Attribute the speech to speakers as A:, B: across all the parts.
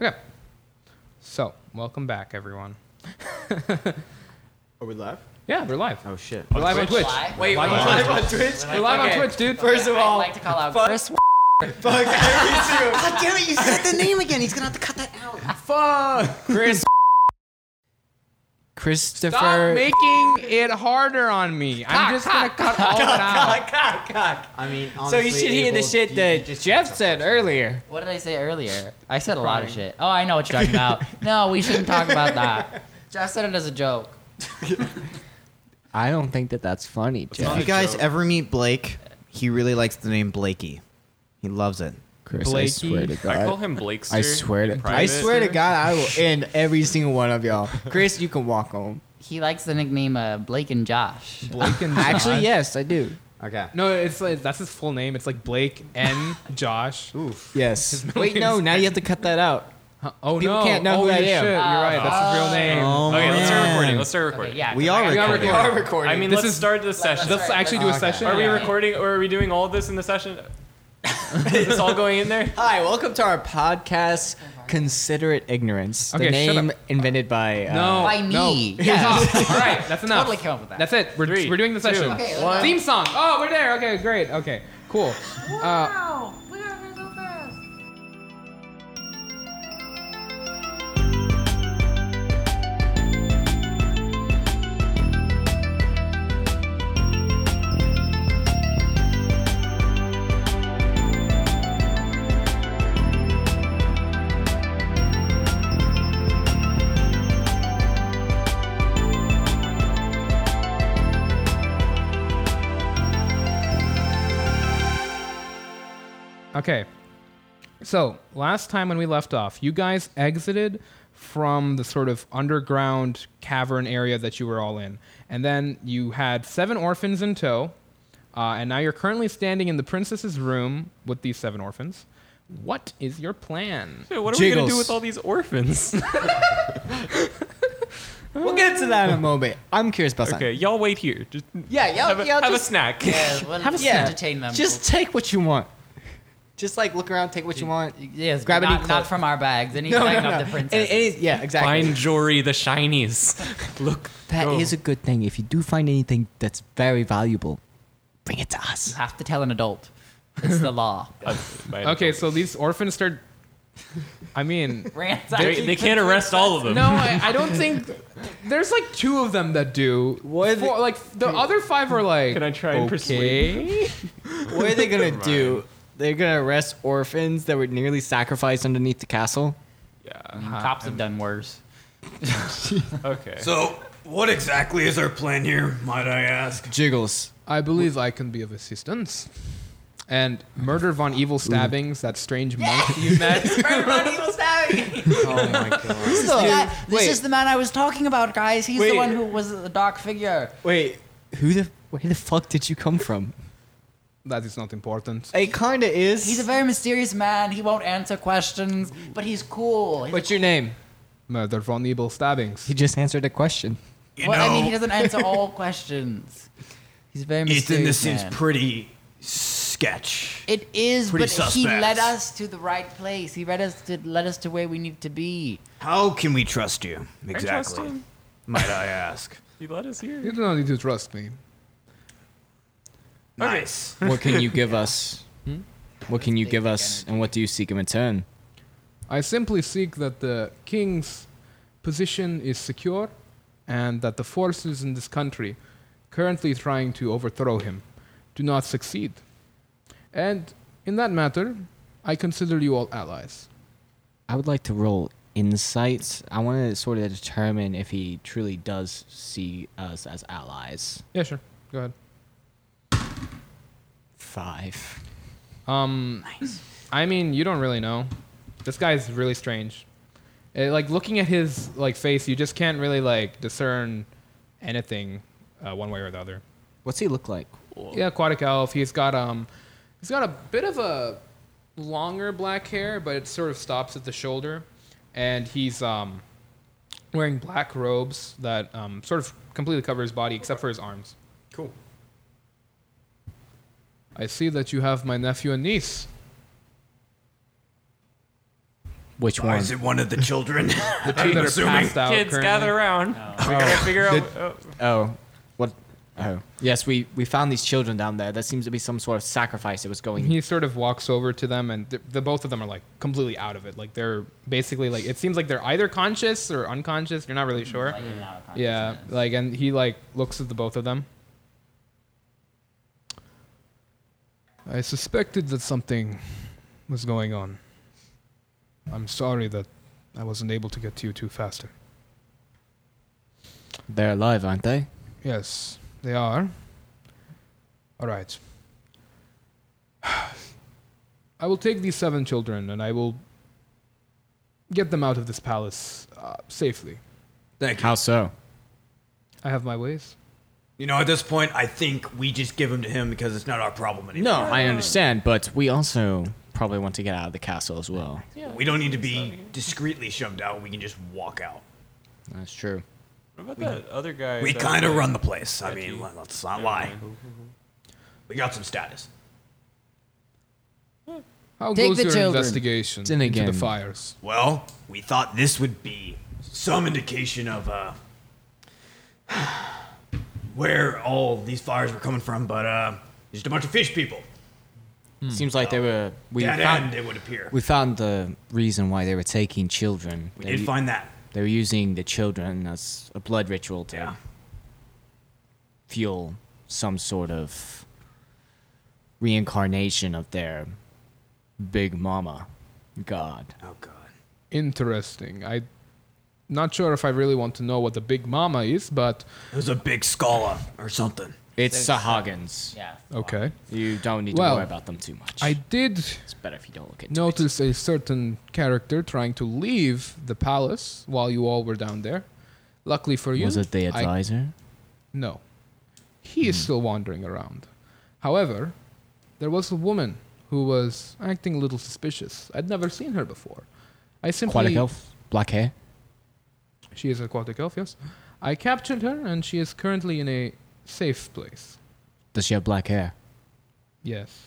A: Okay. So, welcome back, everyone.
B: Are Oh, we live?
A: Yeah, we're live.
B: Oh shit.
A: We're live on Twitch.
C: Wait, wait,
A: Live on
C: wait.
A: Twitch.
B: on Twitch?
A: We're live on
C: Okay.
A: Twitch, dude.
B: First of all,
C: I'd like to call out
B: fuck-
C: Chris.
B: fuck every
D: God damn it, you said the name again. He's gonna have to cut that out.
B: Fuck.
C: Chris. Christopher.
A: Stop making it harder on me. I'm just gonna cut all that out.
B: I mean,
C: So
B: honestly,
C: you should hear the
B: Abel,
C: shit
B: you- you
C: that
B: just-
C: Jeff said earlier.
D: What did I say earlier? I said a lot of
A: Crying.
D: shit. Oh, I know what you're talking about. no, we shouldn't talk about that. Jeff said it as a joke.
C: I don't think that that's funny,
B: If
C: Jeff.
B: you guys ever meet Blake, he really likes the name Blakey. He loves it.
C: Chris, I
A: Blakey.
C: swear to
E: I call
C: God.
E: him Blakester.
C: I swear to
E: in
C: I
E: private.
C: swear to God, I will end every single one of y'all. Chris, you can walk home.
D: He likes the nickname uh, Blake and Josh.
A: Blake and
C: Actually,
A: Josh.
C: yes, I do.
B: Okay.
A: No, it's like that's his full name. It's like Blake N. Josh.
B: Oof.
C: Yes. Wait, no. Now you have to cut that out.
A: Huh, Oh
C: People
A: no!
C: can't know
A: oh,
C: who I
A: you
C: am.
A: Should. You're right. That's his real name.
B: Oh,
E: Okay, let's start
B: man.
E: recording. Let's start recording.
D: Okay, yeah,
B: We
D: 'cause
B: are
D: I-
A: We are
B: recording.
A: recording.
E: I mean,
A: This
E: let's
A: is-
E: start the session.
A: Let's actually do a
B: Okay.
A: session.
E: Are we
D: Yeah.
E: recording or are we doing all of this in the session? is this all going in there?
C: Hi, welcome to our podcast, Considerate Ignorance. The
A: Okay, shut
C: name
A: up.
C: invented by. Uh,
A: No.
D: By
A: no.
D: me.
A: Hands
D: Yeah.
A: off. All right, that's enough.
D: Totally came up with that.
A: That's it. We're,
E: Three,
A: we're doing the
E: two,
A: session.
D: Okay, let's one.
A: Theme song. Oh, we're there. Okay, great. Okay, cool. Uh, okay. So last time when we left off, you guys exited from the sort of underground cavern area that you were all in, and then you had seven orphans in tow, uh, and now you're currently standing in the princess's room with these seven orphans. What is your plan?
E: Dude, what are we gonna do
C: Jiggles.
E: with all these orphans?
C: We'll get to that in a moment. I'm curious about
E: okay,
C: something.
E: y'all wait here. Just
C: Oh, Yeah, y'all,
E: have a,
C: y'all
E: have
C: just
E: a snack.
D: Yeah, well,
C: Have a
D: yeah.
C: snack.
D: entertain them.
C: Just take what you want. Just like look around, take what you want.
D: yes,
C: grab
D: grab not,
C: any clothes.
D: not from our bags. Any
C: No, no,
D: type
C: no.
D: of the
C: And-
D: princess.
C: and it- yeah, exactly.
E: Find Jory the Shinies. Look.
C: That
E: go.
C: is a good thing. If you do find anything that's very valuable, bring it to us.
D: have to tell an adult. It's the law.
E: Uh, by the
A: Okay,
E: way.
A: so these orphans start. I mean,
D: Ransack.
E: They, they can't arrest all of them.
A: no, I, I don't think. There's like two of them that do.
C: What are the-
A: Four- like the other five are like.
E: Can I try and persuade
A: okay.
C: What are they gonna
E: Never
C: do? They're gonna arrest orphans that were nearly sacrificed underneath the castle.
E: Yeah.
D: Cops have done worse.
E: Okay.
F: So, what exactly is our plan here, might I ask?
C: Jiggles.
A: I believe I can be of assistance. And murder von evil stabbings. That strange monk you met.
B: Oh my god.
D: This, is the, guy- this
C: wait.
D: is the man I was talking about, guys. He's
C: Wait.
D: the one who was the dark figure.
C: Wait, who the where the fuck did you come from?
A: That is not important.
C: It kinda is.
D: He's a very mysterious man. He won't answer questions, but he's cool. He's-
C: What's your name?
A: Murder von evil stabbings.
C: He just answered a question.
F: You
D: well, I mean,
F: know,
D: he doesn't answer all questions. He's a very
F: Ethan, this
D: mysterious.
F: seems
D: man.
F: pretty sketch.
D: It is,
F: pretty
D: but he
F: suspect.
D: led us to the right place. He led us to led us to where we need to be.
F: How can we trust you?
E: I trust
F: Exactly.
E: him.
F: Might I ask?
E: He let us
A: You
E: here.
A: do not need to trust me.
F: Nice.
C: What can you give us? What can you
D: Big
C: give
D: dick
C: us,
D: energy.
C: and what do you seek in return?
A: I simply seek that the king's position is secure and that the forces in this country currently trying to overthrow him do not succeed. And in that matter, I consider you all allies.
C: I would like to roll insights. I want to sort of determine if he truly does see us as allies.
A: Yeah, sure. Go ahead.
C: Five.
A: Um, I mean, you don't really know. This guy's really strange. Eh, like looking at his like face, you just can't really like discern anything uh, one way or the other.
C: What's he look like?
A: Yeah, aquatic elf. He's got um, he's got a bit of a longer black hair, but it sort of stops at the shoulder, and he's um, wearing black robes that um, sort of completely cover his body except for his arms.
E: Cool.
A: I see that you have my nephew and niece.
C: Which
F: Or
C: one?
F: is it one of the children?
A: The two that are
F: assuming.
A: passed out.
E: Kids,
A: currently.
E: gather around. We gotta figure out.
A: The-
E: oh,
C: Oh, what? Oh, yes, we we found these children down there. That seems to be some sort of sacrifice that was going.
A: He sort of walks over to them, and th- the both of them are like completely out of it. Like they're basically like it seems like they're either conscious or unconscious. You're not really sure.
D: Like, in and out of
A: Yeah,
D: consciousness.
A: like and he like looks at the both of them. I suspected that something was going on. I'm sorry that I wasn't able to get to you two faster.
C: They're alive, aren't they?
A: Yes, they are. All right. I will take these seven children and I will get them out of this palace uh, safely.
F: Thank you.
C: How so?
A: I have my ways.
F: You know, at this point, I think we just give them to him because it's not our problem anymore.
C: No, I understand, but we also probably want to get out of the castle as well.
F: We don't need to be discreetly shoved out. We can just walk out.
C: That's true.
E: what about that other guy?
F: We
E: that-
F: kind of run the place. I
E: you-
F: mean, let- let's not lie. We got some status.
A: How
D: Take
A: goes
D: the
A: your
D: children.
A: investigation
C: Sin
A: into the
C: again.
A: fires?
F: Well, we thought this would be some indication of uh, where all these fires were coming from, but uh, just a bunch of fish people.
C: Seems like they were. We
F: Dead
C: found,
F: end, it would appear.
C: we found the reason why they were taking children.
F: We
C: they,
F: did find that.
C: they were using the children as a blood ritual to
F: Yeah.
C: fuel some sort of reincarnation of their big mama god.
F: Oh, God.
A: Interesting. I not sure if I really want to know what the big mama is, but
F: It was a big scala or something.
C: It's Sahagins.
D: Yeah.
A: okay.
C: You don't need to
A: Well,
C: worry about them too much.
A: I did
C: it's better if you don't look at it.
A: notice a certain character trying to leave the palace while you all were down there. Luckily for you,
C: Was it the
A: I
C: advisor?
A: No. He
C: Hmm.
A: is still wandering around. However, there was a woman who was acting a little suspicious. I'd never seen her before. I simply
C: Aquatic elf? Black hair?
A: She is aquatic elf, yes. I captured her and she is currently in a safe place.
C: Does she have black hair?
A: Yes.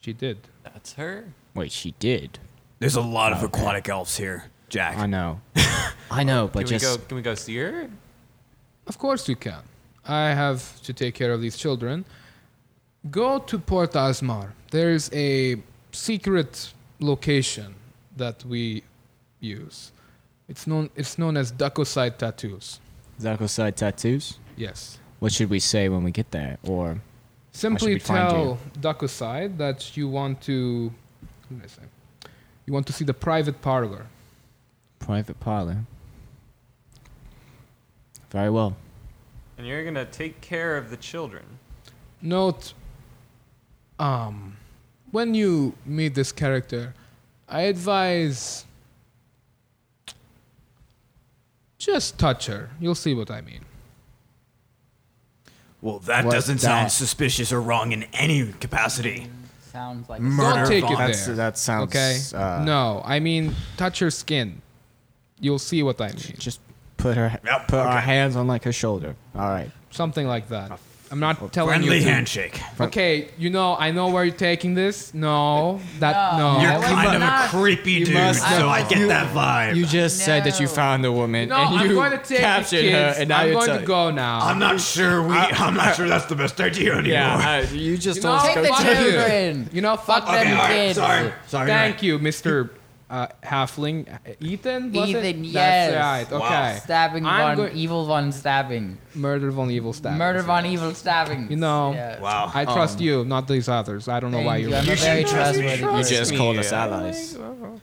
A: She did.
E: That's her.
C: Wait, she did.
F: There's a lot of aquatic elves here, Jack.
C: I know. I know, but
E: Can
C: just
E: we go? Can we go see her?
A: Of course you can. I have to take care of these children. Go to Port Asmar. There's a secret location that we use. It's known it's known as Dakoside Tattoos.
C: Zako side tattoos.
A: Yes.
C: What should we say when we get there? Or
A: Simply
C: we find
A: tell Dakoside that you want to what did I say? You want to see the private parlor.
C: private parlor? Very well.
E: And you're gonna take care of the children.
A: Note, um, when you meet this character, I advise just touch her. You'll see what I mean.
F: Well, that
C: What
F: doesn't
C: that-
F: sound suspicious or wrong in any capacity.
D: Sounds like.
A: Don't
F: Murder
A: take it
F: von-
C: That's-
A: there.
C: that sounds,
A: okay.
C: uh,
A: no, I mean touch her skin. You'll see what I mean.
C: Just put her
F: Yep,
C: put our
F: okay.
C: hands on like her shoulder. All right.
A: Something like that. I'm not telling
F: Friendly
A: you. to-
F: handshake.
A: Okay, you know, I know where you're taking this. No, that
D: No.
A: no.
F: You're
D: I was
F: kind of
D: not-
F: a creepy
A: you
F: dude,
A: must
F: so
A: not-
F: I get that vibe.
C: You just said that you
D: No.
C: found the woman
A: no,
C: and
A: I'm
C: you
A: going to take the
C: captured
A: kids.
C: her, and now
A: I'm
C: you're
A: going
C: telling-
A: to go now.
F: I'm not sure. We. I'm not sure that's the best idea anymore.
C: Yeah, uh, you just
A: You
C: lost
A: know,
D: Take the
A: fuck
C: control.
A: you.
D: children.
A: You know, fuck
D: Okay,
A: them
F: all right,
D: kids.
F: sorry, sorry.
A: Thank you, Mr. Uh, halfling. Ethan? Was it?
D: Ethan, yes.
A: That's right,
F: Wow.
A: okay.
D: Stabbing
A: I'm
D: one,
A: go-
D: evil one stabbing.
A: Murder von evil stab.
D: Murder von evil stabbing.
A: You know.
D: Yeah.
F: Wow.
A: I trust you, not these others. I don't know why
D: Thank
A: you're.
D: you. I'm
F: You
D: a very
F: should trust me.
D: trustworthy
F: You
C: You
D: person.
C: just called us allies.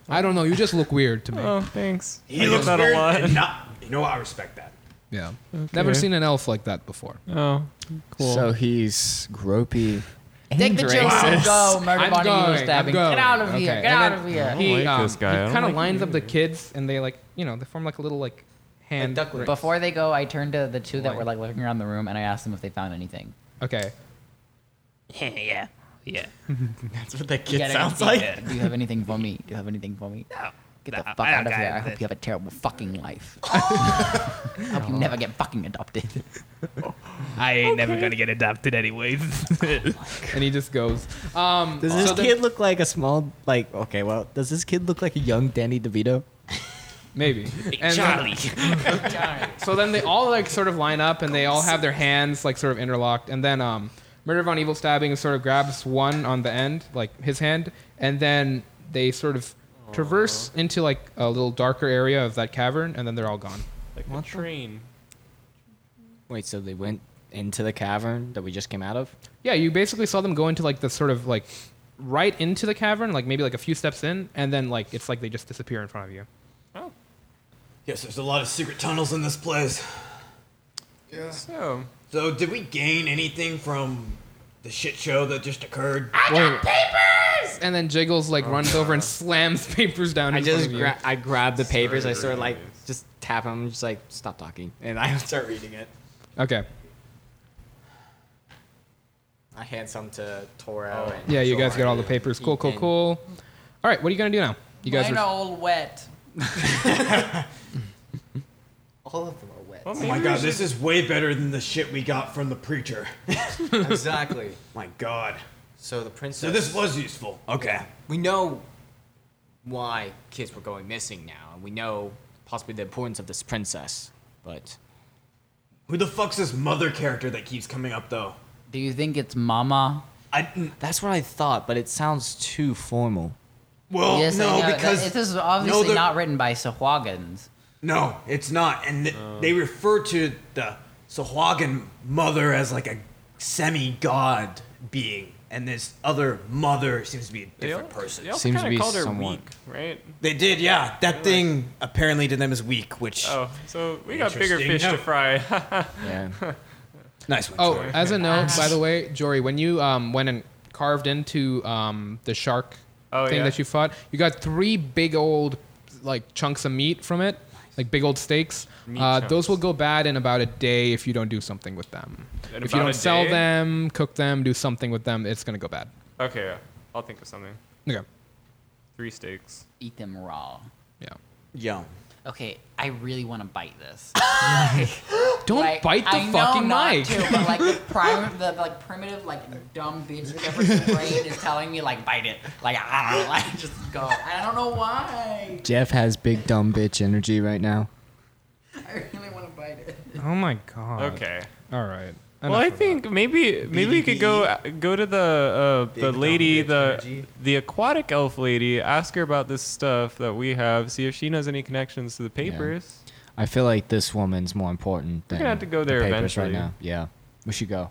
A: I don't know. You just look weird to me.
E: Oh, thanks.
F: he
E: I
F: looks
E: get that
F: weird.
E: a lot.
F: and not- you know, what? I respect that.
A: Yeah. Never seen an elf like that before.
E: Oh, cool.
C: So he's gropey.
D: Take the children. Go. Murder
A: I'm
D: von evil
A: going,
D: stabbing.
A: I'm
D: Get out of
A: going.
D: here.
A: Okay,
D: Get
A: and
D: out
A: then
D: of here.
E: don't like this guy. I don't
A: kind of
E: like
A: lines up the kids, and they like, you know, they form like a little like hand. ring.
D: Before they go, I turned to the two that were like looking around the room and I asked them if they found anything.
A: Okay.
D: yeah. Yeah.
B: That's what that
D: Do you
B: kid
D: got
B: sounds like.
D: anything- Do you have anything for me? Do you have anything for me? No. Get the fuck out of here. I hope you have a terrible fucking life. I hope you never get fucking adopted.
A: I ain't never gonna get adopted anyways. and he just goes. Um,
C: Does
A: so
C: this
A: then-
C: kid look like a small like? Okay, well, does this kid look like a young Danny DeVito?
A: maybe and Charlie? so then they all like sort of line up and they all have their hands like sort of interlocked and then um murder von evil stabbing sort of grabs one on the end like his hand and then they sort of traverse into like a little darker area of that cavern and then they're all gone
E: Like
C: What
E: a
C: the-
E: train.
C: Wait, so they went into the cavern that we just came out of?
A: yeah you basically saw them go into like the sort of like right into the cavern like maybe like a few steps in and then like it's like they just disappear in front of you
F: Yes, there's a lot of secret tunnels in this place.
E: So,
F: So, did we gain anything from the shit show that just occurred?
A: and then jiggles like runs over and slams papers down
C: Oh, I
A: in front
C: just
A: of you.
C: gra- I grabbed the papers. I sort of like just tap them, just like stop talking, and I start reading it.
A: okay
C: I hand some to Toro. and
A: yeah you guys
C: Jordan.
A: get all the papers cool cool
C: And-
A: cool all right what are you gonna do now you guys
D: Mine
A: are
D: are all wet.
C: All of them are wet.
E: well,
F: Oh my god, this is way better than the shit we got from the preacher.
C: exactly.
F: my god.
C: So the princess.
F: So, this was useful. Okay.
C: we know why kids were going missing now, and we know possibly the importance of this princess. But
F: Who the fuck's this mother character that keeps coming up, though?
D: Do you think it's Mama?
F: I.
C: that's what I thought. But it sounds too formal.
F: Well,
D: yes,
F: Oh, no,
D: I know.
F: because.
D: That- this is obviously
F: the-
D: not written by Sahagins.
F: No, it's not. And th- they refer to the Sahuagin mother as like a semi god being, and this other mother seems to be a
E: They
F: different
E: al-
F: person.
E: They also
C: Seems to
E: kind
C: be
E: of called her
C: somewhat-
E: weak, right?
F: They did, yeah. That thing apparently to them is weak, which.
E: Oh, so we got bigger
F: Interesting.
E: fish
F: No.
E: to fry.
C: Yeah.
F: Nice one.
A: Oh,
F: Troy.
A: as a note, by the way, Jory, when you um, went and carved into um, the shark
E: Oh,
A: thing
E: yeah.
A: that you fought, you got three big old like chunks of meat from it, like big old steaks. Uh, those
E: chunks.
A: will go bad in about a day if you don't do something with them.
E: In
A: if you
E: about
A: don't
E: a
A: sell
E: day?
A: them, cook them, do something with them, it's gonna go bad.
E: okay, I'll think of something.
A: Okay,
E: Three steaks.
D: Eat them raw.
A: yeah.
F: Yo.
D: Okay, I really want to bite this.
A: Don't
D: Like,
A: bite the
D: I know
A: fucking
D: not
A: mic.
D: To, but like the, prim- the like primitive, like dumb bitch that ever brain is telling me like bite it, like ah, like just go. I don't know why.
C: Jeff has big dumb bitch energy right now.
D: I really want to bite it.
A: Oh my god.
E: Okay.
A: All right.
E: Well, I
A: Enough of
E: think maybe maybe we could go go to the uh, the
F: Big
E: lady
F: Tom Dick
E: the
F: energy.
E: the aquatic elf lady. Ask her about this stuff that we have. See if she knows any connections to the papers.
C: I feel like this woman's more important than
E: gonna have to go
C: the
E: there
C: papers
E: eventually.
C: right now. Yeah, we should go.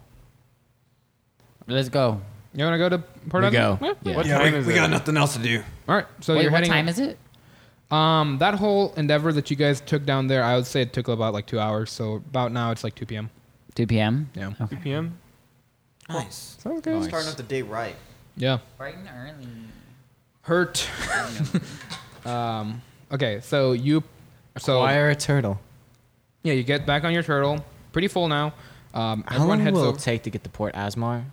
D: Let's go.
A: that. You wanna go to Port
C: We
A: Edmund?
C: go.
A: Yeah.
C: Yeah.
E: What
F: Yeah,
E: time
F: we,
E: is
F: we
E: it?
F: got nothing else to do.
A: All right. So
D: Wait,
A: you're
D: what
A: heading.
D: time is it?
A: Um, that whole endeavor that you guys took down there, I would say it took about like two hours. So about now it's like 2 p.m.
D: 2 p.m.
A: Yeah.
E: Two p.m.
F: Nice.
E: Sounds good.
C: Nice. Starting off
F: the day right.
A: Yeah.
D: Bright and early.
A: Hurt. um, okay. So you. So
C: Wire a turtle.
A: yeah, you get back on your turtle. Pretty full now. Um,
C: How
A: everyone
C: long
A: heads
C: will
A: over.
C: it take to get to Port Asmar?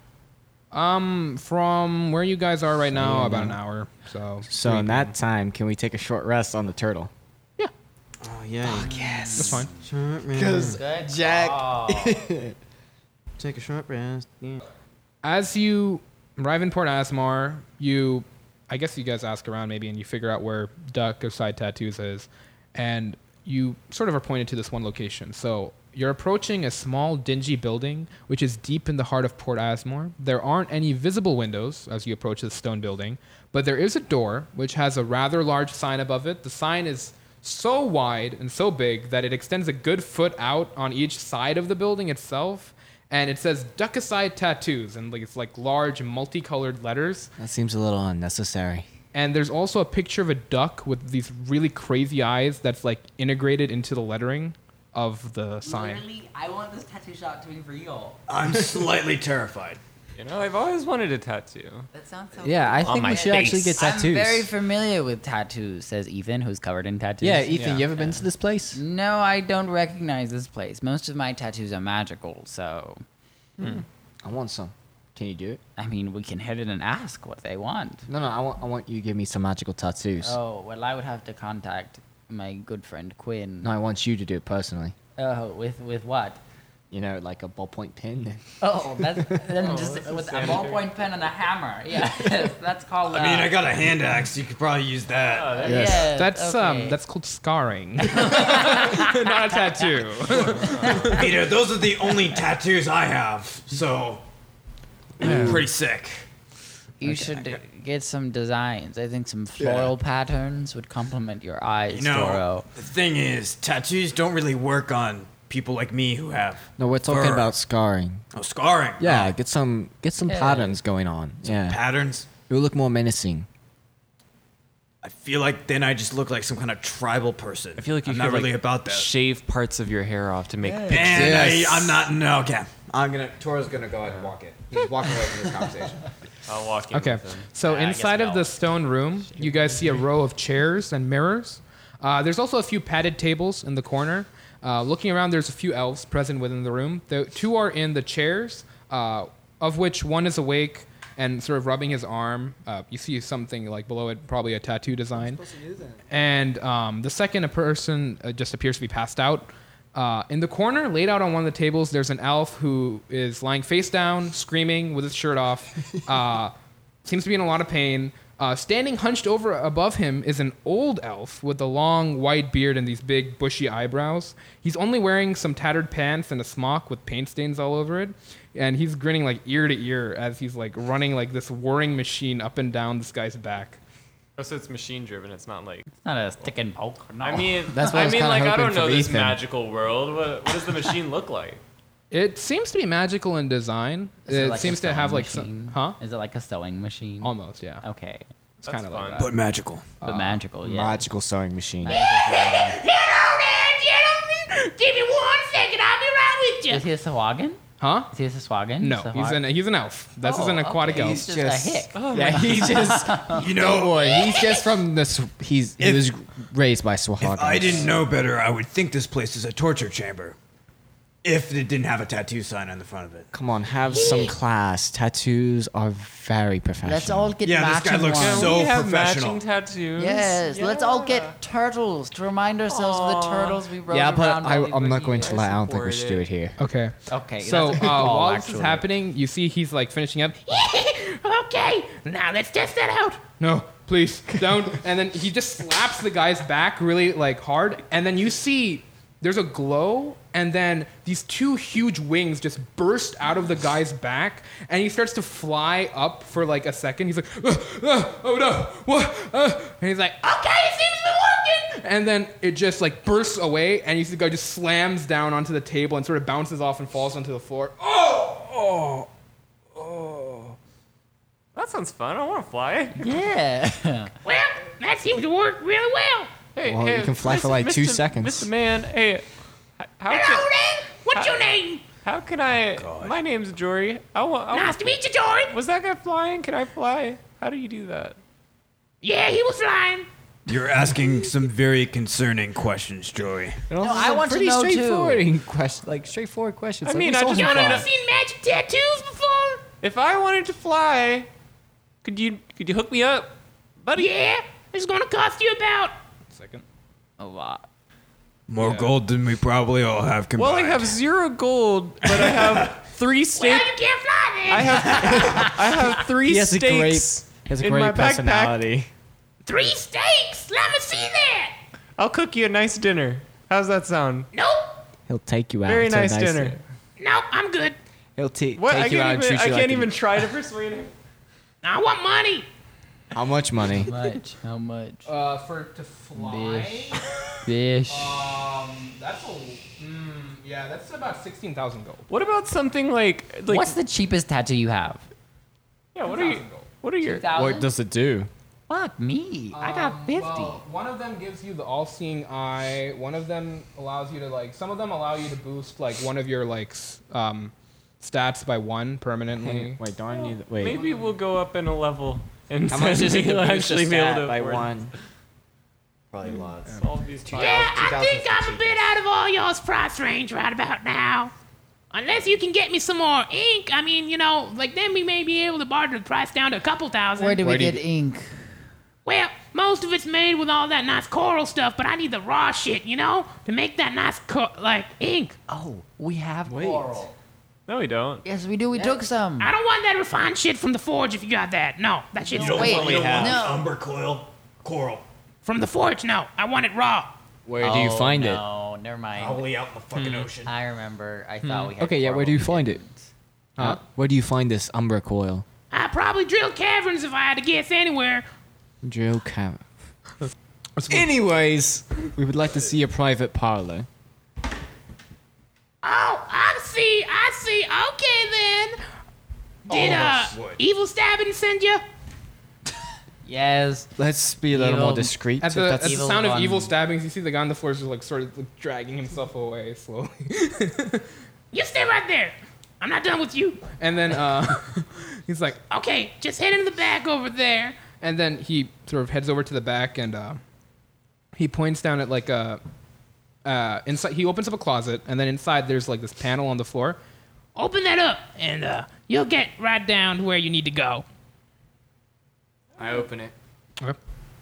A: um, from where you guys are right now,
C: Yeah.
A: about an hour. So.
C: So in that time, can we take a short rest on the turtle?
A: Yeah.
F: Oh, yeah. Fuck
A: That's fine.
B: Because
D: Good
B: Jack. Take a short rest. Yeah.
A: as you arrive in Port Asmar, you, I guess you guys ask around maybe, and you figure out where Duck of Side Tattoos is, and you sort of are pointed to this one location. So you're approaching a small, dingy building, which is deep in the heart of Port Asmar. There aren't any visible windows as you approach this stone building, but there is a door which has a rather large sign above it. The sign is so wide and so big that it extends a good foot out on each side of the building itself and it says duck aside tattoos and like it's like large multicolored letters
C: That seems a little unnecessary.
A: and there's also a picture of a duck with these really crazy eyes that's like integrated into the lettering of the sign
D: Literally, I want this tattoo shop to be real.
F: I'm slightly terrified.
E: You know, I've always wanted a tattoo.
D: That sounds so.
C: Yeah, I think
F: my
C: we should actually
F: face.
C: get tattoos.
D: I'm very familiar with tattoos, says Ethan, who's covered in tattoos.
C: yeah, Ethan,
A: Yeah.
C: you ever been to this place?
D: No, I don't recognize this place. Most of my tattoos are magical, so
C: I want some. Can you do it?
D: I mean, we can hit it and ask what they want.
C: No, no. I want. I want you to give me some magical tattoos.
D: Oh, well, I would have to contact my good friend Quinn.
C: No, I want you to do it personally.
D: Oh, with with what?
C: you know, like a ballpoint pen.
D: Oh, that's then just
E: that's
D: with a
E: insanity.
D: ballpoint pen and a hammer. Yeah, that's called. Uh,
F: I mean, I got a hand axe. You could probably use that.
D: yes,
A: That's
D: okay.
A: um, that's called scarring, not a tattoo.
F: Peter, those are the only tattoos I have, so I'm pretty sick.
D: You should d- get some designs. I think some floral patterns would complement your eyes,
F: You know,
D: Toro.
F: the thing is, tattoos don't really work on people like me who have
C: No, we're talking
F: Burr.
C: about scarring.
F: no scarring.
C: Yeah, get some get some
D: Yeah.
C: patterns going on. Yeah,
F: patterns.
C: it will look more menacing.
F: I feel like then I just look like some kind of tribal person.
E: I feel like you
F: I'm
E: should
F: not really
E: like,
F: about that.
E: Shave parts of your hair off to make.
D: Yeah.
E: pic-
F: and
B: Yes.
F: I, I'm not. No, okay.
B: I'm gonna. Tora's gonna go ahead and walk it. He's walking away from this conversation.
E: I'll walk in
A: Okay,
E: with them.
A: so inside of the stone room, you guys see a row of chairs and mirrors. Uh, there's also a few padded tables in the corner. Uh, looking around, there's a few elves present within the room. The two are in the chairs, uh, of which one is awake and sort of rubbing his arm. Uh, you see something like below it, probably a tattoo design. And um, the second a person uh, just appears to be passed out. Uh, in the corner, laid out on one of the tables, there's an elf who is lying face down, screaming with his shirt off. Uh, seems to be in a lot of pain. Uh, standing hunched over above him is an old elf with a long white beard and these big bushy eyebrows. He's only wearing some tattered pants and a smock with paint stains all over it, and he's grinning like ear to ear as he's like running like this whirring machine up and down this guy's back.
E: Oh, so it's machine driven. It's not like.
D: It's not a stick and poke. No.
E: I mean,
C: Oh, That's what I
E: I
C: was
E: mean,
C: kinda
E: like I
C: hoping
E: don't
C: for
E: know this
C: Ethan.
E: magical world. What, what does the machine look like?
A: It seems to be magical in design.
D: Is
A: it
D: like a
A: seems to
D: sewing
A: have like
D: machine?
A: some, huh?
D: Is it like a sewing machine?
A: Almost, yeah.
D: Okay,
A: It's
E: That's
A: kind of like
E: fun.
A: that.
F: But magical.
D: but magical. Yeah.
C: Magical sewing machine.
G: Give me one second, I'll be right with you.
D: Is he a Swaggin?
A: Huh?
D: Is he a Swaggin?
A: No,
D: Sawag-
A: he's an he's an elf. This is an
D: Oh,
A: aquatic
D: okay.
A: elf.
D: He's just a hick.
C: yeah, he's just don't
F: You know,
C: worry. He's just from the. Sw- He's he
F: If-
C: was raised by Swahagans.
F: if I didn't know better, I would think this place is a torture chamber. If it didn't have a tattoo sign on the front of it.
C: Come on, have some class. Tattoos are very professional.
D: Let's all get
F: Yeah, this guy
D: matching
F: looks
D: ones.
F: so
E: we have
F: professional.
E: matching tattoos.
D: Yes, let's all get turtles to remind ourselves of the
E: Aw.
D: turtles we rode
C: Yeah, but
D: around
C: I,
D: while we
C: I'm
D: were
C: not going
D: here.
C: to lie. I don't think we should do it
E: Supported.
C: here.
A: Okay.
D: Okay,
A: So
D: that's
A: uh,
D: a good call,
A: while this is
D: actually.
A: happening, you see he's like finishing up.
G: okay, now let's test that out.
A: No, please don't. and then he just slaps the guy's back really like hard, and then you see there's a glow, and then these two huge wings just burst out of the guy's back, and he starts to fly up for like a second. He's like, "Ugh, ugh, oh no, what? uh," and he's like,
G: Okay, it seems to be working.
A: and then it just like bursts away, and you see the guy just slams down onto the table and sort of bounces off and falls onto the floor.
E: That sounds fun. I want to fly.
D: Yeah.
G: Well, that seems to work really well.
E: Hey,
C: Well,
E: hey,
C: you can fly for
E: Mr.
C: like two
E: Mr.
C: seconds.
E: Mr. Man, hey, h- how
G: Hello
E: can,
G: there. What's your name?
E: how can
C: Oh,
E: I? My name's Jory. I want. I
G: Nice
E: want
G: to meet you, Jory.
E: was that guy flying? Can I fly? How do you do that?
G: Yeah, he was lying.
F: You're asking some very concerning questions, Joey.
C: No,
D: I want to know too.
C: Question, like straightforward questions.
E: I
C: Like,
E: mean,
C: we
E: I
C: saw
E: just
C: him
E: wanna
C: fly.
E: know-
G: I've seen magic tattoos before.
E: If I wanted to fly, could you could you hook me up, buddy?
G: Yeah, it's gonna cost you about.
A: Second.
D: A lot.
F: More gold than we probably all have combined.
E: Well, I have zero gold, but I have three
G: Well,
E: stake.
G: you can't fly then.
E: I have I have three
C: He has a great,
E: stakes
C: he has a
E: in my
C: great
E: backpack.
C: personality.
G: Three steaks. Let me see that.
E: I'll cook you a nice dinner. How's that sound?
G: Nope.
C: He'll take you out.
E: Very
C: to a
E: nice dinner.
G: Nope, I'm good.
C: He'll ta-
E: What? I
C: take you out
E: can't
C: and
E: even.
C: treat
E: I
C: you like
E: can't
C: a-
E: even try to persuade him.
G: I want money.
C: How much money?
D: How much? How much?
A: Uh, for to fly.
D: Bish. Bish.
A: Um, that's a. Mm, yeah, that's about sixteen thousand gold.
E: What about something like like?
D: What's the cheapest tattoo you have?
E: yeah. What are you?
A: 2,000 gold.
E: What are your?
C: What does it do?
D: Fuck me. I got 50.
A: Well, one of them gives you the all-seeing eye. One of them allows you to like. Some of them allow you to boost like one of your like s- um, stats by one permanently.
C: Wait, darn you. Wait.
E: Maybe we'll go up in a level and
C: How much is it
E: will
C: to boost
E: actually
C: a
E: be able
C: stat
E: to
C: by
E: afford
C: one?
B: Probably lots.
E: Solve these problems.
G: Yeah, I
B: 2000 's
G: think
B: the
G: I'm a bit out of all y'all's price range right about now. Unless you can get me some more ink, I mean, you know, like then we may be able to barter the price down to a couple thousand.
D: Where do we
C: Where do you
D: get ink?
G: well, Most of it's made with all that nice coral stuff, but I need the raw shit, you know, to make that nice co- like ink.
D: Oh, we have
E: Wait.
D: coral.
E: No, we don't.
D: Yes, we do. We took some.
G: I don't want that refined shit from the forge. If you got that, no, that shit's
D: don't
G: wait
D: want-
F: You don't want
D: have-
F: the
D: No.
F: umber coil coral
G: from the forge. No, I want it raw.
C: Where do you
D: Oh,
C: find it?
D: No, never mind. Hmm.
F: probably out in the fucking ocean. Hmm.
D: I remember. I thought we had.
C: Okay, yeah, where do you find it? Huh? Where do you find this umbra coil?
G: I probably drilled caverns if I had to guess anywhere.
C: Drill cavern. Anyways, we would like to see a private parlor.
G: Oh, I see. I see. Okay then. Did
C: Oh,
F: Almost
G: uh,
F: would.
G: evil stabbing send you?
D: Yes.
C: Let's be a little
D: Evil-
C: more discreet.
A: At
C: if
A: the, at
C: that's-
A: the
D: Evil
A: sound of
D: one.
A: evil stabbings, you see the guy on the floor is just like sort of like, dragging himself away slowly.
G: You stay right there. I'm not done with you.
A: and then uh, he's like,
G: Okay, just head into the back over there.
A: and then he sort of heads over to the back and uh, he points down at like a uh, inside. He opens up a closet and then inside there's like this panel on the floor.
G: Open that up, and uh, you'll get right down to where you need to go.
H: I open it.
A: Okay.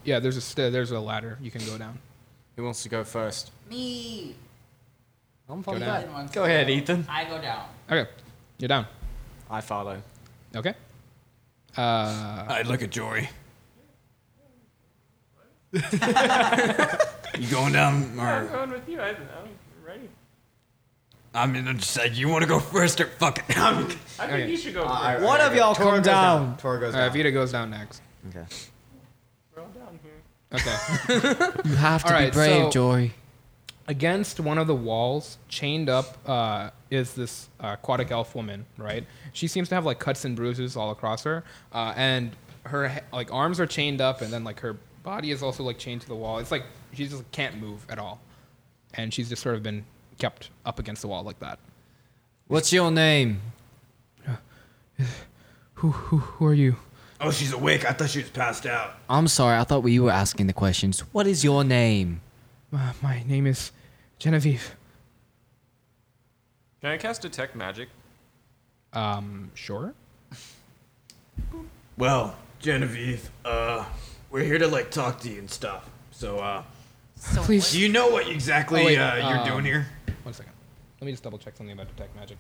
A: Yeah, there's a st- there's a ladder you can go down.
H: Who wants to go first?
D: Me.
H: I'm
A: Go down.
D: Ethan wants
H: Go
D: to
H: ahead,
D: go.
H: Ethan.
D: I go down.
A: Okay, you're down.
H: I follow.
A: Okay. Uh,
F: I'd look at Jory. you going down or
E: going with you. I, I'm ready.
F: I mean I'm just like you wanna go first or fucking
E: I think
A: Okay.
E: you should go.
B: One of y'all come down. Tor goes
A: uh,
B: down.
A: Vita goes down next.
B: Okay.
E: We're all down here.
A: Okay.
C: you have to
A: All
C: be
A: right,
C: brave,
A: so-
C: Jory.
A: against one of the walls, chained up, uh, is this uh, aquatic elf woman, right? She seems to have like cuts and bruises all across her, uh, and her he- like arms are chained up, and then like her body is also like chained to the wall. It's like she just can't move at all, and she's just sort of been kept up against the wall like that.
C: What's your name?
A: Who who who are you?
F: Oh she's awake. I thought she was passed out.
C: I'm sorry, I thought we were asking the questions. What is your name?
A: Uh, my name is Genevieve.
E: Can I cast detect magic?
A: Um, sure.
F: Well, Genevieve, uh we're here to like talk to you and stuff. So uh
D: So
A: Please.
F: do you know what exactly
A: Oh, wait,
F: uh, you're
A: um,
F: doing here?
A: One second. Let me just double check something about detect magic.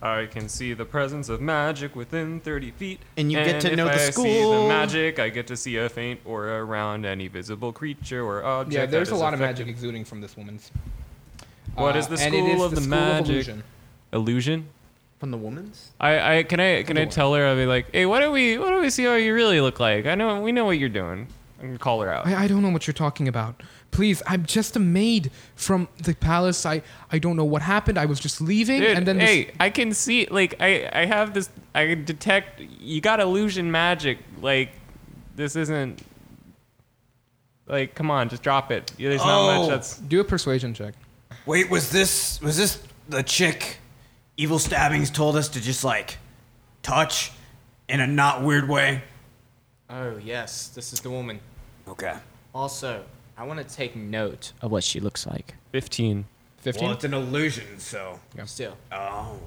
E: I can see the presence of magic within 30 feet.
B: And you get to
E: if
B: know the
E: I see the
B: school.
E: magic, I get to see a faint aura around any visible creature or object.
A: Yeah,
E: that
A: there's a
E: is
A: lot of
E: affected.
A: magic exuding from this woman's.
E: What is the
A: Uh, and it
E: school
A: is
E: of the
A: school
E: magic?
A: illusion.
E: Illusion?
B: From the woman's?
E: I, I can I can I tell her I'll be like, hey, why don't we why don't we see how you really look like? I know we know what you're doing. I can call her out.
A: I, I don't know what you're talking about. Please, I'm just a maid from the palace. I, I don't know what happened. I was just leaving,
E: Dude,
A: and then this,
E: hey, I can see like I I have this I can detect you got illusion magic like this isn't like come on just drop it. Yeah, There's not
F: Oh.
E: much that's
A: do a persuasion check.
F: Wait, was this was this the chick evil stabbings told us to just like touch in a not weird way?
H: Oh, yes. This is the woman.
F: Okay.
H: Also, I want to take note of what she looks like.
E: 15.
A: Fifteen.
F: Well, it's an illusion, so.
H: Still.
F: Oh.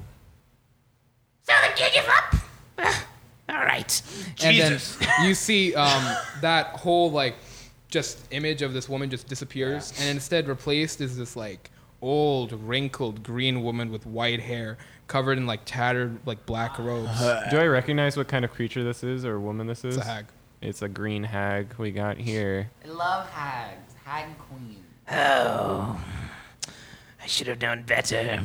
G: So the gig is up. Ugh, all right.
A: and
F: Jesus.
A: then you see um, that whole like just image of this woman just disappears and instead replaced is this like old wrinkled green woman with white hair covered in like tattered like black robes
E: Do I recognize what kind of creature this is or woman this is?
A: it's a hag
E: It's a green hag we got here.
D: I love hags. Hag queen.
G: I should have known better.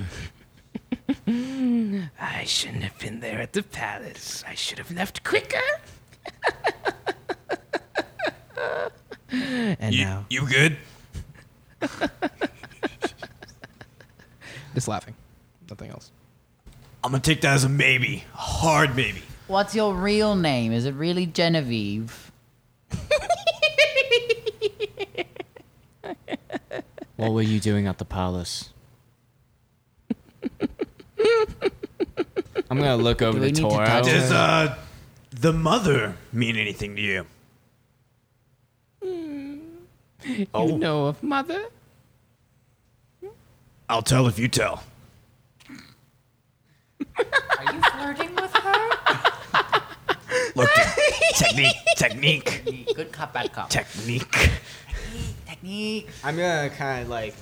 G: I shouldn't have been there at the palace. I should have left quicker.
C: And now.
F: you good?
A: just laughing nothing else
F: I'm gonna take that as a maybe. A hard maybe.
D: What's your real name? Is it really Genevieve?
C: What were you doing at the palace? I'm gonna look over
D: we
C: to
D: need to
C: Toro.
D: touch it?
F: Does uh the mother mean anything to you?
G: You know of mother?
F: I'll tell if you tell.
D: Are you flirting with her?
F: Look, dude, technique, technique,
D: Good cop, bad cop.
F: technique.
D: Technique.
H: I'm gonna kind of like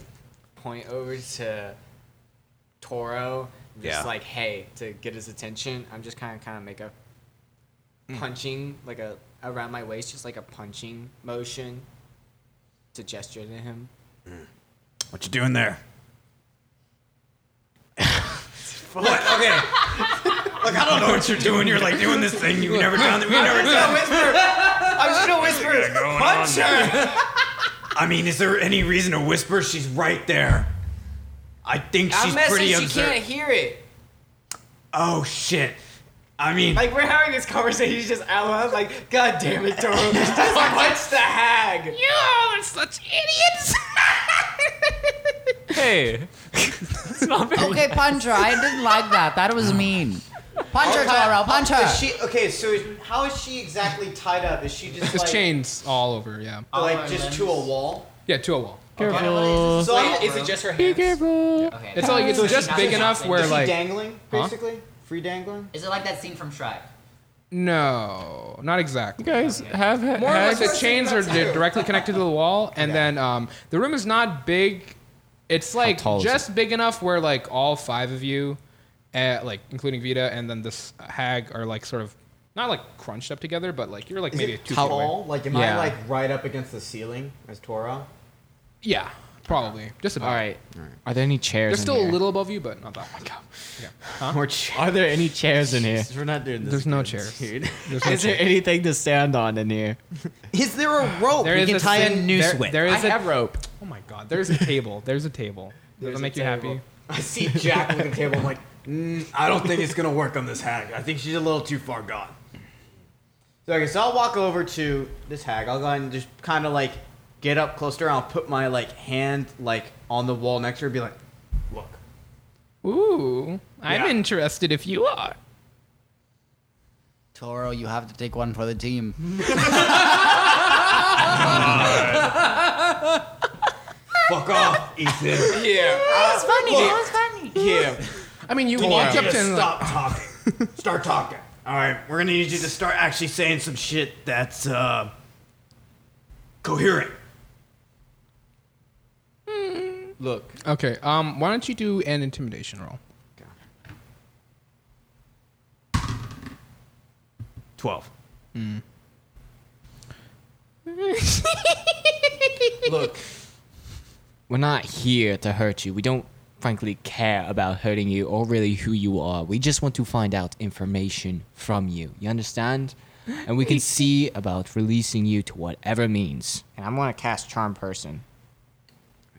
H: point over to Toro, just
F: Yeah.
H: like hey, to get his attention. I'm just kind of kind of make a
F: Hmm.
H: punching, like a around my waist, just like a punching motion to gesture to him.
F: What you doing there? what? Okay. Look, I don't know what you're doing. You're like doing this thing you've never done. We've never done.
H: I'm just gonna whisper.
F: Punch her. I mean, is there any reason to whisper? She's right there. I think
H: I'm
F: she's pretty
H: messing. She
F: observant.
H: can't hear it.
F: Oh shit. I mean,
H: Like we're having this conversation just out loud. Like, god damn it, Toro, just punch the hag.
G: You all are such idiots.
E: Hey, it's not very
D: Okay, punch her. I didn't like that. That was mean. Punch her, Toro. Punch her.
B: Is she okay? So is- how is she exactly tied up? Is she just
A: There's
B: like,
A: chains all over. Yeah.
B: like just to a wall?
A: Yeah, to a wall.
E: careful.
B: So I'm-
H: Is it just her hands?
E: Careful.
D: Okay.
A: It's like it's
D: So she's
A: just
D: not
A: big
D: doing
A: enough
D: nothing.
A: where
B: is she
A: like
B: dangling
A: Huh?
B: basically? Free dangling?
D: Is it like that scene from Shrek?
A: no, not exactly.
E: You guys have ha-
A: More or
E: had-
A: less, the chains are di- directly connected to the wall, and then um, the room is not big. It's like
C: tall is
A: just big enough where like all five of you, uh, like including Vita and then this hag, are like sort of not like crunched up together, but like you're like
B: Is
A: maybe
B: it
A: two feet away.
B: tall? Like am
A: Yeah.
B: I like right up against the ceiling as Toro?
A: Yeah, probably just about.
C: All right. Are there any chairs?
A: They're still
C: in
A: a
C: here?
A: little above you, but not that. much. Yeah. Huh?
B: Or ch-
C: Are there any chairs in here?
B: We're not doing this.
A: There's no
B: again,
A: chairs.
B: dude.
A: There's no
C: Is there
A: chair.
C: anything to stand on in here?
B: Is there a rope?
A: There
B: we
A: is
B: can
A: a
B: tie a
A: sin-
B: noose
A: there-
B: with.
A: there is a-
B: rope.
A: Oh my god, there's a table. There's a table. Does that make you happy?
B: I see Jack with the table. I'm like, "Mm,
F: I don't think it's gonna work on this hag. I think she's a little too far gone.
B: so, okay, so I'll walk over to this hag. I'll go ahead and just kind of like get up close to her. I'll put my like hand like on the wall next to her. and Be like,
F: Look,
A: Ooh, I'm
F: Yeah.
A: interested if you are.
D: Toro, you have to take one for the team.
F: fuck off, Ethan.
B: yeah.
A: I mean, you
F: We
A: walked
F: need
A: up
F: you
A: to him.
F: to
A: Like,
F: stop talking. Start talking. All right, we're gonna need you to start actually saying some shit that's uh, coherent.
B: Look,
A: okay, um, why don't you do an intimidation roll?
F: Twelve.
B: look.
C: We're not here to hurt you. We don't, frankly, care about hurting you or really who you are. We just want to find out information from you. You understand? And we can see about releasing you to whatever means. And I'm gonna cast Charm Person.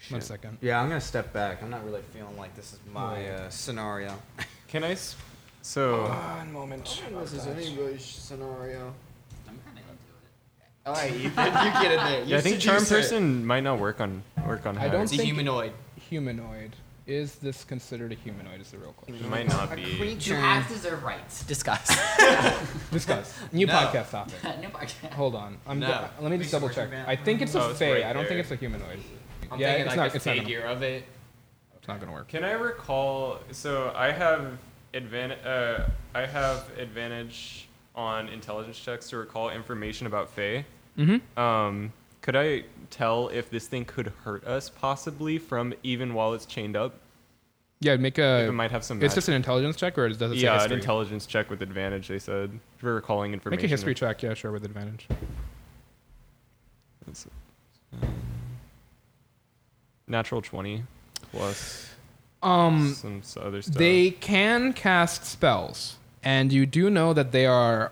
A: One second.
B: Yeah, I'm gonna step back. I'm not really feeling like this is my uh, scenario.
E: Can I? s- So
A: Ah,
B: One moment. This is an English scenario.
D: I'm kind of into it.
B: All right, Ethan, you get in there. You
E: yeah, I think charm
B: seduce her.
E: person might not work on work on.
A: I
E: her.
A: don't
B: It's a
A: think-
B: humanoid.
A: Humanoid. Is this considered a humanoid? Is the real question.
E: It might not
B: A
E: be.
D: You
B: creature.
D: have to deserve rights. Discuss.
A: Discuss. New
B: No.
A: podcast topic.
D: New podcast.
A: Hold on. I'm
B: No.
A: go- let me just
B: Please
A: double
B: work your
A: check.
B: man-
A: I think it's a
E: Oh, it's
A: fae.
E: right
A: I don't think
E: there.
A: it's a humanoid.
H: I'm
A: yeah,
H: thinking
A: it's
H: like
A: not.
H: the
A: It's not, gonna,
H: figure of it.
A: it's not gonna work.
E: Can I recall? So I have advantage. Uh, I have advantage on intelligence checks to recall information about Faye. Mm-hmm. Um, could I tell if this thing could hurt us possibly from even while it's chained up?
A: Yeah, make a.
E: it might have some.
A: Oh, It's just an intelligence check, or does it say
E: yeah, an
A: history?
E: intelligence check with advantage. They said for recalling information.
A: Make a history check. Yeah, sure, with advantage.
E: That's- uh, natural twenty plus
A: Um,
E: some s- other stuff.
A: They can cast spells, and you do know that they are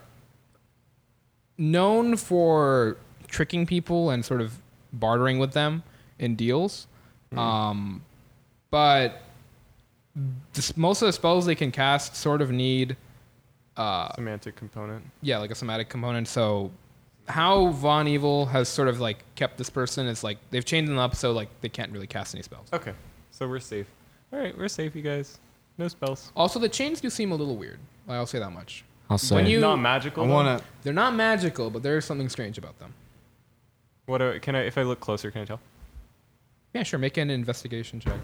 A: known for tricking people and sort of bartering with them in deals. Um, but this, most of the spells they can cast sort of need,
E: semantic component.
A: yeah, like a somatic component. So, how Von Evil has sort of like kept this person is like they've chained them up, so like they can't really cast any spells.
E: Okay, so we're safe. All right, we're safe, you guys. No spells.
A: Also, the chains do seem a little weird. I'll say that much.
C: Also,
A: When you-
E: not magical.
C: I
E: though?
C: wanna.
A: They're not magical, but there is something strange about them.
E: What do- can I? If I look closer, can I tell?
A: Yeah, sure. Make an investigation check.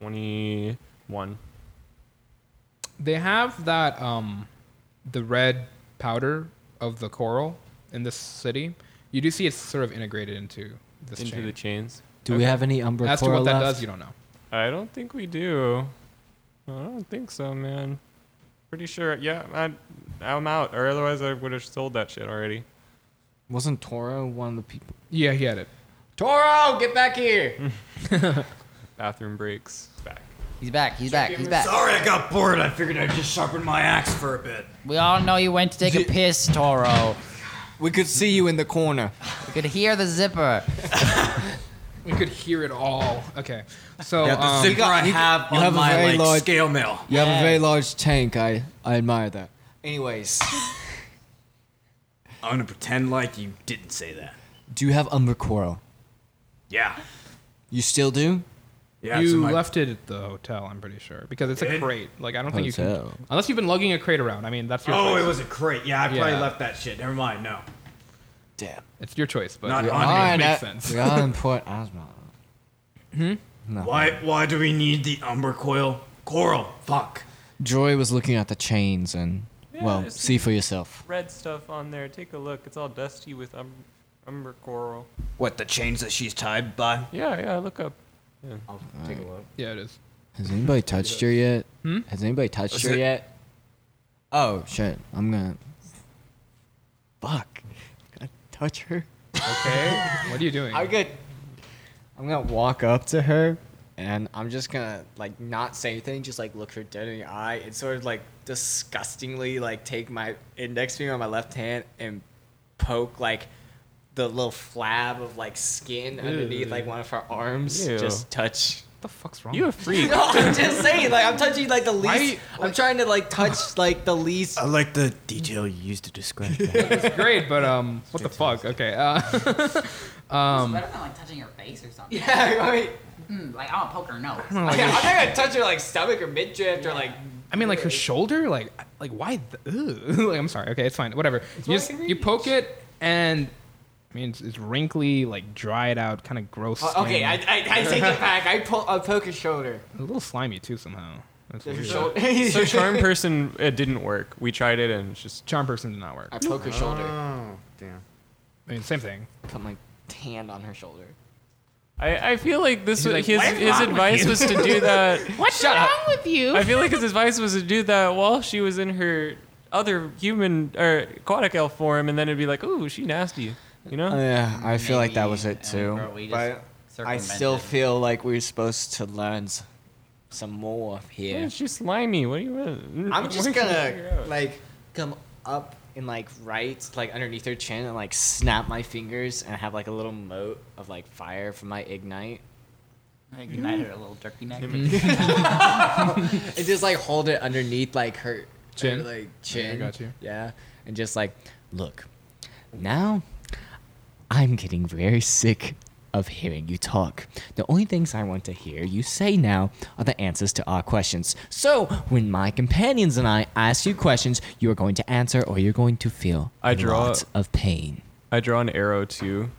E: Twenty-one.
A: they have that um, the red powder of the coral in this city. You do see it's sort of integrated into this
E: into
A: chain.
E: the chains.
C: Do we have any umbra
A: As to
C: coral
A: what that
C: left?
A: does, you don't know.
E: I don't think we do. I don't think so, man. Pretty sure. Yeah, I, I'm out, or otherwise I would have sold that shit already.
C: Wasn't Toro one of the people?
A: Yeah, he had it.
H: Toro, Oh, get back here.
E: Bathroom breaks. Back.
D: He's back. He's back. He's back.
F: Sorry, I got bored. I figured I'd just sharpen my axe for a bit.
D: We all know you went to take a piss, Toro.
C: We could see you in the corner.
D: We could hear the zipper.
A: We could hear it all. Okay, so
F: Yeah, the
A: um,
F: zipper I have
C: you
F: on
C: have a
F: my
C: very
F: like
C: large-
F: scale mill.
C: You have a very large tank. I, I admire that. Anyways,
F: I'm gonna pretend like you didn't say that.
C: do you have umbra coral?
F: Yeah.
C: You still do?
F: Yeah. it's in
A: you
F: my-
A: left it at the hotel. I'm pretty sure because it's a
F: Did?
A: crate. Like I don't think you can
C: Hotel.
A: unless you've been lugging a crate around. I mean that's your
F: Oh,
A: choice.
F: it was a crate. Yeah, I probably
A: Yeah.
F: left that shit. Never mind. No.
C: Damn.
A: it's your choice, but
F: Not
A: yeah,
F: on
A: it
F: it.
A: makes
C: that-
A: sense.
C: We are in Port Asma. Hmm? No.
F: Why? Why do we need the umber coil? Coral. Fuck.
C: Joy was looking at the chains and,
E: Yeah,
C: well,
E: it's-
C: see for yourself.
E: Red stuff on there. Take a look. It's all dusty with um, umber coral.
F: What the chains that she's tied by?
E: Yeah, yeah. Look up.
A: Yeah, it is.
C: Has anybody touched her yet? Has anybody touched her
F: it-
C: yet? Oh, shit. I'm gonna. Fuck. Gonna touch her?
A: Okay, what are you doing?
C: I'm gonna, I'm gonna walk up to her, and I'm just gonna like not say anything, just like look her dead in the eye, and sort of like disgustingly like take my index finger on my left hand and poke like the little flab of like skin underneath like one of her arms.
E: Ew.
C: Just touch.
A: what the fuck's wrong?
E: You a freak?
C: No, I'm just saying like I'm touching like the
A: Why
C: least.
A: you-
C: I'm trying to like touch like the least.
F: I like the detail you used to describe that.
A: It's great, but um, what the fuck? Okay, uh,
D: Um, better than like touching her face or something.
C: Yeah, right.
D: Mm, like I'm gonna poke her nose.
G: Oh,
C: Yeah, I'm not gonna touch her like stomach or midriff or like.
A: I mean, like her shoulder, like like why? The, ew. like I'm sorry. Okay, it's fine. Whatever. you just, you poke it, and I mean, it's, it's wrinkly, like dried out, kind of gross.
C: Uh, okay,
A: skin.
C: I, I, I take it back. I pull. I poke her shoulder.
A: a little slimy too somehow. That's
C: Her
A: weird.
C: shoulder.
E: so charm person, it didn't work. We tried it and it's just
A: Charm person did not work.
C: I poke her shoulder.
B: Oh,
A: I mean, same thing.
C: Put my hand on her sholler.
E: I, I feel like this was,
A: like,
E: his
A: "What is wrong
E: his
A: with
E: advice
A: you?"
E: was to do that.
G: What's wrong with you?
E: I feel like his advice was to do that while she was in her other human or aquatic elf form, and then it'd be like, "Ooh, she nasty," you know?
C: Oh, Yeah, I feel like that
D: Maybe,
C: was it
D: um,
C: too.
D: bro, we just
C: But I
D: circumvented.
C: still feel like we're supposed to learn s- some more
E: Yeah,
C: here.
E: she's slimy. What do you
A: Mm-hmm.
E: want?
C: I'm
E: What
C: just
E: do you
C: gonna
E: want?
C: like come up and like right like underneath her chin and like snap my fingers and have like a little moat of like fire from my ignite
D: Ignite her a little turkey neck.
C: and just like hold it underneath like her
A: Chin?
C: her, like chin.
A: got you.
C: Yeah, and just like, look, now I'm getting very sick of hearing you talk. The only things I want to hear you say now are the answers to our questions. So when my companions and I ask you questions, you are going to answer, or you're going to feel
E: I draw-
C: lots of pain.
E: I draw an arrow too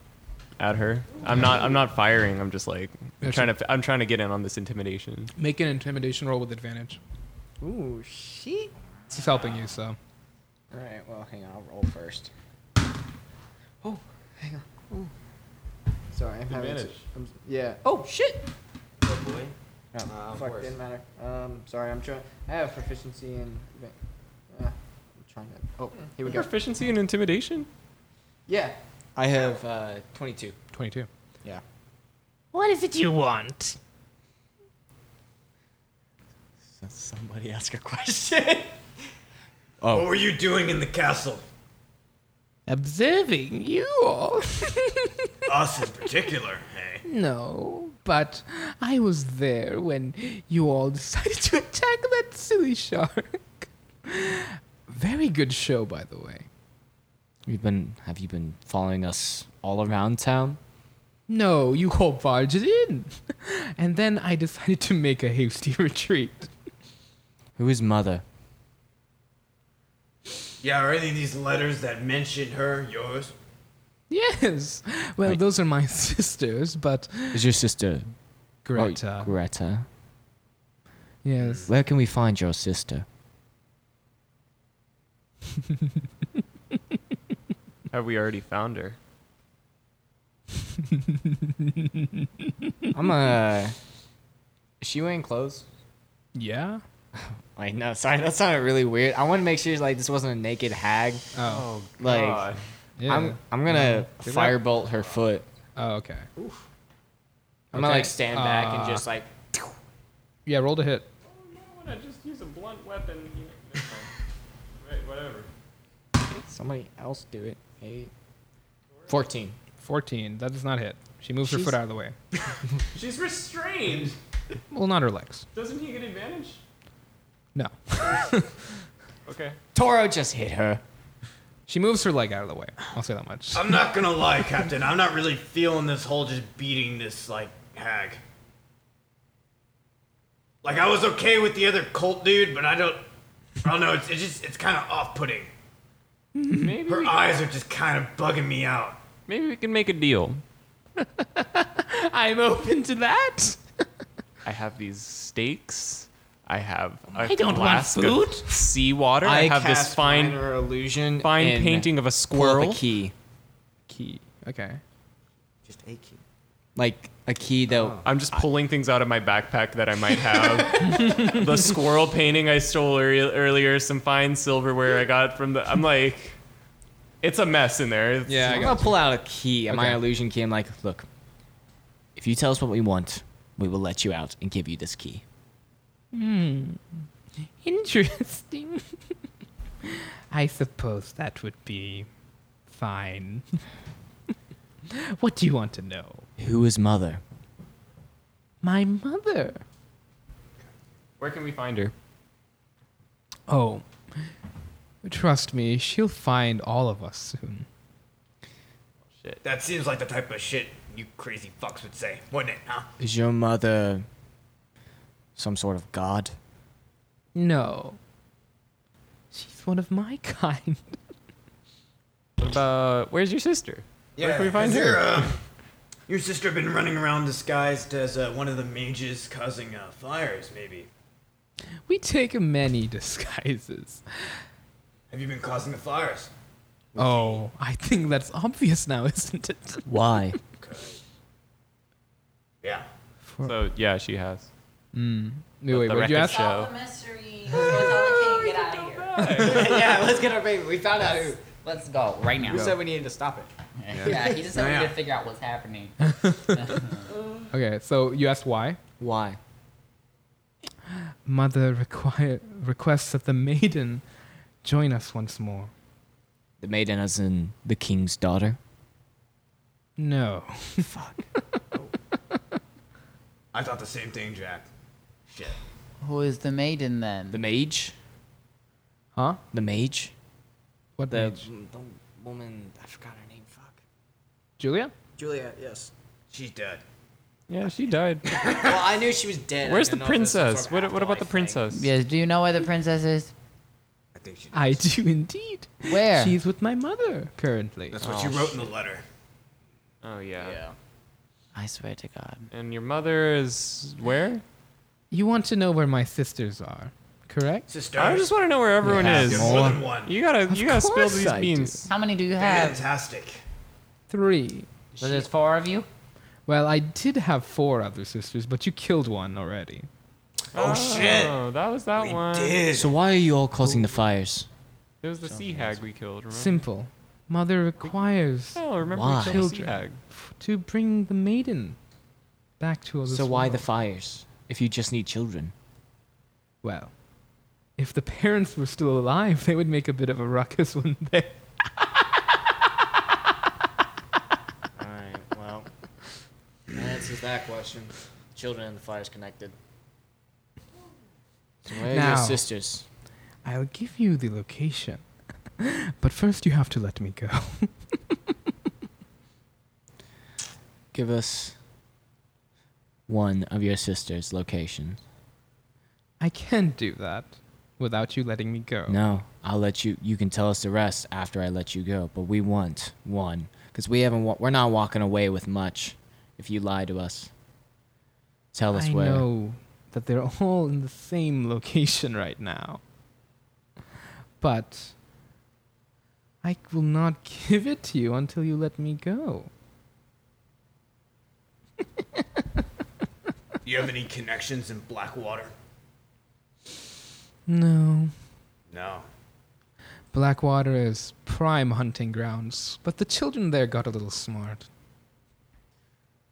E: at her. I'm not. I'm not firing. I'm just like I'm trying to. I'm trying to get in on this intimidation.
A: Make an intimidation roll with advantage.
C: Ooh, shit.
A: She's helping you, so
C: All right, well, hang on, I'll roll first. Oh, hang on. Ooh. Sorry, I'm having to,
E: Advantage.
C: I'm, yeah. Oh shit.
H: boy.
C: Oh,
H: Um,
C: fuck,
H: worse.
C: didn't matter. Um, sorry, I'm trying. I have proficiency in. Uh, I'm trying to. Oh, here we go.
E: Proficiency and intimidation.
C: Yeah, I have uh 22.
A: 22.
C: Yeah.
G: What is it you want?
C: Somebody ask a question.
A: Oh.
F: What were you doing in the castle?
G: Observing you all.
F: Us in particular. Hey.
G: no, but I was there when you all decided to attack that silly shark. Very good show, by the way.
C: You've been. Have you been following us all around town?
G: No, you all barged in. And then I decided to make a hasty retreat.
C: Who is mother?
F: Yeah. Are any of these letters that mention her yours?
G: Yes. Well,
C: I-
G: those are my sisters, but
C: Is your sister oh,
G: Greta.
C: Greta.
G: yes.
C: Where can we find your sister?
E: Have we already found her?
C: I'm uh
H: Is she wearing clothes?
A: Yeah.
C: like no, sorry, that sounded really weird. I want to make sure like this wasn't a naked hag.
A: Oh.
C: Like
E: God.
A: yeah.
C: I'm I'm gonna
A: Did that-
C: firebolt her foot.
A: oh, okay.
C: I'm gonna like
A: Okay.
C: stand back
A: Uh,
C: and just like
A: Yeah, roll to hit.
E: I just use a blunt weapon. Right, whatever.
C: somebody else do it. Hey. Fourteen.
A: 14. That does not hit. She moves her
C: She's-
A: foot out of the way.
E: She's restrained.
A: Well, not her legs.
E: Doesn't he get advantage?
A: No.
E: Okay.
C: Toro just hit her.
A: She moves her leg out of the way. I'll say that much.
F: I'm not gonna lie, Captain. I'm not really feeling this whole just beating this like hag. Like I was okay with the other cult dude, but I don't. I don't know. It's, it's just it's kind of off-putting.
E: Maybe
F: Her
E: we,
F: eyes are just kind of bugging me out.
E: maybe we can make a deal.
G: I'm open to that.
E: I have these steaks. I have a
G: I don't want
E: flask of
G: food.
E: seawater. I, have this fine
H: minor illusion.
E: fine
C: and
E: painting of
C: pull
E: a
C: up
E: squirrel.
C: a key.
A: Key. Okay.
H: Just a key.
C: Like a key that
E: I'm just pulling things out of my backpack that I might have. the squirrel painting I stole ear- earlier, some fine silverware I got from the. I'm like, it's a mess in there. It's-
A: Yeah, I
C: I'm
A: got
C: gonna pull out a key, a my
A: Okay.
C: illusion key. I'm like, look, if you tell us what we want, we will let you out and give you this key.
G: Interesting. I suppose that would be fine. what do you want to know?
C: Who is mother?
G: My mother.
E: Where can we find her?
A: Oh. Trust me, she'll find all of us soon.
F: That seems like the type of shit you crazy fucks would say, wouldn't it? Huh?
C: Is your mother some sort of god?
G: No. She's one of my kind.
E: What about where's your sister? Where can we find
F: has
E: her?
F: Your, uh, your sister been running around disguised as uh, one of the mages causing uh, fires, maybe.
G: We take many disguises.
F: Have you been causing the fires?
A: Oh.
G: I think that's obvious now, isn't it?
C: Why?
F: Yeah.
E: So yeah, she has.
A: Wait, wait,
E: the
A: what did you
E: record
A: ask?
E: show.
D: Solve the mystery. Let's go to the king, get out of here.
H: yeah, let's get our baby. We found out who.
D: Let's go right now.
H: Who said we needed to stop it?
D: Yeah, he just said we need to figure out what's happening. Why
A: Okay, so you asked why?
C: Why?
A: Mother require, requests that the maiden join us once more.
C: The maiden, as in the king's daughter.
A: No.
F: I thought the same thing, Jack. Shit.
D: Who is the maiden then?
C: The mage.
A: Huh?
C: The mage.
A: What
C: The,
A: mage?
C: the woman. I forgot her name. Fuck.
A: Julia?
H: Julia, yes.
F: She's dead.
E: Yeah, she died.
H: Well, I knew she was dead. I
E: Where's the
H: didn't know if this was
E: princess?
H: sort
E: What,
H: of
E: what about the
H: afterlife thing.
E: princess?
D: Yes, do you know where the princess is?
F: I think she.
A: I do indeed.
D: Where?
A: She's with my mother currently.
F: That's what you wrote in the letter.
E: Oh yeah.
D: I swear to God.
E: And your mother is where?
A: You want to know where my sisters are, correct?
F: Sister.
E: I just want to know where everyone
F: There's
E: is.
F: more than one.
E: You gotta you gotta spill
A: course
E: these
A: I do.
E: beans.
D: How many do you have?
F: Fantastic.
A: Three.
D: So there's four of you?
A: Well, I did have four other sisters, but you killed one already.
F: Oh, shit.
E: Oh, that was that
F: We
E: one.
F: did.
C: So why are you all causing the fires?
E: It was the sea hag we killed. Remember?
A: Simple. Mother requires
E: Oh, remember
C: Why?
E: we killed the sea
A: Children.
E: hag.
A: to bring the maiden back to us.
C: So why the fires? If you just need children.
A: Well, if the parents were still alive, they would make a bit of a ruckus, wouldn't they?
H: Alright, well. That answers that question. Children and the fire's connected.
C: So where are
A: Now.
C: your sisters?
A: I'll give you the location. but first, you have to let me go.
C: Give us one of your sisters' location.
A: I can't do that without you letting me go.
C: No, I'll let you. You can tell us the rest after I let you go. But we want one because we haven't. Wa- we're not walking away with much. If you lie to us, tell us
A: I
C: where.
A: know that they're all in the same location right now. But I will not give it to you until you let me go.
F: Do you have any connections in Blackwater?
A: No.
F: No.
A: Blackwater is prime hunting grounds, but the children there got a little smart.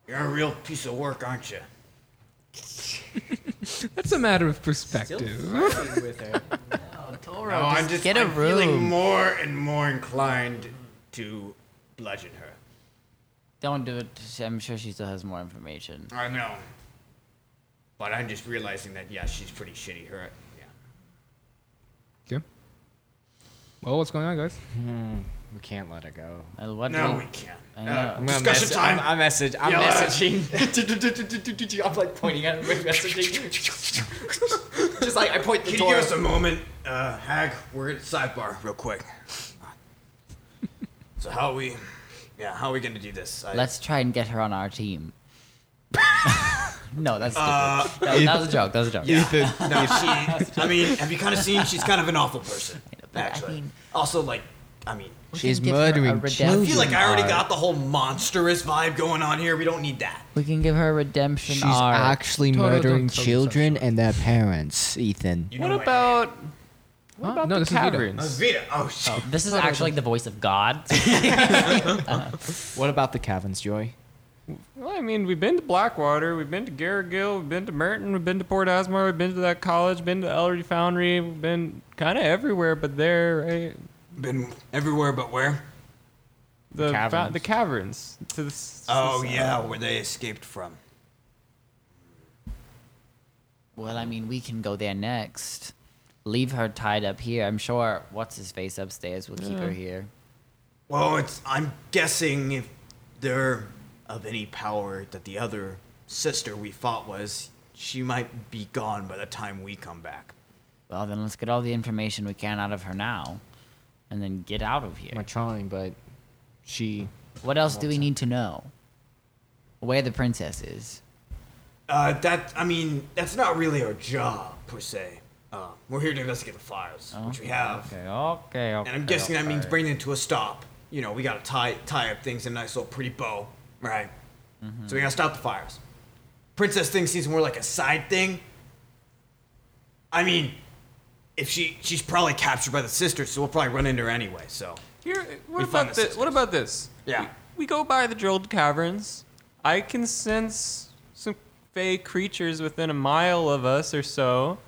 F: You're a real piece of work, aren't you?
A: That's a matter of perspective.
D: Oh, Toro,
F: No,
D: just,
F: I'm just
D: get a
F: I'm feeling
D: room.
F: more and more inclined to bludgeon her.
D: Don't do it. I'm sure she still has more information.
F: I know. But I'm just realizing that yeah, she's pretty shitty. Her yeah.
A: Okay. Well, what's going on, guys?
C: We can't let it go.
D: Uh, what
F: No,
D: do-
F: we can't.
D: I know.
F: Discussion
C: mess-
F: time.
C: I'm, i message. I'm
F: Yeah.
C: messaging. I'm like pointing at him, messaging. Just like I point the
F: Can you
C: door.
F: give us a moment, uh, Hag? We're at sidebar real quick. so how we, yeah, how are we gonna do this? I,
D: Let's try and get her on our team. no, that's stupid.
H: Uh,
D: that, was, that was a joke. That was a joke.
F: no, she. I mean, have you kind of seen? She's kind of an awful person.
D: I
F: Actually,
D: mean-
F: also like, I mean,
D: We
C: She's
D: can give her a
C: murdering
D: redemp-
F: I
C: children.
F: feel like I already
C: Alright.
F: got the whole monstrous vibe going on here. We don't need that.
D: We can give her a redemption
C: She's
D: arc.
C: actually
A: Toto, don't
C: murdering
A: tell me
C: children
A: something.
C: and their parents, Ethan.
F: You know
E: What about what
A: Huh?
E: about
A: No,
E: the
A: this is Vito.
E: caverns?
F: Vita? Oh shit.
D: this is actually like the voice of God.
C: What about the caverns, Joy?
E: Well, I mean, we've been to Blackwater, we've been to Garrigill, we've been to Merton, we've been to Port Asmar, we've been to that college, been to Ellery Foundry, we've been kind of everywhere, but eh, there, right?
F: Been everywhere but where?
E: The fa-
C: caverns.
E: the caverns. To the, s-
F: Oh
E: s-
F: yeah, where they escaped from.
D: well, I mean, we can go there next. Leave her tied up here. I'm sure what's his face upstairs will keep her here.
F: Well, it's. I'm guessing if they're of any power that the other sister we fought was, she might be gone by the time we come back.
D: Well, then let's get all the information we can out of her now, and then get out of
C: I'm
D: here.
C: trying, but she.
D: What else do we need to know? Where the princess is?
F: Uh, that. I mean, that's not really our job per se. Uh, we're here to investigate the fires, which we have.
D: okay, okay.
F: And I'm guessing that means bringing it to a stop. You know, we gotta tie tie up things in a nice little pretty bow, right? So we gotta stop the fires. Princess thing seems more like a side thing. I mean, if she she's probably captured by the sisters, so we'll probably run into her anyway. So
E: Here,
F: We
E: what
F: found
E: about
F: the
E: this? What about this?
F: Yeah.
E: We, we go by the drilled caverns. I can sense some fey creatures within a mile of us or so.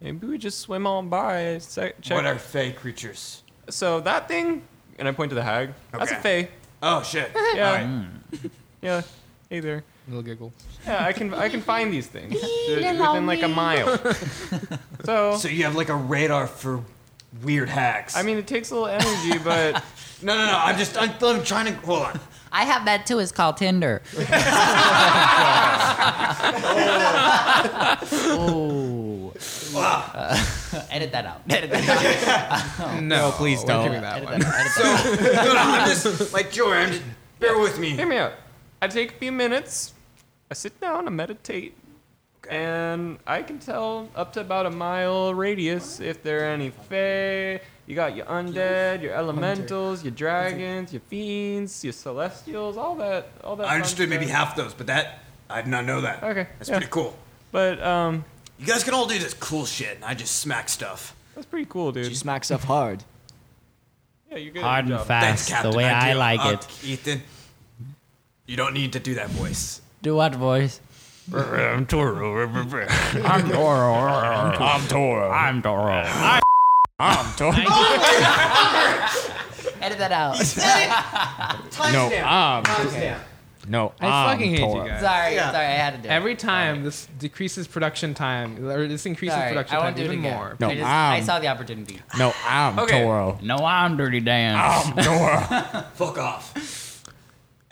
E: Maybe we just swim on by. Sec- check.
F: what are fey creatures?
E: So that thing, and I point to the hag. That's a
F: Okay.
E: fey.
F: Oh shit!
E: Yeah.
F: All right.
E: Yeah. Hey there.
A: Little giggle.
E: Yeah, I can I can find these things within like a mile. So
F: So you have like a radar for weird hacks.
E: I mean, it takes a little energy, but
F: no, no, no. I'm just I'm, I'm trying to hold on.
D: I have that too. It's called Tinder. oh. Uh, edit that out. Edit that out.
A: No, please don't. Give me that
D: Edit
A: one.
D: that out. Edit that out.
F: no, no, I'm just like Jory. I'm just bear with me.
E: hear me out. I take a few minutes. I sit down. I meditate. And I can tell up to about a mile radius if there are any fey. You got your undead, your elementals, your dragons, your fiends, your celestials, all that, all that.
F: I
E: fun
F: understood maybe
E: stuff.
F: half those, but that I did not know that.
E: Okay,
F: that's
E: yeah.
F: pretty cool.
E: But um,
F: You guys can all do this cool shit, and I just smack stuff.
E: that's pretty cool, dude.
C: She smacks up hard.
E: yeah, you're good.
D: Hard
E: Hard
D: and
E: job.
F: That's
D: fast,
F: Captain
D: the way I
F: Ideal.
D: like
F: Uh,
D: it.
F: Ethan. You don't need to do that voice.
D: Do what voice?
I: I'm Toro.
A: I'm Doro.
I: I'm Toro.
A: I'm Doro.
I: I'm Toro.
D: Edit that out.
I: No,
A: Um,
I: I'm. No,
D: Ah,
A: I
I: I'm
A: fucking hate
I: Toro.
A: you guys.
D: Sorry, sorry, I had to do it.
A: Every time this decreases production time, or this increases
D: sorry,
A: production
D: I
A: time
D: won't do it
A: even
D: again.
A: more.
I: No,
D: I, just, I
I: I'm-
D: saw the opportunity.
I: No, I'm
E: Okay.
I: Toro.
D: No, I'm dirty Dan.
C: Um,
I: I'm Toro.
F: Fuck off.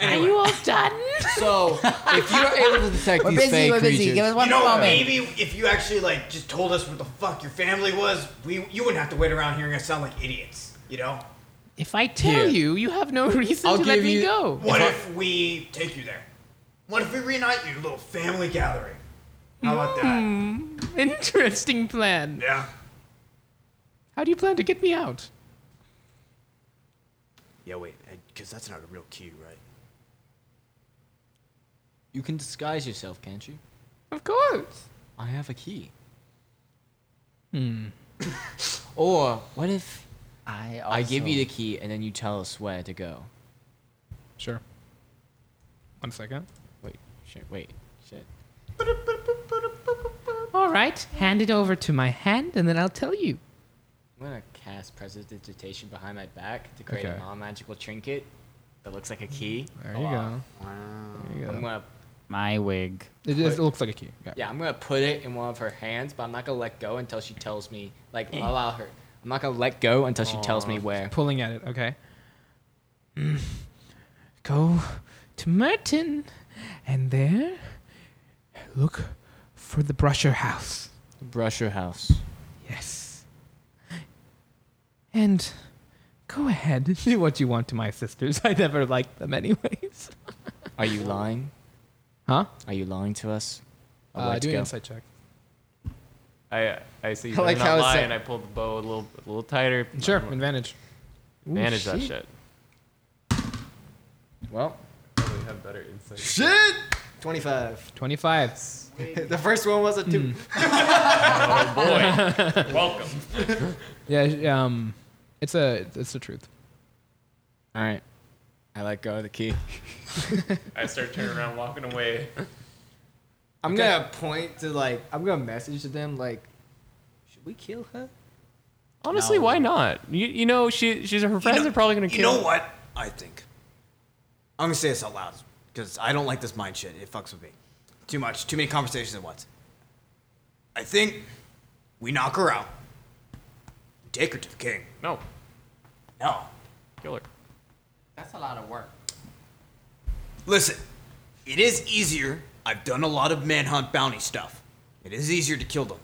D: Are you all done?
C: So, if you are able to detect
D: We're
C: these
D: busy,
C: fake
D: we're busy.
C: creatures,
D: Give us one
F: You know,
D: moment.
F: maybe if you actually like just told us what the fuck your family was, we you wouldn't have to wait around hearing us sound like idiots. You know.
A: If I tell you, you have no reason
C: I'll
A: to let
C: give
A: me
C: you-
A: go.
F: What if we take you there? What if we reunite your little family gathering? How about
E: Hmm.
F: that?
A: Interesting plan.
F: Yeah.
A: How do you plan to get me out?
F: Yeah, wait, because that's not a real key, right?
C: You can disguise yourself, can't you?
A: Of course.
C: I have a key. Hmm. or what if
D: I also,
C: I give you the key and then you tell us where to go?
A: Sure. One second.
C: Wait, shit, wait, shit.
G: All right, hand it over to my hand, and then I'll tell you.
C: I'm gonna cast Prestidigitation behind my back to create
A: Okay.
C: a non-magical trinket that looks like a key.
D: Oh,
A: There you go. There you go.
C: I'm gonna,
D: my wig.
A: It, is, it looks like a key. Yeah.
C: yeah, I'm gonna put it in one of her hands, but I'm not gonna let go until she tells me.
G: Eh.
C: Like, allow her. I'm not gonna let go until she tells me where.
A: Pulling at it. Okay. Mm.
G: Go to Merton, and there, look for the Brusher House.
C: Brush her house.
G: Yes.
A: And go ahead. Do what you want to my sisters. I never liked them anyways.
C: Are you lying?
E: Uh,
A: Huh?
C: Are you lying to us? I'd
A: Uh,
C: like to
A: do an
C: go.
A: insight check.
E: I I see.
C: I
E: You better
C: like
E: not
C: how it's
E: lie,
C: like-
E: and I pulled the bow a little a little tighter.
A: Sure. Oh, Advantage.
E: manage that shit.
C: Well,
E: Probably have better insight.
F: Shit!
H: 25.
A: 25.
H: the first one was a two.
E: Oh, Welcome.
A: Hmm. Yeah. sh- Um, it's a it's the truth.
C: all right. I let go of the key.
E: I start turning around, walking away.
H: I'm gonna point to like I'm gonna message to them like, should we kill her?
E: Honestly, why not? You, you know, she she's her friends
F: know-
E: are probably gonna
F: You
E: kill.
F: know what? I think. I'm gonna say this out loud because I don't like this mind shit. It fucks with me. Too much. Too many conversations at once. I think we knock her out. Take her to the king.
E: No,
F: No.
E: kill her.
D: That's a lot of work.
F: Listen, it is easier. I've done a lot of manhunt bounty stuff. It is easier to kill them.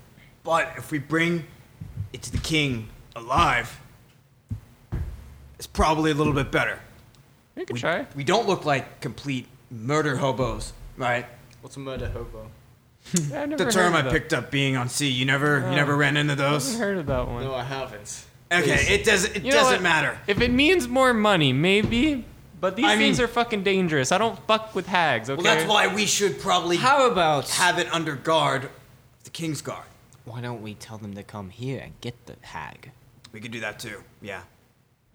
F: But if we bring it to the king alive, it's probably a little bit better.
E: You can
F: We,
E: try.
F: we don't look like complete murder hobos, right?
H: What's a murder hobo?
E: Yeah, I've never
F: The term I
E: heard of
F: picked up being on sea. You never,
C: Oh.
F: you never ran into
E: that.
F: those.
E: Heard of that one?
H: No, I haven't.
F: Okay, it doesn't, it
E: You know what?
F: doesn't matter.
E: If it means more money, maybe. But these
F: I
E: things
F: mean-
E: are fucking dangerous. I don't fuck with hags. Okay.
F: Well, that's why we should probably
C: How about?
F: have it under guard, the king's guard.
C: Why don't we tell them to come here and get the hag?
F: We could do that too. Yeah.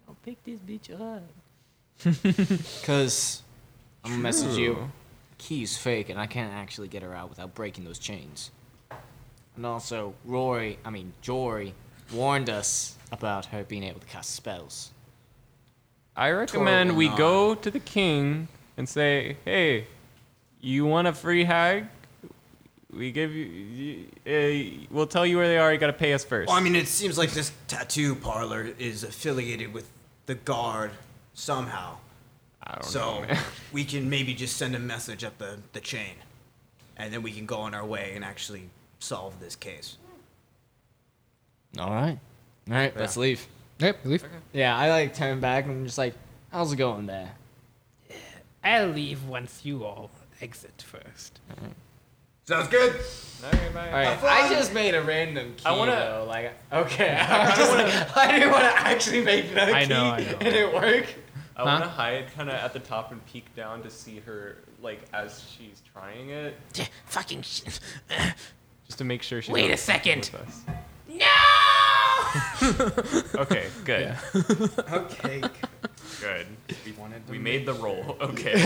C: I'll pick this bitch up. Cause I'm gonna message you. Key's fake, and I can't actually get her out without breaking those chains. And also, Rory, I mean Jory, warned us about her being able to cast spells.
E: I recommend
F: Twirl
E: we
F: nine.
E: go to the king and say, "Hey, you want a free hag? We give you. you- uh, we'll tell you where they are. You gotta pay us first.
F: Well, I mean, it seems like this tattoo parlor is affiliated with the guard somehow.
E: I don't know.
F: So
E: man.
F: we can maybe just send a message up the, the chain. And then we can go on our way and actually solve this case.
C: All right, all right, let's leave.
A: Yep. you leave.
C: Yeah, I like turn back and I'm just like, how's it going there?
G: I'll leave once you all exit first.
F: Sounds good.
E: Okay, bye.
C: All right,
H: I just made a random key
E: I wanna-
H: though. Like okay, I, just, I didn't want to actually make that
A: I
H: key
A: know, I know.
H: and it work.
E: I
A: Huh?
E: want to hide kind of at the top and peek down to see her, like, as she's trying it,
G: Fucking shit.
E: just to make sure she's.
G: Wait
E: not
G: a second.
E: with us.
G: No!
E: Okay, good.
H: Okay,
E: Good. We, we made the roll. Okay.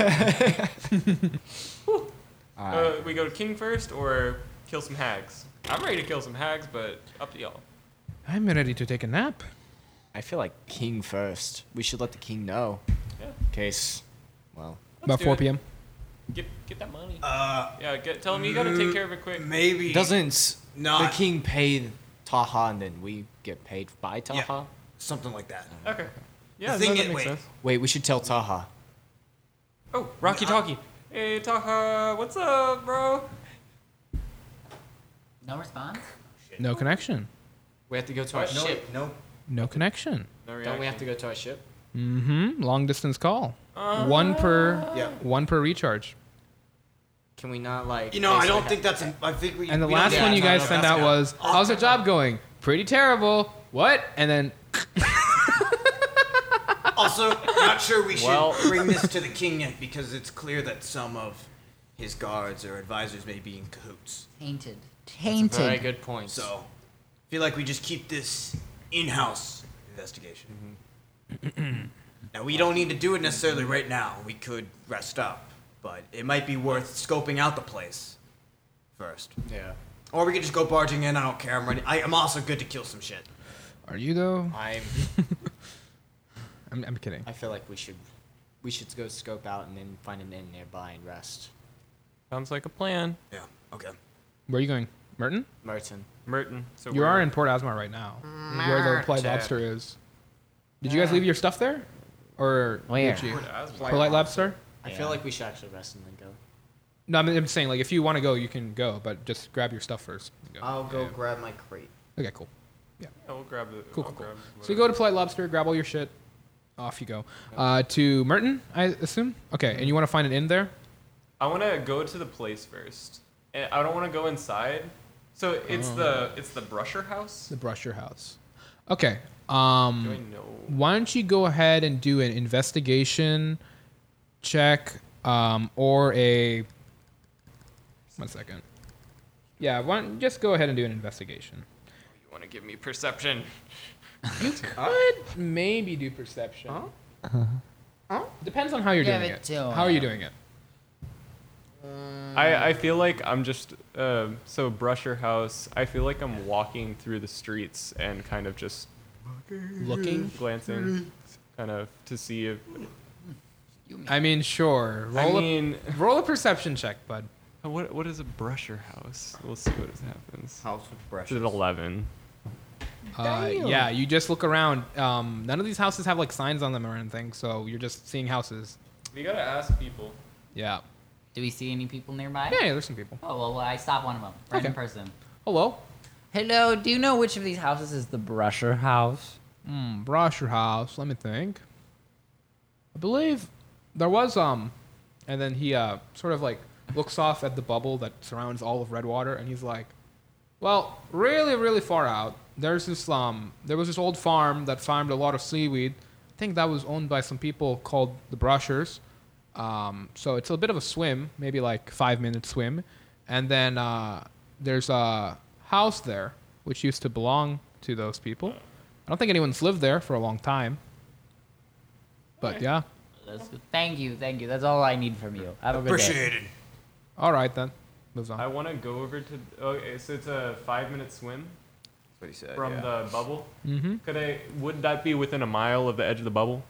E: Whew. uh, we go to King first or kill some hags? I'm ready to kill some hags, but up to y'all.
A: I'm ready to take a nap.
C: I feel like King first. We should let the King know.
E: Yeah.
C: In case, well,
A: About
E: do
A: 4
E: it.
A: p.m.
E: Get, get that money.
F: Uh,
E: yeah, get, tell him you gotta take care of it quick.
F: maybe.
C: doesn't the
F: not-
C: King pay Taha and then we get paid by Taha?
F: Yeah. Something like that.
E: Okay. Yeah,
F: The thing
E: no, that
F: is-
E: makes
F: wait.
E: sense.
C: Wait, we should tell Taha.
E: Oh, Rocky Talkie. Hey, Taha, what's up, bro?
D: No response.
A: No connection.
C: We have to go to our
E: no,
C: ship.
F: Nope.
A: No connection.
E: No
C: Don't we have
E: reaction.
C: to go to our ship?
A: Mm-hmm. Long distance call.
B: Uh-huh.
A: one per.
F: Yeah.
A: One per recharge.
C: Can we not like?
F: You know, I don't
C: basically
F: think that's. I think we.
A: And the
F: we don't
A: last
F: need
A: one
F: that.
A: you guys sent out was, "How's the job going? Pretty terrible. What?" And then
F: also not sure we should
E: Well-
F: bring this to the king yet because it's clear that some of his guards or advisors may be in cahoots.
D: Tainted.
C: Very
D: Tainted.
C: good point.
F: So, feel like we just keep this in-house investigation.
H: Mm-hmm.
F: now we don't need to do it necessarily right now. We could rest up, but it might be worth scoping out the place first.
H: Yeah.
F: Or we could just go barging in. I don't care. I'm ready. I, I'm also good to kill some shit.
A: Are you though?
H: I'm.
A: I'm, I'm kidding.
H: I feel like we should, we should go scope out and then find an inn nearby and rest.
E: Sounds like a plan.
F: Yeah. Okay.
A: Where are you going, Merton?
H: Merton.
E: Merton. So
A: You
E: we're-
A: are in Port Asmar right now, where the Polite Lobster is. Did you guys leave your stuff there, or
D: Where?
A: did you?
E: Port Asmar.
A: Polite Lobster?
H: I
D: Yeah.
H: feel like we should actually rest and then go.
A: No, I'm, I'm just saying like if you want to go, you can go, but just grab your stuff first. and Go.
B: I'll go grab my crate.
A: Okay, cool.
E: I will grab the.
A: Cool, cool,
E: I'll
A: cool.
E: grab
A: So you go to Polite Lobster, grab all your shit, off you go. Uh, to Merton, I assume. Okay, and you want to find an inn there?
E: I want to go to the place first. And I don't want to go inside. So it's the it's the brusher house.
A: The Brusher House. Okay.
E: Do I
A: Um,
E: know?
A: why don't you go ahead and do an investigation check um, or a. One second. Yeah, why don't, just go ahead and do an investigation.
E: You want to give me perception?
A: Could maybe do perception. Huh? Depends on how you're
D: Give
A: doing
D: it
A: it.
D: to
A: How are you
D: him.
A: doing it?
E: I, I feel like I'm just uh, so brusher house. I feel like I'm walking through the streets and kind of just
A: Looking.
E: glancing, kind of to see if.
A: I mean, sure. Roll
E: I
A: a
E: mean,
A: Roll a perception check, bud.
E: Uh, what what is a brusher house? We'll see what happens.
B: House with
E: It's an eleven.
A: Uh, yeah, you just look around. Um, none of these houses have like signs on them or anything, so you're just seeing houses.
E: We gotta ask people.
A: Yeah.
D: Do we see any people nearby?
A: Yeah, yeah there's some people.
D: Oh well, I stopped one of them. Random
A: Okay.
D: person.
A: Hello.
D: Hello. Do you know which of these houses is the Brusher House?
A: Hmm, brush your house. Let me think. I believe there was um, and then he uh sort of like looks off at the bubble that surrounds all of Redwater, and he's like, "Well, really, really far out. There's this um, there was this old farm that farmed a lot of seaweed. I think that was owned by some people called the Brushers. Um, so it's a bit of a swim, maybe like five minute swim, and then uh, there's a house there which used to belong to those people. I don't think anyone's lived there for a long time. But yeah.
D: That's good. Thank you, thank you. That's all I need from you. Have a good day.
F: Appreciate it.
A: All right then. Moves on.
E: I want to go over to. Okay, so it's a five-minute swim
B: That's what he said.
E: from
B: yeah.
E: the bubble. Mm-hmm. Could I? Would that be within a mile of the edge of the bubble?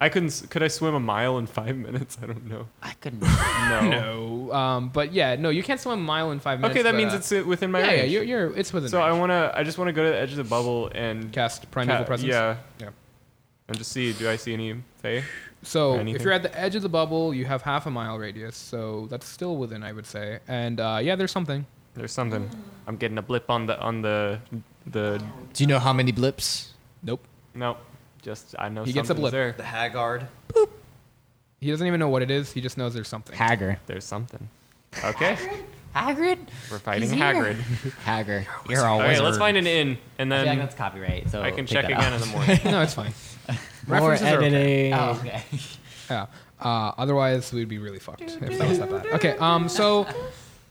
E: I couldn't. s- Could I swim a mile in five minutes? I don't know.
D: I couldn't.
E: No.
A: no. Um, but yeah, no, you can't swim a mile in five minutes.
E: Okay, that
A: but,
E: means
A: uh,
E: it's uh, within my
A: yeah, yeah,
E: range.
A: you're, you're it's within.
E: so
A: range.
E: I wanna. I just wanna go to the edge of the bubble and
A: cast primeval
E: ca-
A: presence.
E: Yeah.
A: Yeah.
E: And just see. Do I see any Fae?
A: So if
E: Anything.
A: you're at the edge of the bubble, you have half a mile radius, so that's still within, I would say. And uh, yeah, there's something.
E: There's something. I'm getting a blip on the on the the.
C: Do you know how many blips?
A: Nope.
E: No. Just I know
A: He gets a
E: something's
A: blip.
E: there.
B: The Haggard.
A: He doesn't even know what it is. He just knows there's something.
C: Hagger.
E: There's something. Okay.
D: Hagrid.
E: We're fighting
D: He's here.
E: Hagrid.
C: Hagger.
I: You're all
E: Okay, let's find an inn and
D: I feel like
E: then
D: that's copyright, so
E: I can
D: take
E: check
D: that out.
E: again in the morning.
A: No, it's fine.
I: More
A: References are okay.
I: editing.
D: Oh, okay.
A: Yeah. Uh, otherwise, we'd be really fucked if that was that bad. Okay. Um. So,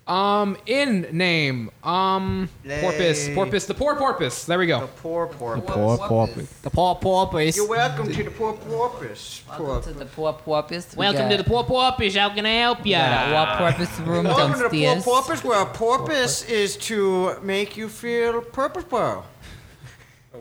A: um. In name. Um. Porpoise.
B: Yay.
A: Porpoise. The poor porpoise. There we
B: The
A: go.
B: poor porpoise.
I: Poor porpoise.
C: The poor porpoise.
B: You're welcome to the poor porpoise.
D: Welcome to the poor porpoise. We
G: Welcome
D: got-
G: to the poor porpoise. How can I help you?
D: we got a war porpoise room
B: Welcome to the poor
D: downstairs.
B: porpoise, where a porpoise is to make you feel purposeful.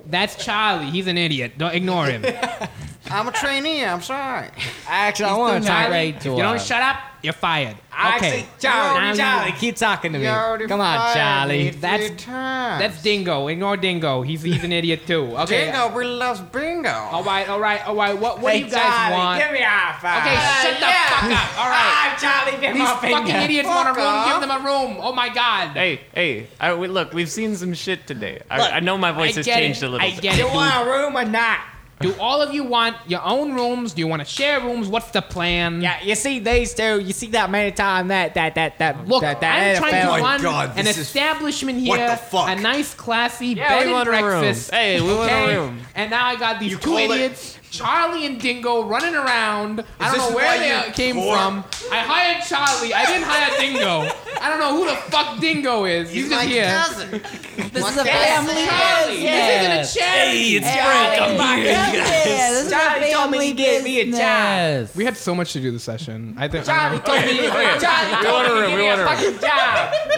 G: That's Charlie. He's an idiot. Don't ignore him. If
B: I'm a trainee, I'm sorry.
C: Actually, I
D: He's
C: want
D: doing
C: to talk
D: Charlie. uh,
C: right to
G: you don't
C: him.
G: shut up, you're fired.
C: Actually,
G: Okay.
C: Charlie,
G: Now
C: Charlie,
G: you-
C: keep talking to me.
B: You already
C: Come on,
B: fired
C: Charlie.
B: me three
C: That's
B: times.
G: That's Dingo. Ignore Dingo. He's he's an idiot too. Okay.
B: Bingo, we love bingo.
A: Oh,
G: All right, all right, all right. What what do you guys want?
C: me a high five.
G: okay, shut the fuck up. All right.
C: Ah, Charlie, give me
G: These
C: a
G: fucking idiots want a room.
B: off.
G: Give them a room. Oh my god.
E: Hey, hey! I, we, look, we've seen some shit today. I, I know my voice
G: I
E: has
G: get
E: changed
G: it.
E: a little.
G: I
E: bit.
G: get it. dude.
C: a room or not?
G: Do all of you want your own rooms? Do you want to share rooms? What's the plan?
C: Yeah, you see these two. You see that many times that that that that
G: Look,
C: that, that
G: I'm trying
C: NFL.
G: to run
F: God,
G: an
F: this is-
G: establishment here.
F: What the fuck?
G: A nice, classy
E: Yeah,
G: bed
E: we
G: and
E: want a room.
G: breakfast.
E: Hey, we want a
G: okay?
E: room.
G: And now I got these two
F: call it-
G: idiots Charlie and Dingo running around. I
F: this
G: don't know where
F: why
G: they
F: you
G: came
F: poor-
G: from. I hired Charlie. I didn't hire Dingo. I don't know who the fuck Dingo is. He's, just here.
D: This is a family
G: Charlie, this isn't a charity.
J: Yeah, this is my family business.
A: We had so much to do this session. I think.
D: Charlie told me. Charlie
E: We want
D: told
E: a
D: me.
E: room.
D: give me
E: We want
D: a
E: a room.
D: fucking job.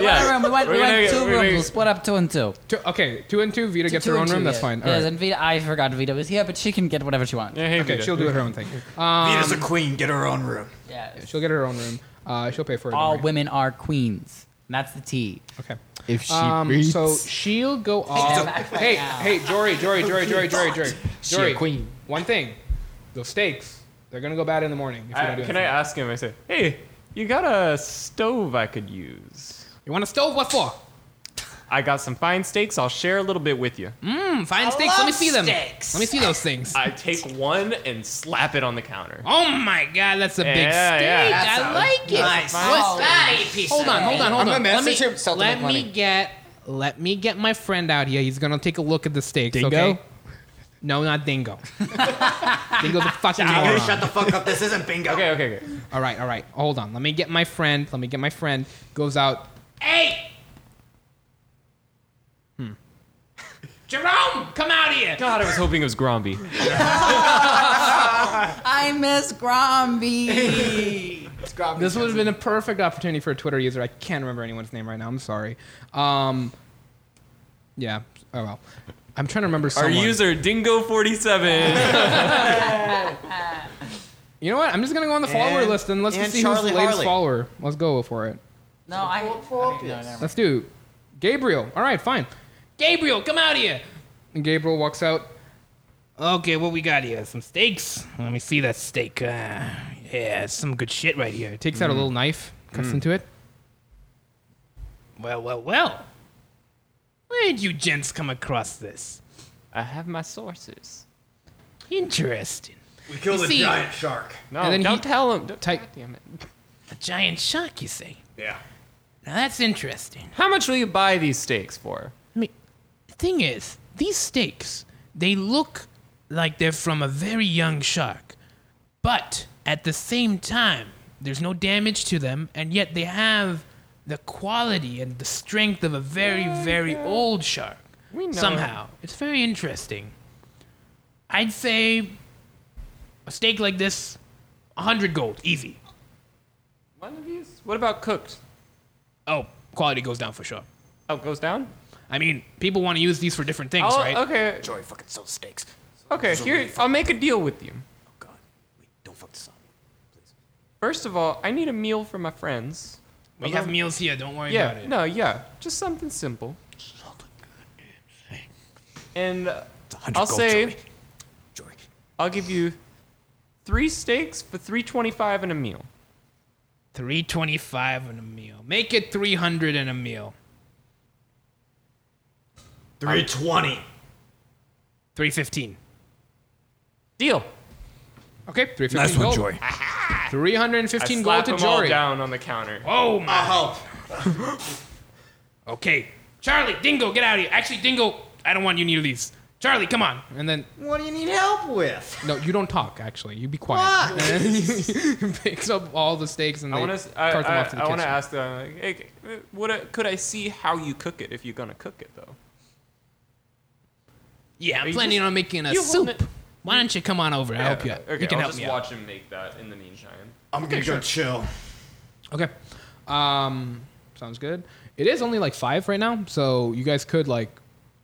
E: Yeah.
J: We went, we
E: We're gonna
J: went
E: get-
J: two
E: we're gonna-
J: rooms. We'll split up two and two.
A: Two- okay, two and two. Vita gets
J: two
A: her own
J: and two,
A: room. That's
J: yeah.
A: fine. All
J: Yes,
A: right.
J: and Vita, I forgot Vita was here, but she can get whatever she wants.
E: Yeah, hey,
A: Okay,
E: Vita.
A: she'll do her own thing. Uh,
F: Vita's a queen. Get her own room.
D: Yeah.
A: She'll get her own room. Uh, she'll pay for it. don't
J: All
A: worry.
J: women are queens. And That's the T.
A: Okay.
C: If she
A: Um,
C: breathes,
A: so she'll go off. hey, hey, Jory, Jory, Jory, Jory, Jory, Jory, Jory. Queen. One thing, those steaks. They're gonna go bad in the morning. If you
E: I,
A: don't do
E: Uh, can I
A: anything.
E: ask him? I say, hey, you got a stove I could use?
A: You want a stove? What for?
E: I got some fine steaks. I'll share a little bit with you. Mm.
A: Hmm, fine steaks. Let me see them. Let me see those things.
E: I take one and slap it on the counter.
A: Oh my god, that's a big
E: Yeah,
A: steak.
E: yeah.
A: I like it.
D: Oh,
A: Hold on, hold on, hold
C: gonna
A: on.
C: message him, sell to
A: let
C: make money.
A: me get let me get my friend out here. He's gonna take a look at the steaks.
C: Dingo?
A: Okay? No, not dingo. Dingo's a fucking moron.
F: Shut the fuck up. This isn't bingo.
E: Okay, okay, okay.
A: All right, all right. Hold on. Let me get my friend. Let me get my friend. Goes out. Hey! Hmm. Jerome, come out here.
E: God, I was hoping it was Gromby.
J: I miss Gromby.
A: This would have been a perfect opportunity for a Twitter user. I can't remember anyone's name right now. I'm sorry. Um, yeah. Oh well. I'm trying to remember
E: Our
A: someone.
E: user Dingo47.
A: you know what? I'm just gonna go on the follower
F: And-
A: list and let's
F: and
A: see who's
F: Charlie
A: the latest
F: Harley.
A: follower. Let's go for it.
D: No, I. Okay, no, never mind.
A: Let's do Gabriel. All right, fine. Gabriel, come out here. And Gabriel walks out.
G: Okay, what we got here? Some steaks. Let me see that steak. Uh, yeah, some good shit right here.
A: Takes
F: Mm.
A: out a little knife, cuts into it.
G: Well, well, well. Where'd you gents come across this?
E: I have my sources.
G: Interesting.
F: We killed
G: You
F: a
G: see-
F: giant shark.
E: No,
A: And then
E: don't
A: he-
E: tell him. Don't,
A: Type-
E: God damn it.
G: A giant shark, you say?
F: Yeah.
G: Now that's interesting.
E: How much will you buy these steaks for?
G: I mean, the thing is, these steaks, they look like they're from a very young shark. But at the same time, there's no damage to them, and yet they have the quality and the strength of a very, very old shark.
E: We know.
G: Somehow. It's very interesting. I'd say a steak like this, 100 gold, easy.
E: One of these? What about cooked?
G: Oh, quality goes down for sure.
E: Oh, it goes down?
G: I mean, people want to use these for different things,
E: oh,
G: right?
E: okay.
F: Jory fucking sold steaks.
E: Okay, here, I'll make a deal with you.
F: Oh god. Wait, don't fuck this up.
E: First of all, I need a meal for my friends.
G: We have meals here, don't worry about
E: Yeah,
G: it.
E: no, yeah. Just something simple. And uh, I'll say, I'll give you three steaks for 325 and a meal.
G: 325 and a meal. Make it 300 and a meal.
F: 320.
G: 315.
E: Deal.
A: Okay, 315 gold. 315
E: I
A: gold
E: slap
A: to
E: them all
A: Jory.
E: down on the counter.
G: Oh my.
F: I'll help.
G: Okay. Charlie, Dingo, get out of here. Actually, Dingo, I don't want you near these. Charlie, come on.
A: And then
F: What do you need help with?
A: no, you don't talk. Actually, you be quiet. And then he picks up all the steaks and
E: I
A: they
E: want
A: cart
E: to. I,
A: them off to the
E: I, I want to
A: kitchen.
E: ask them. Like, hey, uh, would I, could I see how you cook it if you're gonna cook it though?
G: Yeah,
E: Are
G: I'm
E: you
G: planning
E: just-
G: on making a
E: you holding
G: soup.
E: it-
G: Why don't you come on over? I'll help you. out.
E: Okay,
G: you can
E: I'll
G: help
E: just
G: me. out.
E: watch him make that in the meantime.
F: I'm gonna go chill.
A: Okay. Um, sounds good. It is only like five right now, so you guys could like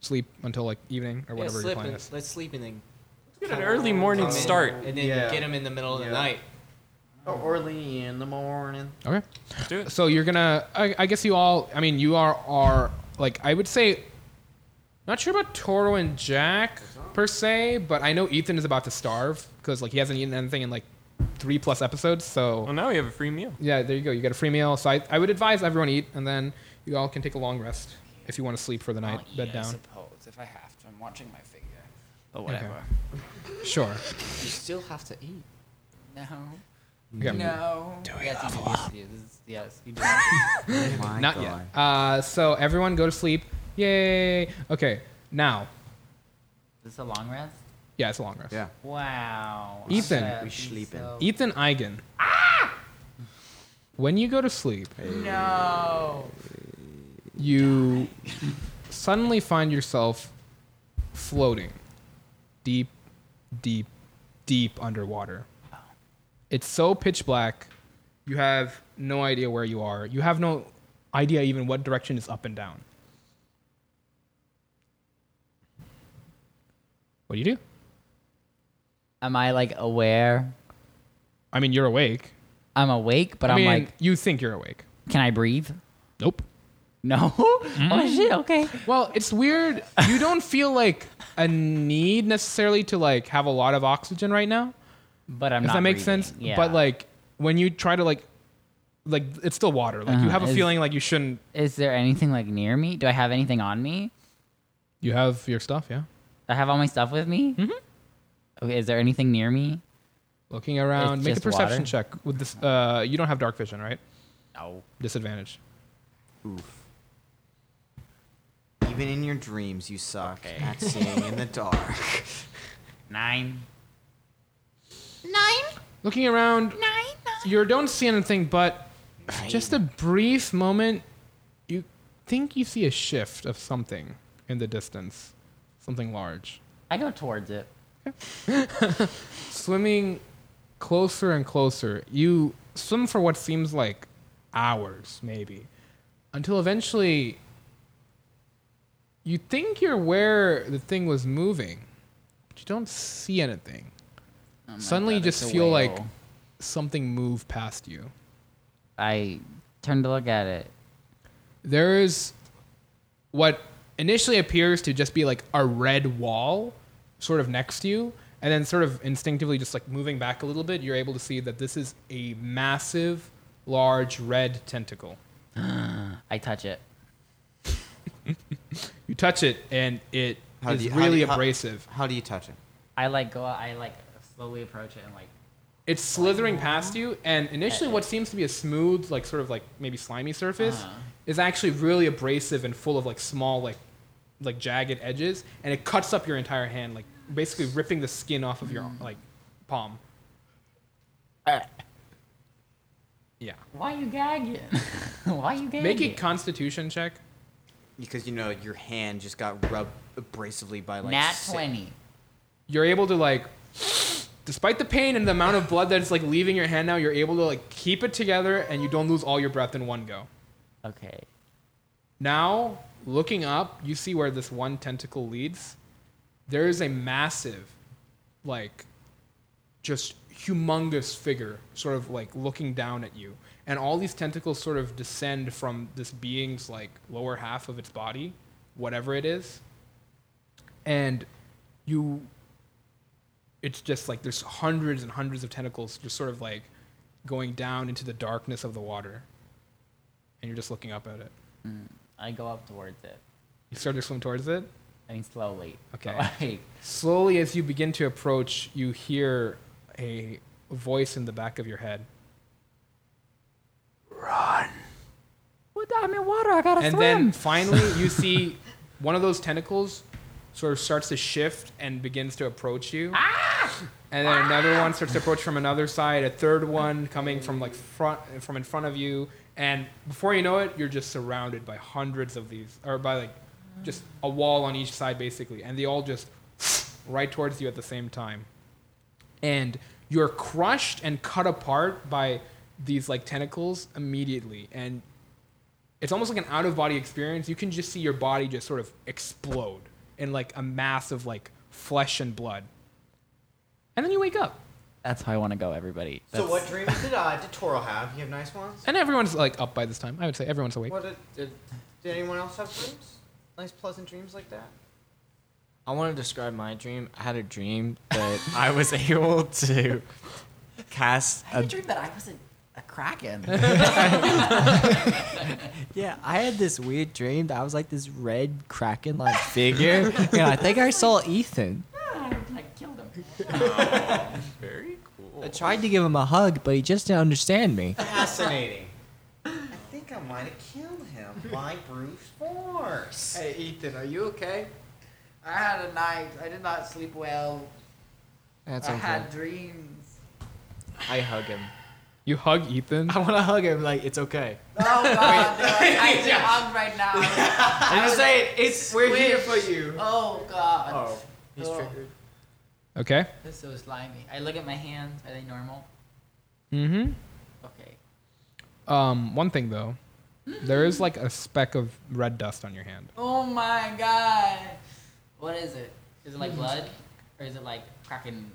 A: sleep until like evening or whatever your plan is.
C: let's sleep and then
E: Get an early morning start.
C: and then
F: Yeah.
C: get him in the middle of
F: Yeah.
C: the night.
B: Oh, Early in the morning.
A: Okay.
E: Do it.
A: So you're gonna. I, I guess you all. I mean, you are are like I would say. Not sure about Toro and Jack per se, but I know Ethan is about to starve because like he hasn't eaten anything in like three plus episodes. So
E: Well, now we have a free meal.
A: yeah, there you go. You get a free meal. So I, I would advise everyone eat, and then you all can take a long rest if you want to sleep for the night. Bed
D: I
A: down.
D: suppose if I have to, I'm watching my finger. But whatever.
A: Sure.
C: You still have to eat.
D: No.
A: Okay.
D: No. yes, you do. Yes, you do. Yes, you do.
A: Not yet. Uh, so everyone go to sleep. Yay. Okay. Now,
D: Is this a long rest?
A: Yeah, it's a long rest.
B: Yeah.
D: Wow.
A: Ethan.
D: That'd
A: We
D: be
B: sleeping.
D: so-
A: Ethan Eigen. Ah! When you go to sleep,
D: No.
A: you suddenly find yourself floating deep, deep, deep underwater. It's so pitch black, you have no idea where you are. You have no idea even what direction is up and down. What do you do?
J: Am I like aware?
A: I mean, you're awake.
J: I'm awake, but
A: I
J: I am
A: mean,
J: like,
A: you think you're awake.
J: can I breathe?
A: Nope.
J: No. Oh shit. Okay.
A: Well, it's weird. You don't feel like a need necessarily to like have a lot of oxygen right now.
J: But I'm
A: Does
J: not.
A: that make
J: breathing.
A: sense?
J: Yeah.
A: But like when you try to like like it's still water. Like you
J: Uh-huh.
A: have a
J: Is-
A: feeling like you shouldn't
J: is there anything like near me? Do I have anything on me?
A: you have your stuff, yeah.
J: I have all my stuff with me. Mm-hmm. Okay. Is there anything near me?
A: Looking around,
J: It's
A: make a
J: just
A: perception
J: water?
A: check with this uh you don't have dark vision, right?
J: No.
A: Disadvantage.
B: Even in your dreams, you suck at seeing in the dark.
D: Nine.
A: Looking around, you don't see anything but just a brief moment you think you see a shift of something in the distance. Something large.
J: I go towards it.
A: swimming closer and closer. You swim for what seems like hours, maybe, until eventually you think you're where the thing was moving, but you don't see anything. Suddenly,
J: Oh
A: you
J: God,
A: just
J: it's a
A: feel like
J: whale.
A: something move past you.
J: I turn to look at it.
A: There is what initially appears to just be like a red wall sort of next to you and then sort of instinctively just like moving back a little bit you're able to see that this is a massive large red tentacle
J: I touch it.
A: you touch it and it is
B: How do you- how do
A: really
B: you- how-
A: abrasive
B: How do you touch it?
J: I like go. I like slowly approach it and like.
A: it's slithering past you and initially what seems to be a smooth like sort of like maybe slimy surface is actually really abrasive and full of like small like like jagged edges and it cuts up your entire hand like basically ripping the skin off of your like palm yeah
J: Why you gagging? Why you gagging?
A: make a constitution check
B: Because you know your hand just got rubbed abrasively by like
J: Nat
B: six-
J: twenty.
A: you're able to like despite the pain and the amount of blood that's like leaving your hand now you're able to like keep it together and you don't lose all your breath in one go
J: Okay.
A: Now, looking up, you see where this one tentacle leads. There is a massive, like, just humongous figure sort of like looking down at you. And all these tentacles sort of descend from this being's like lower half of its body, whatever it is. And you, it's just like there's hundreds and hundreds of tentacles just sort of like going down into the darkness of the water. And you're just looking up at it.
J: I go up towards it.
A: You start to swim towards it.
J: I mean slowly.
A: Okay.
D: Oh.
J: Like,
A: Slowly, as you begin to approach, you hear a voice in the back of your head.
J: well, I'm in water. I gotta
A: and then finally, you see one of those tentacles sort of starts to shift and begins to approach you. And then another one starts to approach from another side, a third one coming from like front from in front of you, and before you know it, you're just surrounded by hundreds of these or by like just a wall on each side basically, and they all just right towards you at the same time. and you're crushed and cut apart by these like tentacles immediately and it's almost like an out of body experience you can just see your body just sort of explode in like a mass of like flesh and blood and then you wake up
J: That's how I want to go, everybody. That's,
B: So what dreams did uh, did Toro have? You have nice ones.
A: and everyone's like up by this time i would say everyone's awake
B: What did, did, did anyone else have dreams? Nice pleasant dreams like that.
C: I want to describe my dream. I had a dream that I was able to cast
D: I
C: a.
D: had a dream that I was a, a kraken.
C: Yeah, I had this weird dream that I was like this red kraken like figure. and I think I saw Ethan.
D: I killed him.
E: Very cool.
C: I tried to give him a hug, but he just didn't understand me.
B: Fascinating. I think I might have killed him by Bruce force.
H: Hey Ethan, are you okay?
D: I had a night. I did not sleep well.
C: That's
D: I
C: okay.
D: had dreams.
C: I hug him.
A: You hug Ethan.
C: I want to hug him. Like it's okay.
D: Oh god, dude, I need a hug right now.
C: I'm just saying it's we're here for
D: you. Oh god. Oh,
C: He's triggered.
A: Okay.
D: That's so slimy. I look at my hands. Are they normal?
A: Mm-hmm.
D: Okay.
A: Um, one thing though, there is like a speck of red dust on your hand.
D: Oh my god. Hmm. What is it? Is it like blood, or is it like kraken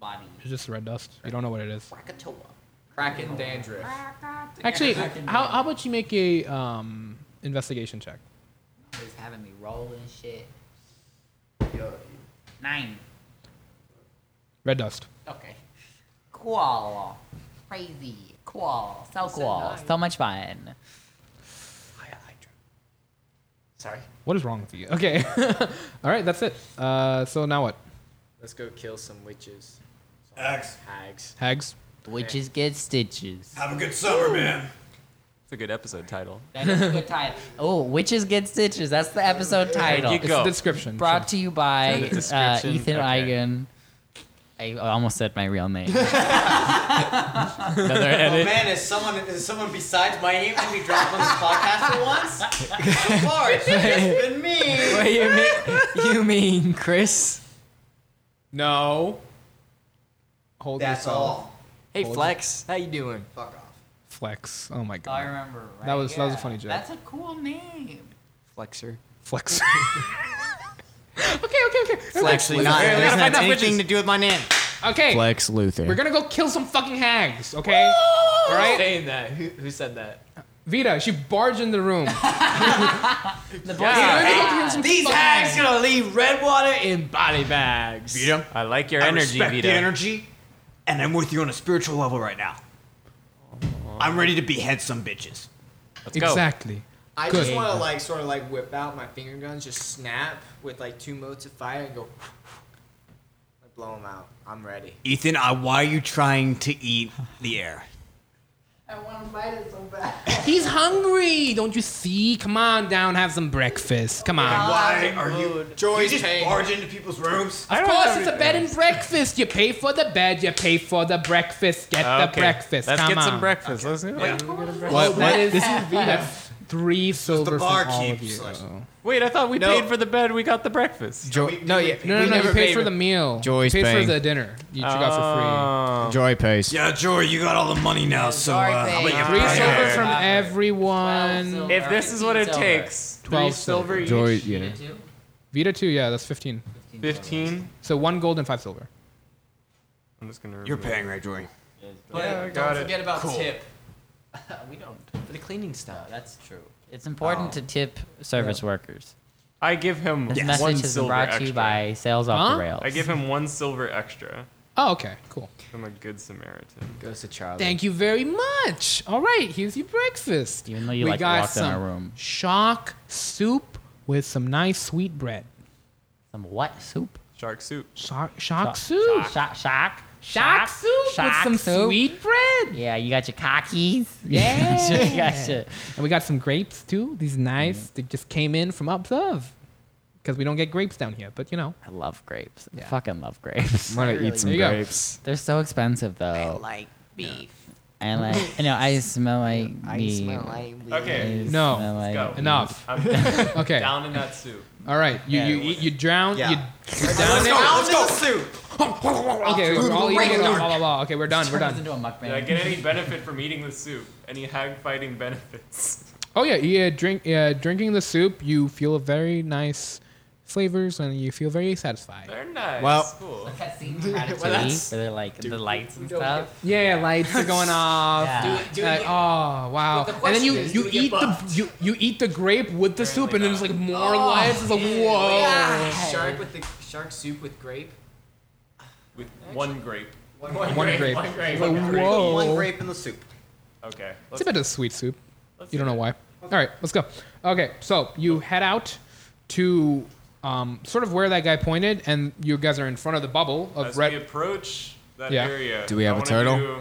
D: body?
A: It's just red dust. You don't know what it is.
D: Krakatoa. Oh.
H: Kraken dandruff.
A: Actually,
D: Kraken
A: how,
D: body.
A: how about you make a um, investigation check?
D: Just having me roll and shit. Nine.
A: Red dust.
D: Okay. Koala. Crazy. Koala. So koala. So much fun.
H: Sorry.
A: What is wrong with you? Okay. All right, that's it. Uh, so now what?
H: Let's go kill some witches.
F: X,
H: Hags.
A: Hags.
J: Witches get stitches.
F: have a good summer, man.
E: It's a good episode title.
D: That is a good title.
J: Oh, witches get stitches. That's the episode title.
A: It's
F: Oh.
E: Go.
A: the description.
J: Brought to you by
E: It's in the
J: uh,
E: description.
J: Ethan
E: Okay.
J: Eigen. I almost said my real name.
D: Oh,
C: Another
F: Oh
C: edit.
F: man, is someone is someone besides my name to be dropped on this podcast at once? So far, it's just been me.
C: Wait, you mean you mean Chris?
A: No. Hold
F: That's
A: yourself.
F: all.
C: Hey Flex, how you doing?
F: Fuck off.
A: Flex. Oh my
D: I
A: god.
D: remember. Right?
A: That was- that was a
D: Yeah.
A: funny joke.
D: That's a cool name.
C: Flexer.
A: Flex. okay, okay, okay.
C: Flex Luther.
H: not-
A: We're
H: it
A: gonna
H: doesn't
A: find
H: have
A: out
H: anything to
A: witches.
H: do with my name.
A: Okay.
C: Flex Luther.
A: We're gonna go kill some fucking hags, okay? All right.
H: Saying that. Who, who said that?
A: Vita, she barged in the room.
D: The boy.
A: We're gonna
F: uh,
A: go kill some
H: These
A: fucking
H: hags gonna leave Redwater in body bags.
F: Beat 'em.
E: I like your
F: I
E: energy,
F: respect
E: Vita.
F: the energy, and I'm with you on a spiritual level right now. I'm ready to behead some bitches.
E: Let's go.
A: Exactly.
H: I
A: Good.
H: just want to like sort of like whip out my finger guns, just snap with like two motes of fire and go, like blow them out. I'm ready.
F: Ethan, I, why are you trying to eat the air?
D: I want to bite it so bad.
A: He's hungry, don't you see? Come on down, have some breakfast. Come on.
F: Why are you?
H: Joy's
F: you just
H: pain.
F: barge into people's rooms.
A: Of course, it's a bed and breakfast. You pay for the bed, you pay for the breakfast. Get the
E: Okay,
A: breakfast.
E: Let's
A: Come
E: get
A: on.
E: some breakfast. Let's go. Wait,
A: What, what is this? Is That's three silver from
F: bar
A: all of
F: keeps
A: you.
F: us.
A: No,
E: I thought we paid for the bed. We got the breakfast.
C: Joy, no, yeah,
A: no, no. You paid for the meal.
C: Joy's
A: you paid
C: paying.
A: for the dinner. You
E: Uh,
A: got
E: Um,
C: Joy pays.
F: Yeah, Joy, you got all the money now, so uh, how about you?
A: for free. Three
D: Yeah.
A: silver
D: Yeah.
A: from
D: Yeah.
A: everyone.
D: Twelve silver.
E: If this is what it takes, three
A: 12
E: silver each,
C: Joy, yeah.
D: Two?
A: Vita two, yeah, that's fifteen.
E: fifteen.
A: So one gold and five silver.
E: I'm just gonna.
F: You're
E: remove
F: paying, right, Joy?
H: But
E: Yeah, I
H: don't
E: got it.
H: forget about
F: Cool.
H: tip.
D: we don't.
C: For the cleaning stuff.
D: That's true.
J: It's important to tip service workers.
E: I give him
J: This
E: one
J: message has been
E: silver
J: brought to
E: extra.
J: you by Sales Off
A: Huh?
J: the Rails.
E: I give him one silver extra.
A: Oh, okay, cool.
E: I'm a good Samaritan.
C: Goes to Charlie.
A: Thank you very much. All right, here's your breakfast.
J: Even though you,
A: we
J: like,
A: got
J: walked in
A: some
J: our room.
A: shock soup with some nice sweet bread.
J: Some what soup?
E: Shark soup.
A: Shock, shock soup.
J: Shock, shock,
A: Shock soup
J: shock
A: with some
J: soup.
A: sweet bread.
J: Yeah, you got your cockies. Yeah, you got your,
A: And we got some grapes too. These nice.
J: Mm-hmm.
A: They just came in from up above. Because we don't get grapes down here, but you know.
J: I love grapes. I
A: Yeah.
J: fucking love grapes.
C: I'm gonna eat some
A: There you go.
C: grapes.
J: They're so expensive though. I like beef. I like. I know. I smell like beef.
E: Okay,
A: No.
J: smell like
E: go.
A: Enough.
E: I'm
A: Okay.
E: down in that soup.
A: All right. You
J: Yeah.
A: you you, you drown.
F: Yeah.
A: You you're down there.
F: Let's go. Soup.
A: Okay, we're all eating it. Blah blah blah. Okay, we're done. We're
D: Turns
A: done.
D: into a
E: Did I
D: mukbang.
E: get any benefit from eating the soup? Any hag fighting benefits?
A: Oh yeah, yeah. Drink, yeah. Drinking the soup, you feel very nice flavors, and you feel very satisfied.
E: They're nice.
C: Well-
E: cool.
D: Cutscene gratitude.
J: Where they're like the lights and stuff.
A: Yeah, lights are going off. Uh,
J: Yeah.
A: Like, oh wow!
H: the
A: and then you,
H: question is, do
A: you
H: we get
A: eat the
H: buffed?
A: you, you eat the grape with the soup, and then it's like more
H: oh,
A: lights. It's like whoa.
H: Shark with the shark soup with grape.
E: With one grape.
H: One,
A: One grape.
H: One
A: It's
H: grape.
A: like, whoa.
F: One grape in the soup.
E: Okay.
A: It's a bit of sweet soup.
E: let's
A: You don't
E: do
A: know why. All right, let's go. Okay, so you head out to um, sort of where that guy pointed, and you guys are in front of the bubble of
E: As
A: red.
E: we approach that
A: Yeah.
E: area,
C: Do we have
E: I
C: a
E: wanna
C: turtle?
E: do-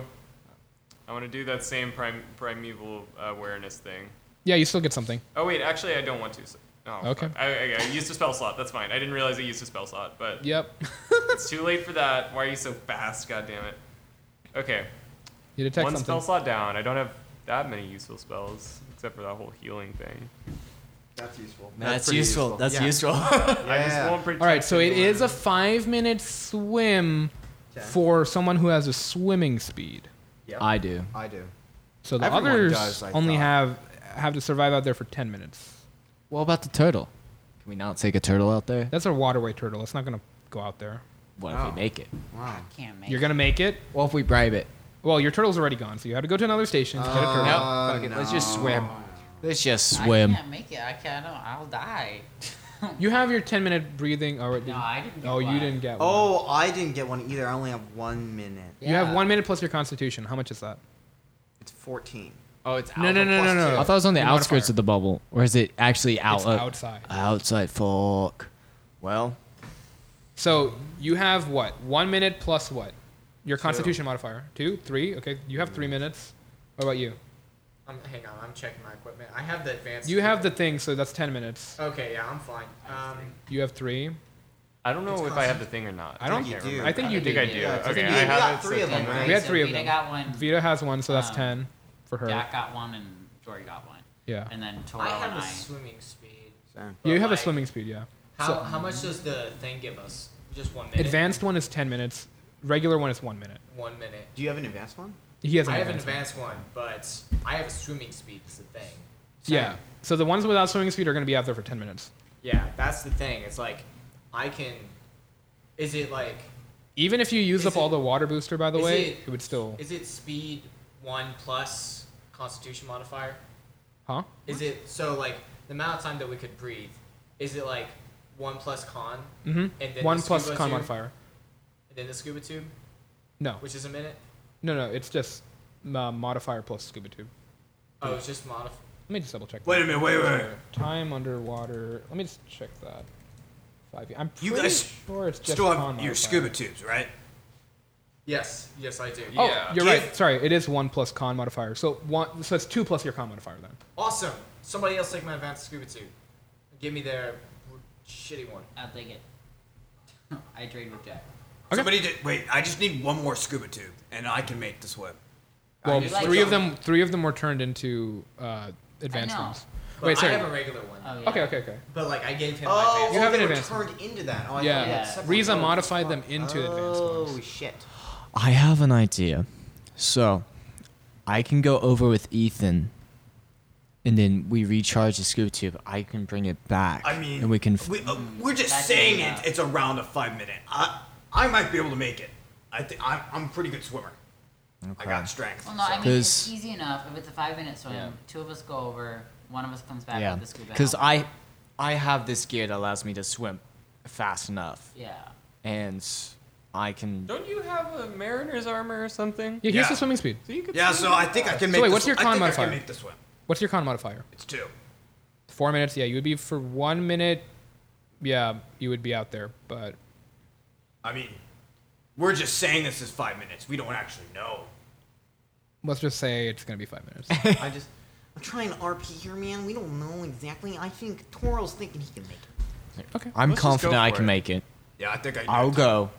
E: I want to do that same prim- primeval awareness thing.
A: Yeah, you still get something.
E: Oh wait, actually, I don't want to. So Oh,
A: Okay.
E: fuck. I, I, I used a spell slot. That's fine. I didn't realize I used a spell slot, but
A: Yep.
E: it's too late for that. Why are you so fast? God damn it. Okay.
A: You detect
E: One
A: something.
E: spell slot down. I don't have that many useful spells, except for that whole healing thing.
B: That's useful.
C: That's,
E: pretty
C: useful. That's useful.
E: I just won't pretend.
A: All right, so
E: to
A: it
E: learn.
A: is a five minute swim for someone who has a swimming speed.
C: I do.
B: I do.
A: So the
B: Everyone
A: others
B: does, I
A: only
B: thought.
A: have have to survive out there for ten minutes.
C: What about the turtle? Can we not take a turtle out there?
A: That's a waterway turtle. It's not gonna go out there.
C: What if we make it?
D: Can't make
A: You're gonna make it.
C: What if we bribe it?
A: Well, your turtle's already gone, so you had to go to another station to get a turtle.
B: Oh.
C: nope. Fuck it. Uh, Let's just swim. Let's just
D: it.
C: swim.
D: I can't make it. I can't. I will die.
A: You have your ten minute breathing. Oh, wait,
D: No, I didn't.
A: oh, you
D: get one.
A: didn't get one.
B: Oh, I didn't get one either. I only have one minute.
A: You have
D: Yeah.
A: one minute plus your constitution. How much is that?
B: It's 14.
C: Oh, it's
A: No, no, no, no, no.
C: I thought it was on the
A: Your
C: outskirts
A: modifier.
C: of the bubble, or is it actually out?
A: It's
C: uh,
A: outside.
C: Outside. Fuck. Well,
A: So you have what? One minute plus what? Your constitution modifier. Two, three. Okay, you have three minutes. What about you?
H: I'm, hang on, I'm checking my equipment. I have the advanced.
A: You have the thing, so that's ten minutes.
G: Uh,
H: Okay, yeah, I'm fine. Um,
A: You have three.
E: I don't know if I have the thing or not.
A: I don't.
B: think you
A: think
B: do.
A: I think you
E: I think I
A: did.
E: do.
D: Yeah,
B: I
E: okay,
B: think
E: I
B: you
E: have
B: got
E: it, so
B: three of
E: it's on
B: them,
E: my-
B: right?
A: We had three of
D: Vita
A: them.
D: got one.
A: Vita has one, so that's
D: Um,
A: ten for her.
D: Jack got one, and Jory got one.
A: Yeah.
D: And then Toro
H: I
D: and
H: have a
D: I.
H: swimming speed.
A: You have a
H: like-
A: swimming speed, yeah.
H: How,
A: So-
H: how much does the thing give us? Just one minute.
A: Advanced one is ten minutes. Regular one is one minute.
H: One minute.
B: Do you have an advanced one?
A: He has an
H: I have an
A: advanced one.
H: advanced one, but I have a swimming speed. It's the thing.
A: Yeah. So the ones without swimming speed are going to be out there for ten minutes.
H: Yeah, that's the thing. It's like I can. Is it like?
A: Even if you use
H: Is
A: up all
H: it-
A: the water booster, by the
H: is
A: way, it,
H: it-
A: would still.
H: Is it speed one plus Constitution modifier?
A: Huh?
H: Is it so like the amount of time that we could breathe? Is it like one plus con?
A: Mhm.
H: And then
A: One
H: the
A: plus
H: scuba
A: con
H: tube,
A: modifier.
H: And then the scuba tube,
A: No.
H: which is a minute.
A: No, no. It's just uh, modifier plus scuba tube.
H: Oh, it's just modif.
A: Let me just double check.
F: Wait a minute, wait, wait. wait.
A: that. Uh, Time underwater. Let me just check that. Five. I'm pretty
F: You guys
A: sure it's just
F: Still
A: con
F: have your
A: modifier.
F: scuba tubes, right?
H: Yes, yes, I do.
A: Oh,
E: Yeah.
A: you're
F: Give-
A: right. Sorry, it is one plus con modifier. So one, so it's two plus your con modifier then.
H: Awesome. Somebody else take my advanced scuba tube. Give me their shitty one.
D: I'll take it. uh, I trade with Jack.
F: Somebody did. Wait, I just need one more scuba tube, and I can make the swim.
A: Well,
H: just
A: three of them, three of them were turned into uh, advanced
D: I know.
A: rooms.
H: But
A: Wait,
H: I
A: sorry.
H: have a regular one.
D: Oh, yeah.
A: Okay, okay, okay.
H: But like I gave him
B: Oh,
H: my
A: You
H: advanced.
A: have
B: they
A: an
B: were
A: advanced one.
B: turned into that. Oh, I
A: Yeah.
B: thought they had
D: Yeah.
B: separate
A: Riza
B: ones.
A: modified them into advanced
B: Oh,
A: ones.
B: shit.
C: I have an idea. So, I can go over with Ethan, and then we recharge the scuba tube. I can bring it back.
F: I mean,
C: and we can. F-
F: We, uh, we're just
D: That's
F: saying
D: enough.
F: it, it's around a five minute. I, I might be able to make it. I think I'm, I'm a pretty good swimmer. I got strength.
D: Well, no, I mean,
C: Because-
D: it's easy enough. If it's a five minute swim, two of us go over, one of us comes back
C: yeah,
D: with the scuba.
C: because
D: helmet.
C: I, I have this gear that allows me to swim fast enough,
D: Yeah.
C: and I can.
E: Don't you have a mariner's armor or something?
A: Yeah, here's the
F: Yeah.
A: swimming speed.
E: So you could
F: yeah,
E: swim
F: so
E: with
F: I think I
E: that.
F: can make.
A: wait,
F: the
A: what's your
F: sw- I
A: con
F: think I
A: modifier?
F: can make the swim.
A: What's your con modifier?
F: It's two.
A: Four minutes. Yeah, you would be for one minute. Yeah, you would be out there, but
F: I mean, we're just saying this is five minutes. We don't actually know.
A: let's just say it's gonna be five minutes.
B: I just. I'm trying to RP here, man. We don't know exactly. I think Toro's thinking he can make it.
A: okay.
C: I'm
E: Let's just go
C: confident I
E: for
C: can
E: it.
C: make it.
F: Yeah, I think I.
C: I'll
F: do.
C: go.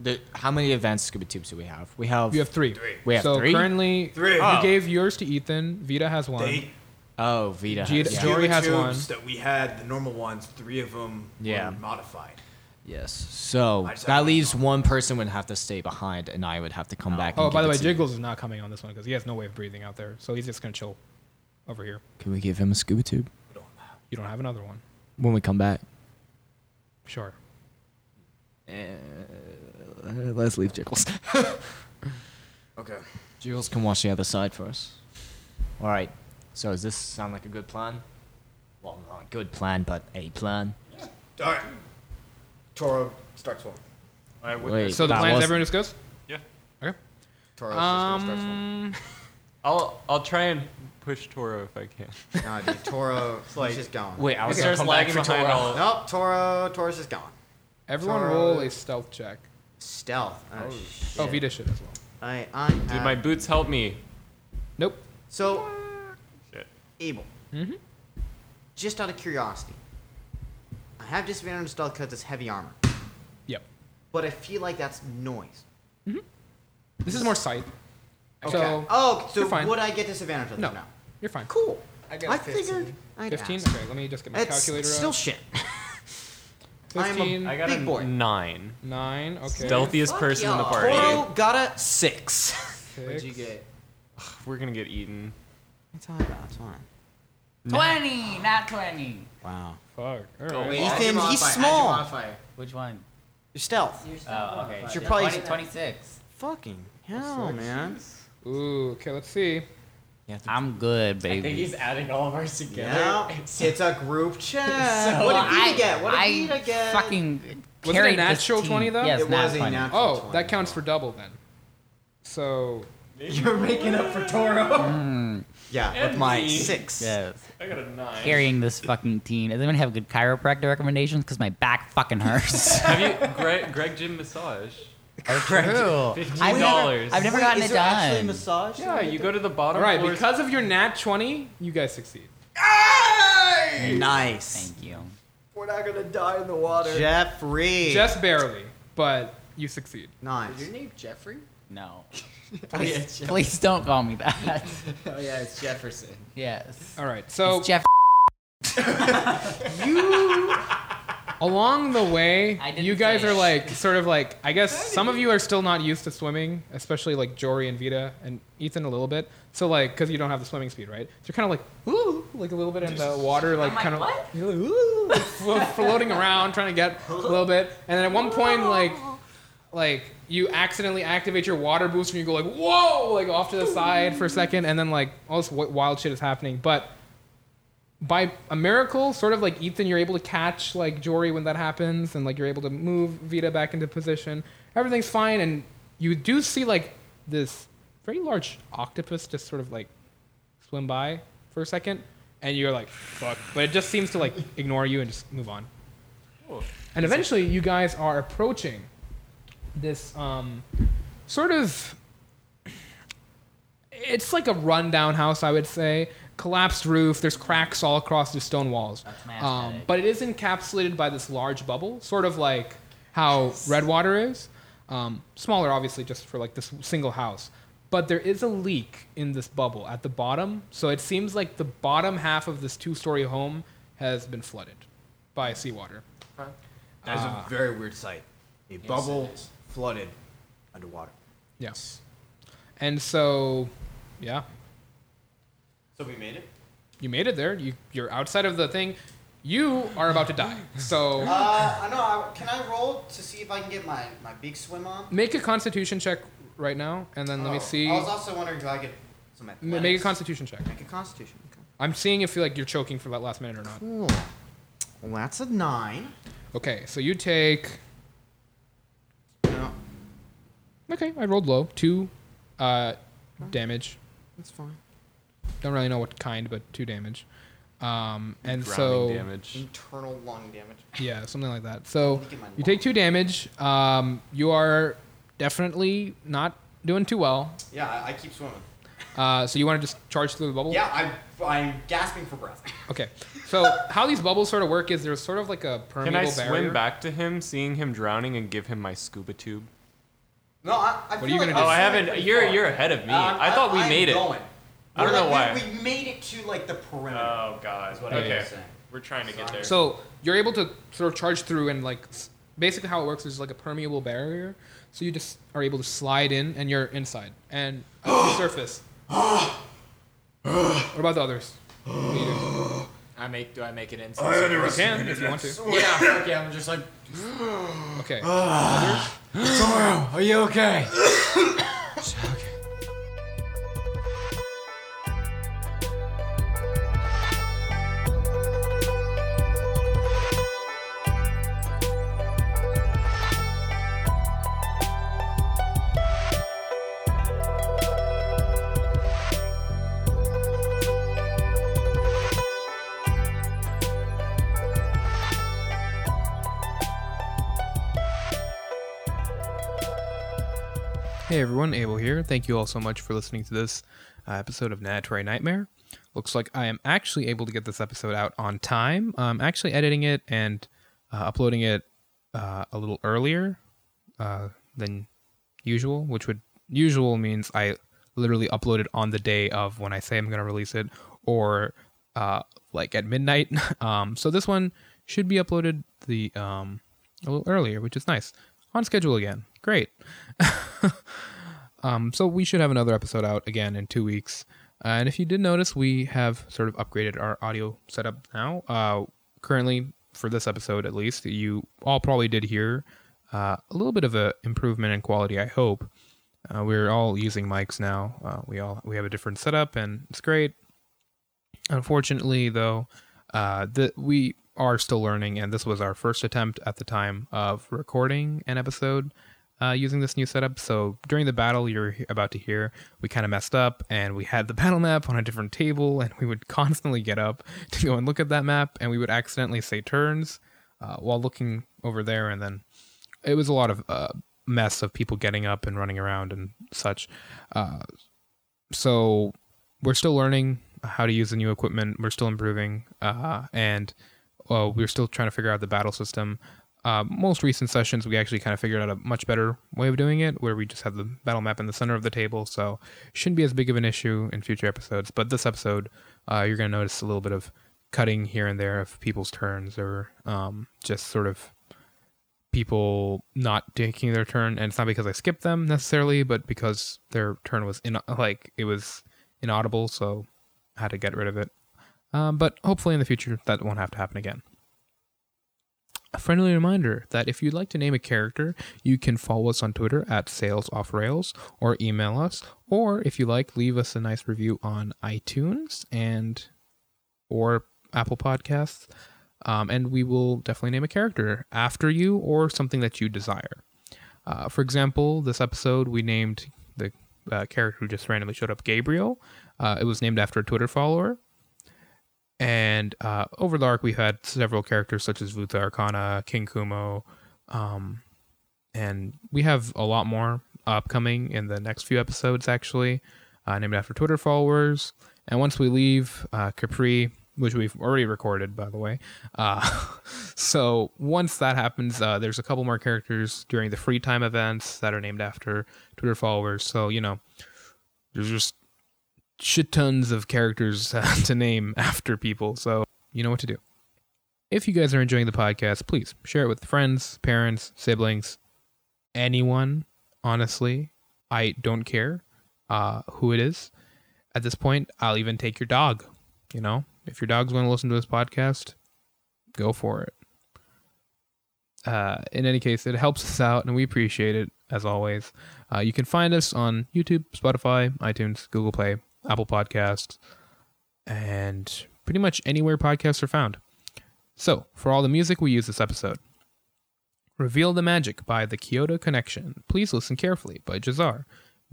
C: The, how many advanced scuba tubes do we have? We have.
A: You have three.
F: Three.
C: We have
A: so
C: three?
A: currently,
F: Three.
A: you
F: Oh.
A: gave yours to Ethan. Vita has one.
F: They
C: Oh, Vita. has-
A: Gita-
C: yeah.
A: Jory
F: scuba
A: has
F: tubes that we had, the normal ones. Three of them
C: Yeah.
F: were modified.
C: Yes. So
F: I just
C: that
F: have
C: leaves one person would have to stay behind, and I would have to come back.
A: oh,
C: and
A: by
C: give
A: the
C: it
A: way,
C: to you.
A: Jiggles is not coming on this one because he has no way of breathing out there, so he's just gonna chill over here.
C: Can we give him a scuba tube
A: You don't have another one.
C: when we come back?
A: Sure.
C: Uh, let's leave Jiggles.
F: Okay.
C: Jiggles can watch the other side for us. All right. So does this sound like a good plan? Well, not a good plan, but a plan.
F: All right. Toro starts swimming.
E: I would.
C: Wait.
A: So the
C: that
A: plan is
C: was-
A: everyone just goes.
E: Yeah.
A: Okay.
F: Toro's just gonna start
A: Um,
E: I'll I'll try and push Toro if I can.
B: Nah, dude. Toro, he's just gone.
C: Wait, I
E: He
C: was
E: starts
C: gonna come back
E: lagging
C: for
E: behind
C: Toro.
E: all.
B: Nope, Toro. Toro's just gone.
A: everyone
B: Toro-
A: roll a stealth check.
B: Stealth. Oh, shit.
A: Oh, Vita should as well.
B: I, I have...
E: Did my boots help me?
A: Nope.
B: So,
E: Shit.
B: Abel. Mm-hmm. just out of curiosity, I have disadvantage on stealth because it's heavy armor,
A: Yep.
B: but I feel like that's noise.
A: This is more sight.
B: Okay.
A: So
B: oh, so
A: you're fine.
B: would I get disadvantage on
A: No.
B: this now?
A: You're fine.
B: Cool.
H: I
B: I figured I'd
A: 15?
B: ask.
A: Okay, let me just get my
B: It's
A: calculator
B: still
A: out.
B: shit.
A: 15,
B: I
E: I
B: got
E: got
B: a Big boy.
E: nine.
A: 9, okay.
E: Stealthiest
D: Fuck
E: person in the
D: y'all.
E: party.
B: Toro got a six.
A: Six.
H: get?
E: We're gonna get eaten.
B: It's all about time.
D: 20, not 20.
B: Wow.
A: Fuck. All right.
B: Ethan, he's small.
D: Which one?
B: Your stealth.
D: Oh, okay.
B: You're probably-
D: 20, 26.
B: Fucking hell, man.
A: Ooh, okay, let's see.
J: I'm good,
H: I think
J: baby.
H: he's adding all of ours together.
B: Yeah, it's, a group chat.
H: So
B: what did
D: Well,
B: I, get? What did
D: I
B: Vita get?
D: fucking
A: Was it a
D: carried this
A: natural
D: team.
A: 20, though?
J: Yes,
B: it
J: nat
B: was a
J: 20.
B: natural
A: Oh,
B: 20.
A: that counts for double then. So,
H: You're making up for Toro.
B: Yeah, with my
E: Empty.
B: six.
J: Yes.
E: I got a nine.
J: Carrying this fucking team. Does anyone have good chiropractor recommendations? Because my back fucking hurts.
E: Have you Greg Greg Jim massage?
J: True.
E: Fifteen
J: I've never,
E: dollars.
J: I've never gotten it done.
B: massage?
E: Yeah, you go to the
A: all
E: bottom.
A: right,
E: floors-
A: because of your nat 20, you guys succeed.
B: Nice.
D: Thank you.
F: We're not gonna die in the water.
B: Jeffrey.
A: Just barely, but you succeed.
B: nice.
H: name Jeffrey?
D: No.
H: Oh yeah, it's Jeff-
J: Please don't call me that.
H: oh yeah, it's Jefferson.
J: yes.
A: All right, so
J: It's Jeff.
A: along the way,
D: I didn't
A: you guys
D: say
A: are
D: it.
A: like, sort of like, I guess some of you are still not used to swimming, especially like Jory and Vita and Ethan a little bit. So, like, because you don't have the swimming speed, right? So you're kind of like, ooh, like a little bit in the water, like,
D: like,
A: kind of,
D: "What?"
A: you're like, ooh, like, flo- floating around, trying to get a little bit. And then at one point, like, like you accidentally activate your water boost and you go like whoa like off to the side for a second and then like all this wi- wild shit is happening but by a miracle sort of like ethan you're able to catch like jory when that happens and like you're able to move vita back into position everything's fine and you do see like this very large octopus just sort of like swim by for a second and you're like fuck but it just seems to like ignore you and just move on and eventually you guys are approaching this um, sort of it's like a rundown house i would say collapsed roof there's cracks all across the stone walls
D: my
A: um,
D: aesthetic.
A: but it is encapsulated by this large bubble sort of like how redwater is um, smaller obviously just for like this single house but there is a leak in this bubble at the bottom so it seems like the bottom half of this two-story home has been flooded by seawater
F: That's
C: uh,
F: a very weird sight. A bubble flooded underwater.
A: Yes. And so, yeah,
F: So we made it.
A: you made it there. You you're outside of the thing. You are about to die. So
B: Uh, I know. I, can I roll to see if I can get my, my big swim on?
A: make a Constitution check right now, and then let me
B: Oh,
A: see.
B: I was also wondering, do I get some
A: M-
B: athletics?
A: Make a Constitution check.
B: Make a Constitution. Okay.
A: I'm seeing if you like you're choking for that last minute or not.
B: Cool. Well, that's a nine.
A: Okay, so you take.
B: No,
A: Okay, I rolled low. Two, uh, damage.
B: that's fine.
A: Don't really know what kind, but two damage. Um, and
E: Drowning
A: so
E: damage.
B: Internal lung damage.
A: Yeah, something like that. So
B: Look at my
A: you take two damage. Um, you are definitely not doing too well.
B: Yeah, I, I keep swimming.
A: Uh, so you want to just charge through the bubble?
B: Yeah, I'm, I'm gasping for breath.
A: Okay. So how these bubbles sort of work is there's sort of like a
E: Can
A: permeable
E: I
A: barrier.
E: swim back to him, seeing him drowning, and give him my scuba tube?
B: No, I, I
A: are
B: feel
A: you
B: like
A: gonna
E: Oh,
A: do?
E: I
B: I'm
E: haven't.
B: pretty
E: You're
B: far.
E: you're ahead of me.
A: Uh,
B: Um,
E: I thought we
B: I'm
E: made it.
B: going.
E: I don't
B: We're
E: know
B: like-
E: why.
B: We, we made it to like the perimeter.
E: Oh God.
B: what
A: I
E: okay.
B: was saying.
E: We're trying to get there.
A: So you're able to sort of charge through and like s- basically how it works is like a permeable barrier. So you just are able to slide in and you're inside and up to the surface. what about the others? What do you do?
H: I make. Do I make it in?
A: You can if you want to.
H: yeah. Okay. I'm just like.
A: Okay.
H: Toro, are you okay?
A: Hey everyone, Abel here. Thank you all so much for listening to this uh, episode of Natory Nightmare. Looks like I am actually able to get this episode out on time. I'm actually editing it and uh, uploading it uh, a little earlier uh, than usual, which would usual means I literally upload it on the day of when I say I'm going to release it, or uh, like at midnight. um, so this one should be uploaded the um, a little earlier, which is nice. On schedule again. Great. Um, so we should have another episode out again in two weeks. Uh, and if you did notice, we have sort of upgraded our audio setup now. Uh, currently, for this episode at least, you all probably did hear uh, a little bit of a improvement in quality. I hope uh, we're all using mics now. Uh, we all we have a different setup, and it's great. Unfortunately, though, uh, the, we are still learning, and this was our first attempt at the time of recording an episode uh, using this new setup. So during the battle you're he- about to hear, we kind of messed up, and we had the battle map on a different table, and we would constantly get up to go and look at that map, and we would accidentally say turns uh, while looking over there, and then it was a lot of uh, mess of people getting up and running around and such. Uh, so we're still learning how to use the new equipment. We're still improving, uh, and uh, we're still trying to figure out the battle system. Uh, most recent sessions, we actually kind of figured out a much better way of doing it, where we just have the battle map in the center of the table, so shouldn't be as big of an issue in future episodes. But this episode, uh, you're going to notice a little bit of cutting here and there of people's turns, or um, just sort of people not taking their turn and it's not because i skipped them necessarily but because their turn was in like it was inaudible so i had to get rid of it um, but hopefully in the future that won't have to happen again a friendly reminder that if you'd like to name a character, you can follow us on Twitter at Sales Off Rails or email us, or if you like, leave us a nice review on iTunes and or Apple Podcasts, um, and we will definitely name a character after you or something that you desire. Uh, for example, this episode we named the uh, character who just randomly showed up Gabriel. Uh, it was named after a Twitter follower. And uh, over the arc, we've had several characters such as Vutha Arcana, King Kumo, um, and we have a lot more upcoming in the next few episodes, actually, uh, named after Twitter followers. And once we leave uh, Capri, which we've already recorded, by the way, uh, so once that happens, uh, there's a couple more characters during the free time events that are named after Twitter followers. So, you know, there's just shit tons of characters uh, to name after people, so you know what to do. If you guys are enjoying the podcast, please share it with friends, parents, siblings, anyone. Honestly, I don't care uh, who it is. At this point, I'll even take your dog. You know, if your dog's going to listen to this podcast, go for it. Uh, in any case, it helps us out, and we appreciate it as always. Uh, you can find us on YouTube, Spotify, iTunes, Google Play, Apple Podcasts, and pretty much anywhere podcasts are found. So, for all the music we use this episode, Reveal the Magic by The Kyoto Connection, Please Listen Carefully by Jazar,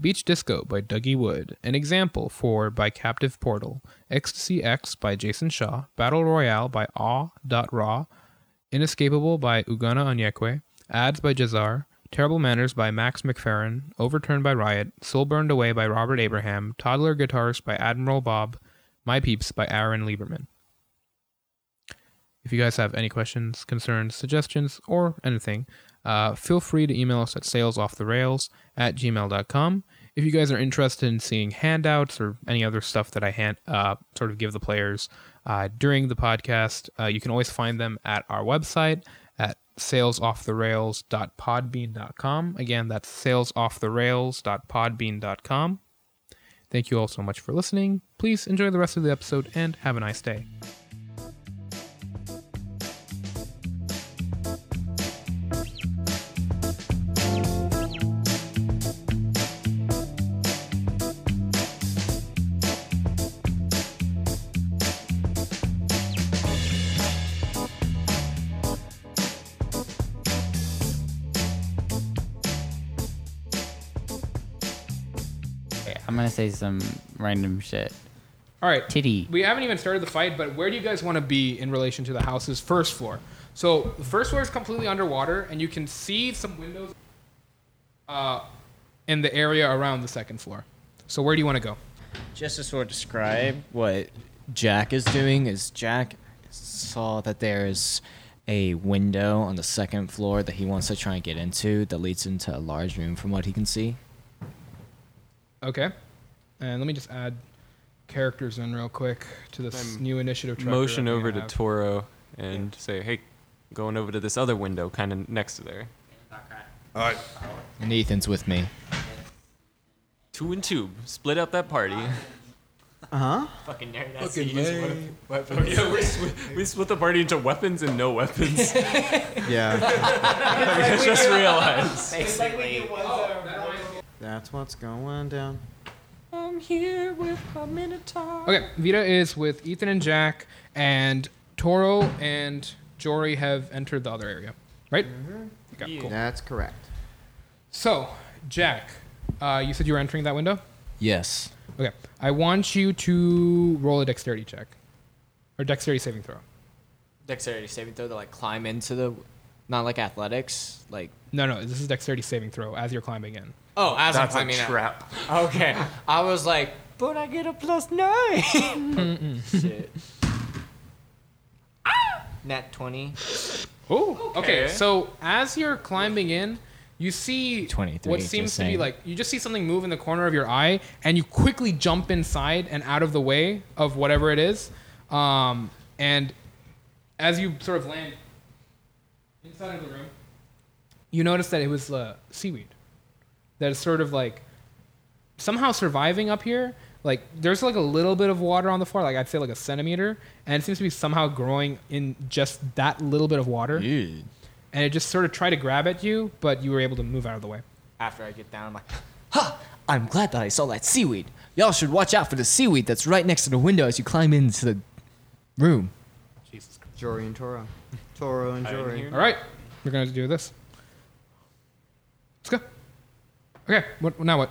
A: Beach Disco by Dougie Wood, An Example for by Captive Portal, Ecstasy X by Jason Shaw, Battle Royale by Aw.Raw, Inescapable by Ugana Onyekwe, Ads by Jazar, Terrible Manners by Max McFerrin, Overturned by Riot, Soul Burned Away by Robert Abraham, Toddler Guitarist by Admiral Bob, My Peeps by Aaron Lieberman. If you guys have any questions, concerns, suggestions, or anything, uh, feel free to email us at salesofftherails at gmail.com. If you guys are interested in seeing handouts or any other stuff that I hand, uh, sort of give the players uh, during the podcast, uh, you can always find them at our website at salesofftherails.podbean.com. Again, that's salesofftherails.podbean.com. Thank you all so much for listening. Please enjoy the rest of the episode and have a nice day.
J: Okay, I'm gonna say some random shit.
A: All right.
J: Titty.
A: We haven't even started the fight, but where do you guys want to be in relation to the house's first floor? So the first floor is completely underwater, and you can see some windows uh, in the area around the second floor. So where do you want to go?
C: Just to sort of describe what Jack is doing is Jack saw that there is a window on the second floor that he wants to try and get into that leads into a large room from what he can see.
A: Okay. And let me just add characters in real quick to this
E: I'm
A: new initiative. tracker
E: Motion
A: that we
E: over to
A: have.
E: Toro and say, hey, going over to this other window kind of next to there.
F: All right.
C: And Ethan's with me.
E: Two and two. Split up that party.
A: Uh-huh.
H: Fucking nerd. That's
F: Fucking
E: yeah, we, sw- we split the party into weapons and no weapons.
B: Yeah,
E: I just realized.
H: basically.
B: that's what's going down.
A: Okay, Vita is with Ethan and Jack, and Toro and Jory have entered the other area, right?
E: Mm-hmm.
A: Okay, cool.
B: That's correct.
A: So, Jack, uh, you said you were entering that window?
C: Yes.
A: Okay. I want you to roll a dexterity check or dexterity saving throw.
C: Dexterity saving throw to like climb into the, not like athletics, like.
A: No, no, this is dexterity saving throw as you're climbing in.
C: Oh, as
E: That's
C: I'm
E: a
C: climbing out.
E: trap.
C: Okay. I was like, but I get a plus nine. Shit. Nat 20.
A: Oh, okay.
E: Okay.
A: So as you're climbing in, you see
C: 23,
A: what
C: just
A: seems to be
C: saying.
A: like you just see something move in the corner of your eye, and you quickly jump inside and out of the way of whatever it is. Um, and as you sort of land inside of the room, you notice that it was uh, seaweed that is sort of like somehow surviving up here. Like there's like a little bit of water on the floor, like I'd say like a centimeter, and it seems to be somehow growing in just that little bit of water and it just sort of tried to grab at you, but you were able to move out of the way.
H: After I get down, I'm like,
C: Ha! I'm glad that I saw that seaweed. Y'all should watch out for the seaweed that's right next to the window as you climb into the room.
B: Jory and Toro. Toro and
E: I didn't
B: Jory.
E: hear
A: All right, we're gonna do this. Let's go. Okay, what, now what?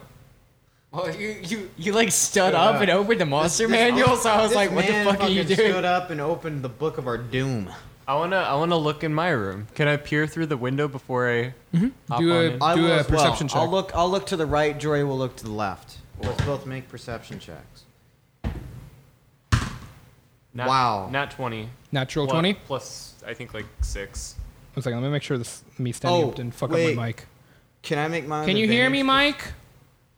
C: Well, you you, you like stood up and opened the monster manual, so I was
B: This
C: like, what the
B: man
C: fuck are you
B: fucking
C: doing?
B: Stood up and opened the book of our doom.
E: I wanna I wanna look in my room. Can I peer through the window before I hop
A: Mm-hmm. Do
E: on
A: a-
E: in?
A: I Do will as well. perception
B: I'll
A: check.
B: look. I'll look to the right. Jory will look to the left. Let's both make perception checks.
E: Nat-
B: wow.
E: Nat twenty.
A: Natural
E: Plus-
A: twenty.
E: Plus I think like six.
A: One second, let me make sure this me standing
B: Oh,
A: up didn't fuck up
B: wait.
A: my mic.
B: Can I make mine?
A: Can you hear me, Mike?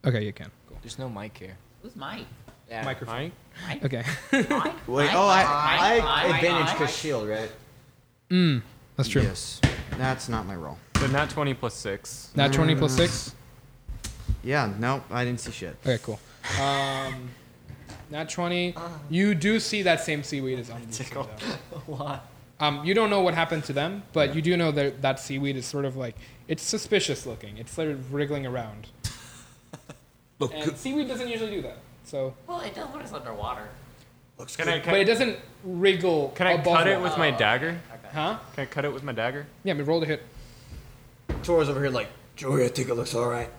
A: Okay, you can. Cool.
C: There's no mic here.
D: Who's Mike?
C: Yeah.
A: Microphone.
E: Mike?
A: Okay,
D: Mike?
B: Wait.
D: Mike?
B: Oh, I,
D: Mike?
B: I,
D: Mike?
B: advantage
D: Mike?
B: because shield, right?
A: that's true.
B: Yes. That's not my roll.
E: So nat twenty plus six.
A: Nat twenty plus six.
B: Yeah. No, I didn't see shit.
A: Okay, cool. Um, nat twenty.
E: Uh-huh.
A: You do see that same seaweed is on the tickle. Um, you don't know what happened to them, but you do know that that seaweed is sort of like it's suspicious looking. It's sort of wriggling around.
E: Oh,
F: Look,
A: And seaweed doesn't usually do that. So,
D: Well, it does when it's underwater.
F: looks
E: Can I
F: good.
E: can,
A: but it doesn't wriggle.
E: can I
A: above
E: cut it
A: water.
E: with my dagger?
A: Huh?
E: Can I cut it with my dagger?
A: Yeah, I mean, roll to hit.
F: Toro's over here like, Jory, I think it looks all right.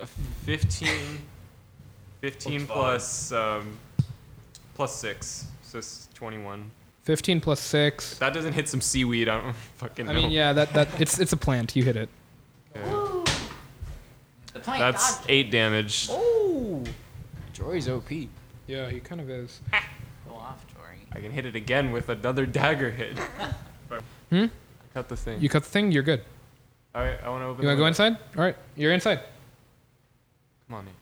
E: A Fifteen. Fifteen plus um plus six. So it's twenty one.
A: Fifteen plus six.
E: That doesn't hit some seaweed, I don't fucking know.
A: I mean, yeah, that that it's it's a plant. You hit it.
E: Okay.
D: The plant
E: That's
D: dodged.
E: eight damage.
C: Oh, Jory's OP.
A: Yeah, he kind of is.
D: Go off, Tori.
E: I can hit it again with another dagger hit. hmm? Cut the thing.
A: You cut the thing. You're good.
E: All right, I want to open.
A: You
E: the
A: want to go inside?
E: window.
A: All right, you're inside.
E: Come on in.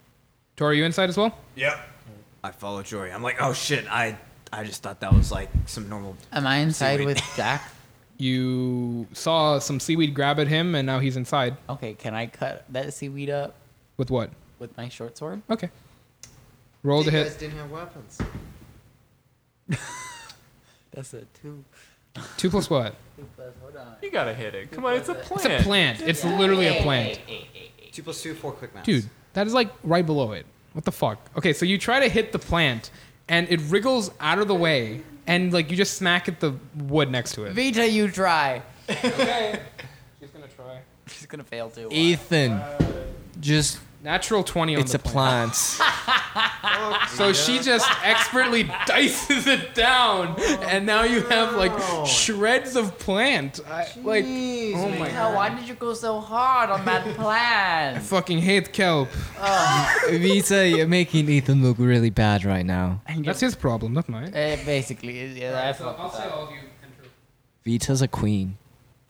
A: Tor, are you inside as well?
F: Yep. I follow Jory. I'm like, oh shit, I I just thought that was like some normal.
J: Am I inside with Jack?
A: You saw some seaweed grab at him, and now he's inside.
J: Okay, can I cut that seaweed up
A: With what?
J: with my short sword?
A: Okay. Roll to
B: you guys
A: hit.
B: didn't have weapons.
J: That's a two.
A: Two plus what?
J: Hold on.
E: You gotta hit it. Come on, it's a plant.
A: It's a plant. It's literally a plant.
B: Two plus two, four quick math.
A: Dude, that is like right below it. What the fuck? Okay, so you try to hit the plant, and it wriggles out of the way, and like you just smack at the wood next to it.
J: Vita, you try.
A: Okay. She's gonna try.
D: She's gonna fail too.
C: Ethan, just
A: Natural 20 on
C: it's
A: the
C: a plant.
A: So she just expertly dices it down, and now you have like shreds of plant. I, like, oh my
D: No,
A: god!
D: why did you go so hard on that plan?
A: I fucking hate kelp.
C: Vita, you're making Ethan look really bad right now.
A: That's his problem, not mine.
J: It Eh, basically is. Yeah, I fucked up.
A: all of you
C: Vita's a queen.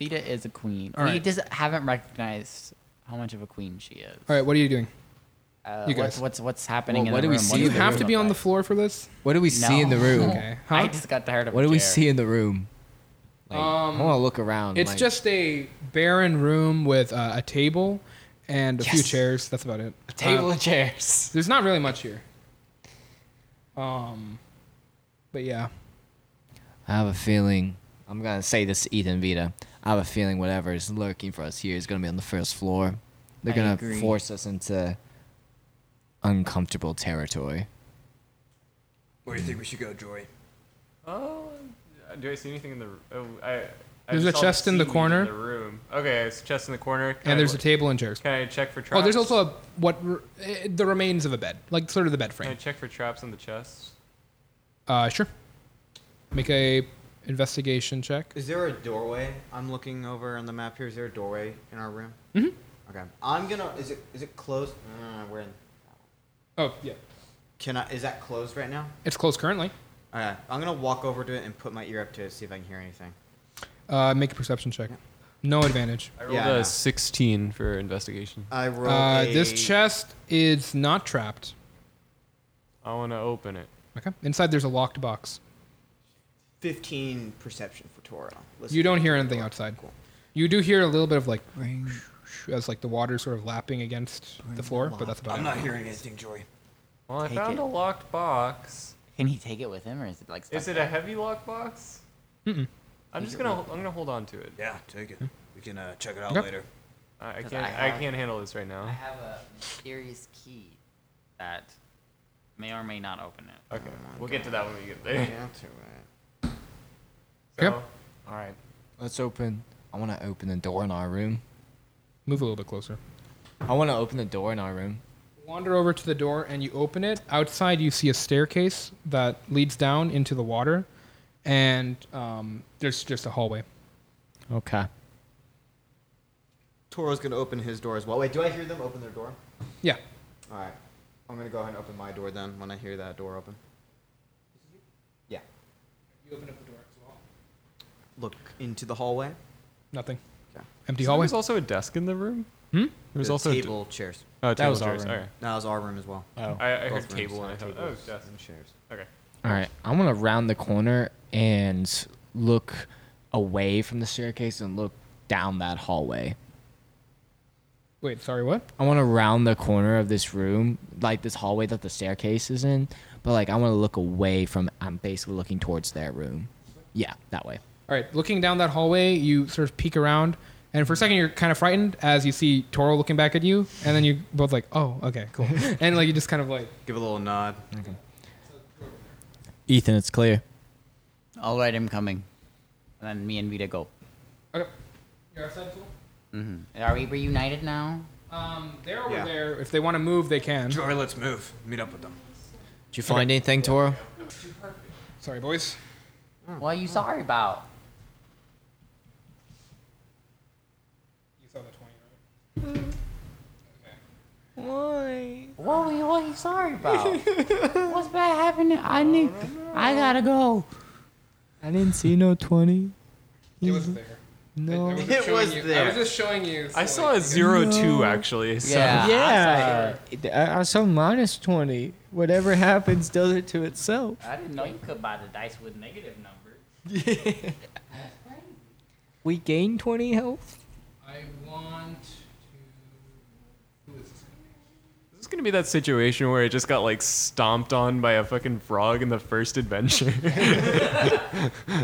J: Vita is a queen.
A: All
J: We
A: right.
J: just haven't recognized how much of a queen she is.
A: All right, what are you doing?
J: Uh,
A: You
J: what's,
A: guys.
J: what's what's happening?
C: Well,
J: in
C: what
J: the
C: do we
J: room?
C: see
A: Do
C: in
A: you
C: the
A: have to be on the
J: floor?
A: floor for this?
C: What do we see in the
J: No.
C: room?
A: Okay.
J: I
A: Huh?
J: just got tired of.
C: What do
J: a
C: we
J: chair.
C: see in the room? Like,
A: Um,
C: I want to look around.
A: It's
C: like-
A: just a barren room with uh, a table and a few chairs. That's about it. A
C: table and chairs.
A: There's not really much here. Um, but yeah.
C: I have a feeling. I'm gonna say this to Ethan Vita. I have a feeling whatever is lurking for us here is gonna be on the first floor. They're
J: I
C: gonna
J: agree.
C: force us into uncomfortable territory.
F: Where do you think we should go, Jory?
E: Oh, do I see anything in the? Oh, I. I
A: There's a
E: just saw
A: chest in the
E: seaweed
A: corner.
E: In the room. Okay, it's a chest in the corner. Can
A: And
E: I
A: there's a
E: look-
A: table and chairs.
E: Can I check for traps?
A: Oh, there's also a what re- eh, the remains of a bed, like sort of the bed
E: Can I
A: frame.
E: check for traps in the chest?
A: Uh, sure. Make a investigation check.
B: Is there a doorway? I'm looking over on the map here. Is there a doorway in our room?
A: Mhm.
B: Okay. I'm gonna. Is it is it closed? No, no, no, we're in.
A: Oh yeah,
B: Can I? Is that closed right now?
A: it's closed currently.
B: Okay. I'm gonna walk over to it and put my ear up to it, see if I can hear anything.
A: Uh, make a perception check. No advantage.
E: I
B: rolled Yeah, I a know.
E: 16 for investigation.
B: I roll
A: Uh,
B: a.
A: this chest is not trapped.
E: I want to open it.
A: Okay. Inside there's a locked box.
B: 15 perception for Torah. Listen.
A: You don't hear anything outside. You do hear a little bit of like as like the water sort of lapping against the floor, but that's about
F: I'm
A: it.
F: not hearing anything, Jory.
E: Well, I
J: Take
E: found
J: it.
E: a locked box.
J: Can he take it with him, or is it like? Stuck
E: Is it a heavy locked box? Mm-mm. I'm just gonna. I'm gonna hold on to it.
F: Yeah, take it. We can uh, check it out
A: Okay.
F: later.
E: I, I can't.
D: I
E: I,
D: have-
E: can't handle this right
D: I
E: now.
D: have a mysterious key that may or may not open it.
E: Okay, we'll get to that when we get there.
B: Yeah, to it.
E: So,
A: Yep.
C: All right, let's open. I want to open the door in our room.
A: Move a little bit closer.
C: I want to open the door in our room.
A: Wander over to the door and you open it. Outside, you see a staircase that leads down into the water, and um, there's just a hallway.
C: Okay.
B: Toro's gonna open his door as well. Wait, do I hear them open their door?
A: Yeah.
B: All right. I'm gonna go ahead and open my door then when I hear that door open. Yeah.
A: You open up the door as well.
B: Look into the hallway.
A: Nothing.
B: Okay.
A: Empty
E: there
A: hallway.
E: was also a desk in the room.
A: Hmm?
E: There was
B: The
E: also a d-
B: table chairs.
E: oh, table
C: was our
E: chairs.
C: room.
E: All right.
B: No, that was our room as well.
E: I, I heard
B: Both rooms
E: table and I
B: had
E: thought, oh,
B: tables
E: desk.
B: and chairs.
E: Okay.
C: All right, I want to round the corner and look away from the staircase and look down that hallway.
A: Wait, sorry, what?
C: I want to round the corner of this room, like this hallway that the staircase is in, but like I want to look away from. I'm basically looking towards their room. Yeah, that way.
A: All right, looking down that hallway, you sort of peek around, and for a second you're kind of frightened as you see Toro looking back at you, and then you both like, "Oh, okay, cool," and like you just kind of like,
B: Give a little nod.
C: Ethan, it's clear.
D: All right, I'm coming. And then me and Vita go.
A: "Okay, you're outside cool."
D: Are we reunited now?
A: Um, they're over
B: Yeah.
A: there. If they want to move, they can.
F: Jory, let's move. Meet up with them.
C: Did you find anything, Toro?
A: Sorry, boys.
D: What are you sorry about?
A: You saw the twenty, right?
C: Hmm.
D: What were you, what are you sorry about? What's bad happening? I need. I gotta go.
C: I didn't see no twenty.
A: It was there. No,
B: It just showing was you- I there. was
A: just showing you.
E: I saw a zero two actually. So.
D: Yeah.
C: Yeah, I, I saw minus twenty. Whatever happens, does it to itself.
D: I didn't know you could buy the dice with negative numbers.
C: We gain twenty health.
A: I want to. Who is this?
E: This is gonna be that situation where I just got like stomped on by a fucking frog in the first adventure.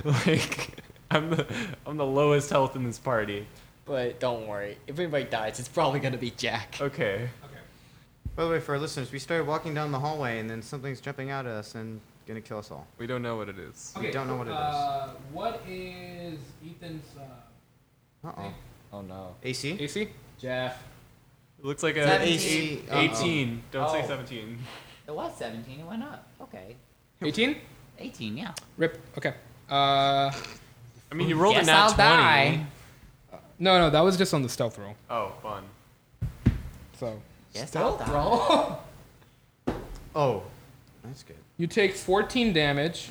E: like, I'm the I'm the lowest health in this party.
C: But don't worry. If anybody dies, it's probably gonna be Jack.
E: Okay.
B: By the way, for our listeners, we started walking down the hallway and then something's jumping out at us and gonna kill us all.
E: We don't know what it is.
B: We don't know what it is.
A: Uh, what is Ethan's uh,
B: Uh oh.
C: Oh no.
B: AC?
A: AC?
C: Jeff.
E: It looks like a
B: Seventeen.
E: 18. Don't say 17.
D: It was 17. It went up. Okay.
A: 18?
D: 18, yeah.
A: Rip. Okay. Uh,
E: I mean, you rolled a
D: Guess
E: nat
D: I'll
E: 20.
D: die.
A: no, no, that was just on the stealth roll.
E: Oh, fun.
A: So
D: Yes, I'll die.
B: Oh, that's good.
A: you take 14 damage.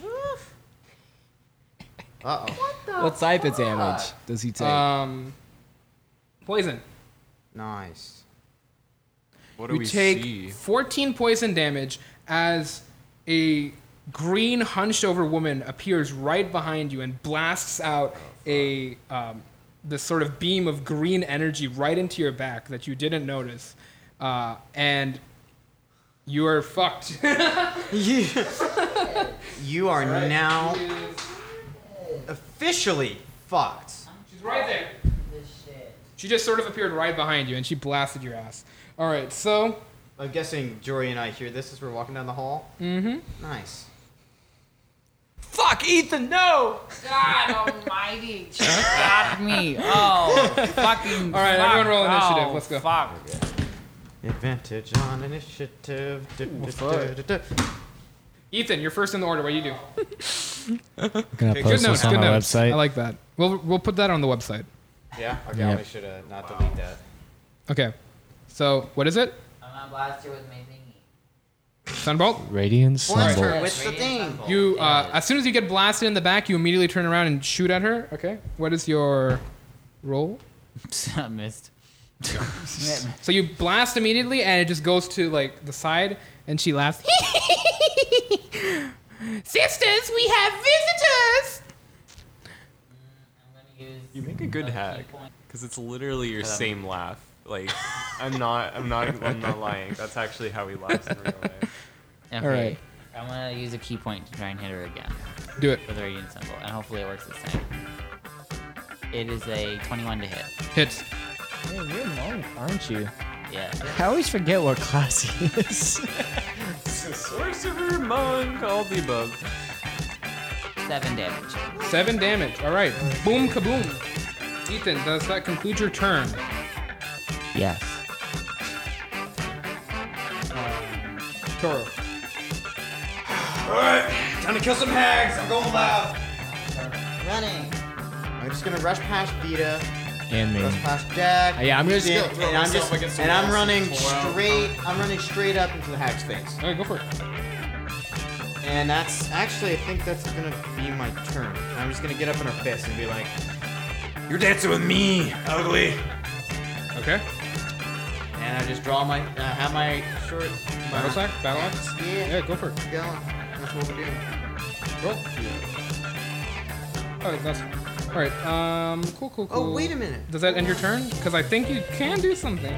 B: Uh oh.
C: What type of damage does he take?
A: Um, poison.
B: Nice.
E: What do
A: You
E: we
A: take
E: see?
A: 14 poison damage as a green, hunched over woman appears right behind you and blasts out a um, this sort of beam of green energy right into your back that you didn't notice, uh, and you are fucked.
B: You are now
A: She's
B: officially fucked.
A: she's right there. She just sort of appeared right behind you and she blasted your ass. All right, so
B: I'm guessing Jory and I hear this as we're walking down the hall. Mm-hmm. Nice.
C: Fuck, Ethan, no!
D: God almighty. Stop me. Oh, fucking.
A: all right,
D: fuck.
A: everyone roll initiative.
D: Oh,
A: Let's go.
D: Fuck.
B: Advantage on initiative. Du- du- du- du- du- du.
A: Ethan, you're first in the order. What do you do?
J: I'm gonna
A: Good
J: post this
A: notes. Good
J: on my
A: notes. I
J: website.
A: like that. We'll we'll put that on the website.
B: Yeah. Okay.
J: Yeah.
B: I'll make sure to not delete that.
A: Okay. So what is it?
D: I'm not blasted with my thingy.
A: Sunbolt.
C: Radiant
B: Orange
C: Sunbolt.
B: turn. What's the thing?
A: You uh, as soon as you get blasted in the back, you immediately turn around and shoot at her. Okay. What is your roll?
J: I missed.
A: So you blast immediately, and it just goes to like the side, and she laughs. Sisters, we have visitors.
D: I'm gonna use.
E: You make a good
D: a key
E: hack
D: point.
E: because it's literally your same laugh. Like, I'm not, I'm not, I'm not lying. That's actually how he laughs in real life.
J: Okay.
A: right.
D: I'm gonna use a key point to try and hit her again
A: Do it.
D: with her radiant symbol, and hopefully it works this time. It is a 21 to hit.
A: Hits.
C: Hey, you're long, aren't you?
D: Yeah.
C: I always forget what class he is.
E: Sorcerer, monk, all the above.
D: Seven damage.
A: Seven damage. All right. Boom kaboom. Ethan, does that conclude your turn?
J: Yes.
A: Toro.
F: Time to kill some hags. I'm going loud.
B: Running. I'm just gonna rush past Vita,
J: And
B: rush
J: me.
B: past Jack.
C: yeah, I'm gonna
B: and-
C: just
B: and I'm just and I'm running straight. I'm running straight up into the hack's face,
A: All right, go for it.
B: and that's actually I think that's gonna be my turn. I'm just gonna get up in her fist and be like,
F: You're dancing with me, ugly.
A: Okay.
B: and I just draw my, uh, have my short. my-
A: Battle sack. Battle axe.
B: Uh-huh. Yeah.
A: Yeah, go for it.
B: Go. That's what we're doing.
A: Roll. All right, that's all right. Um, cool, cool, cool.
B: Oh wait a minute.
A: Does that end your turn? Because I think you can do something.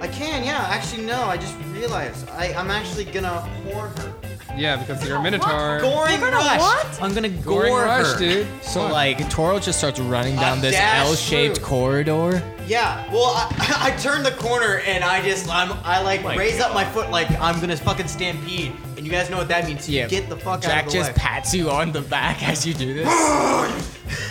B: I can, yeah. Actually, no. I just realized I, I'm actually gonna whore her.
A: Yeah, because you're a minotaur.
B: Goring rush. I'm gonna gore
A: Goring rush,
B: her.
A: dude.
C: So
A: Come on.
C: like Toro just starts running down
B: A
C: this
B: dash
C: L-shaped
B: through.
C: corridor.
B: Yeah. Well, I, I turn the corner and I just I'm I like raise up my foot like I'm gonna fucking stampede, and you guys know what that means.
C: Yeah.
B: Get the fuck
C: Jack
B: out of the
C: just
B: way.
C: pats you on the back as you do this.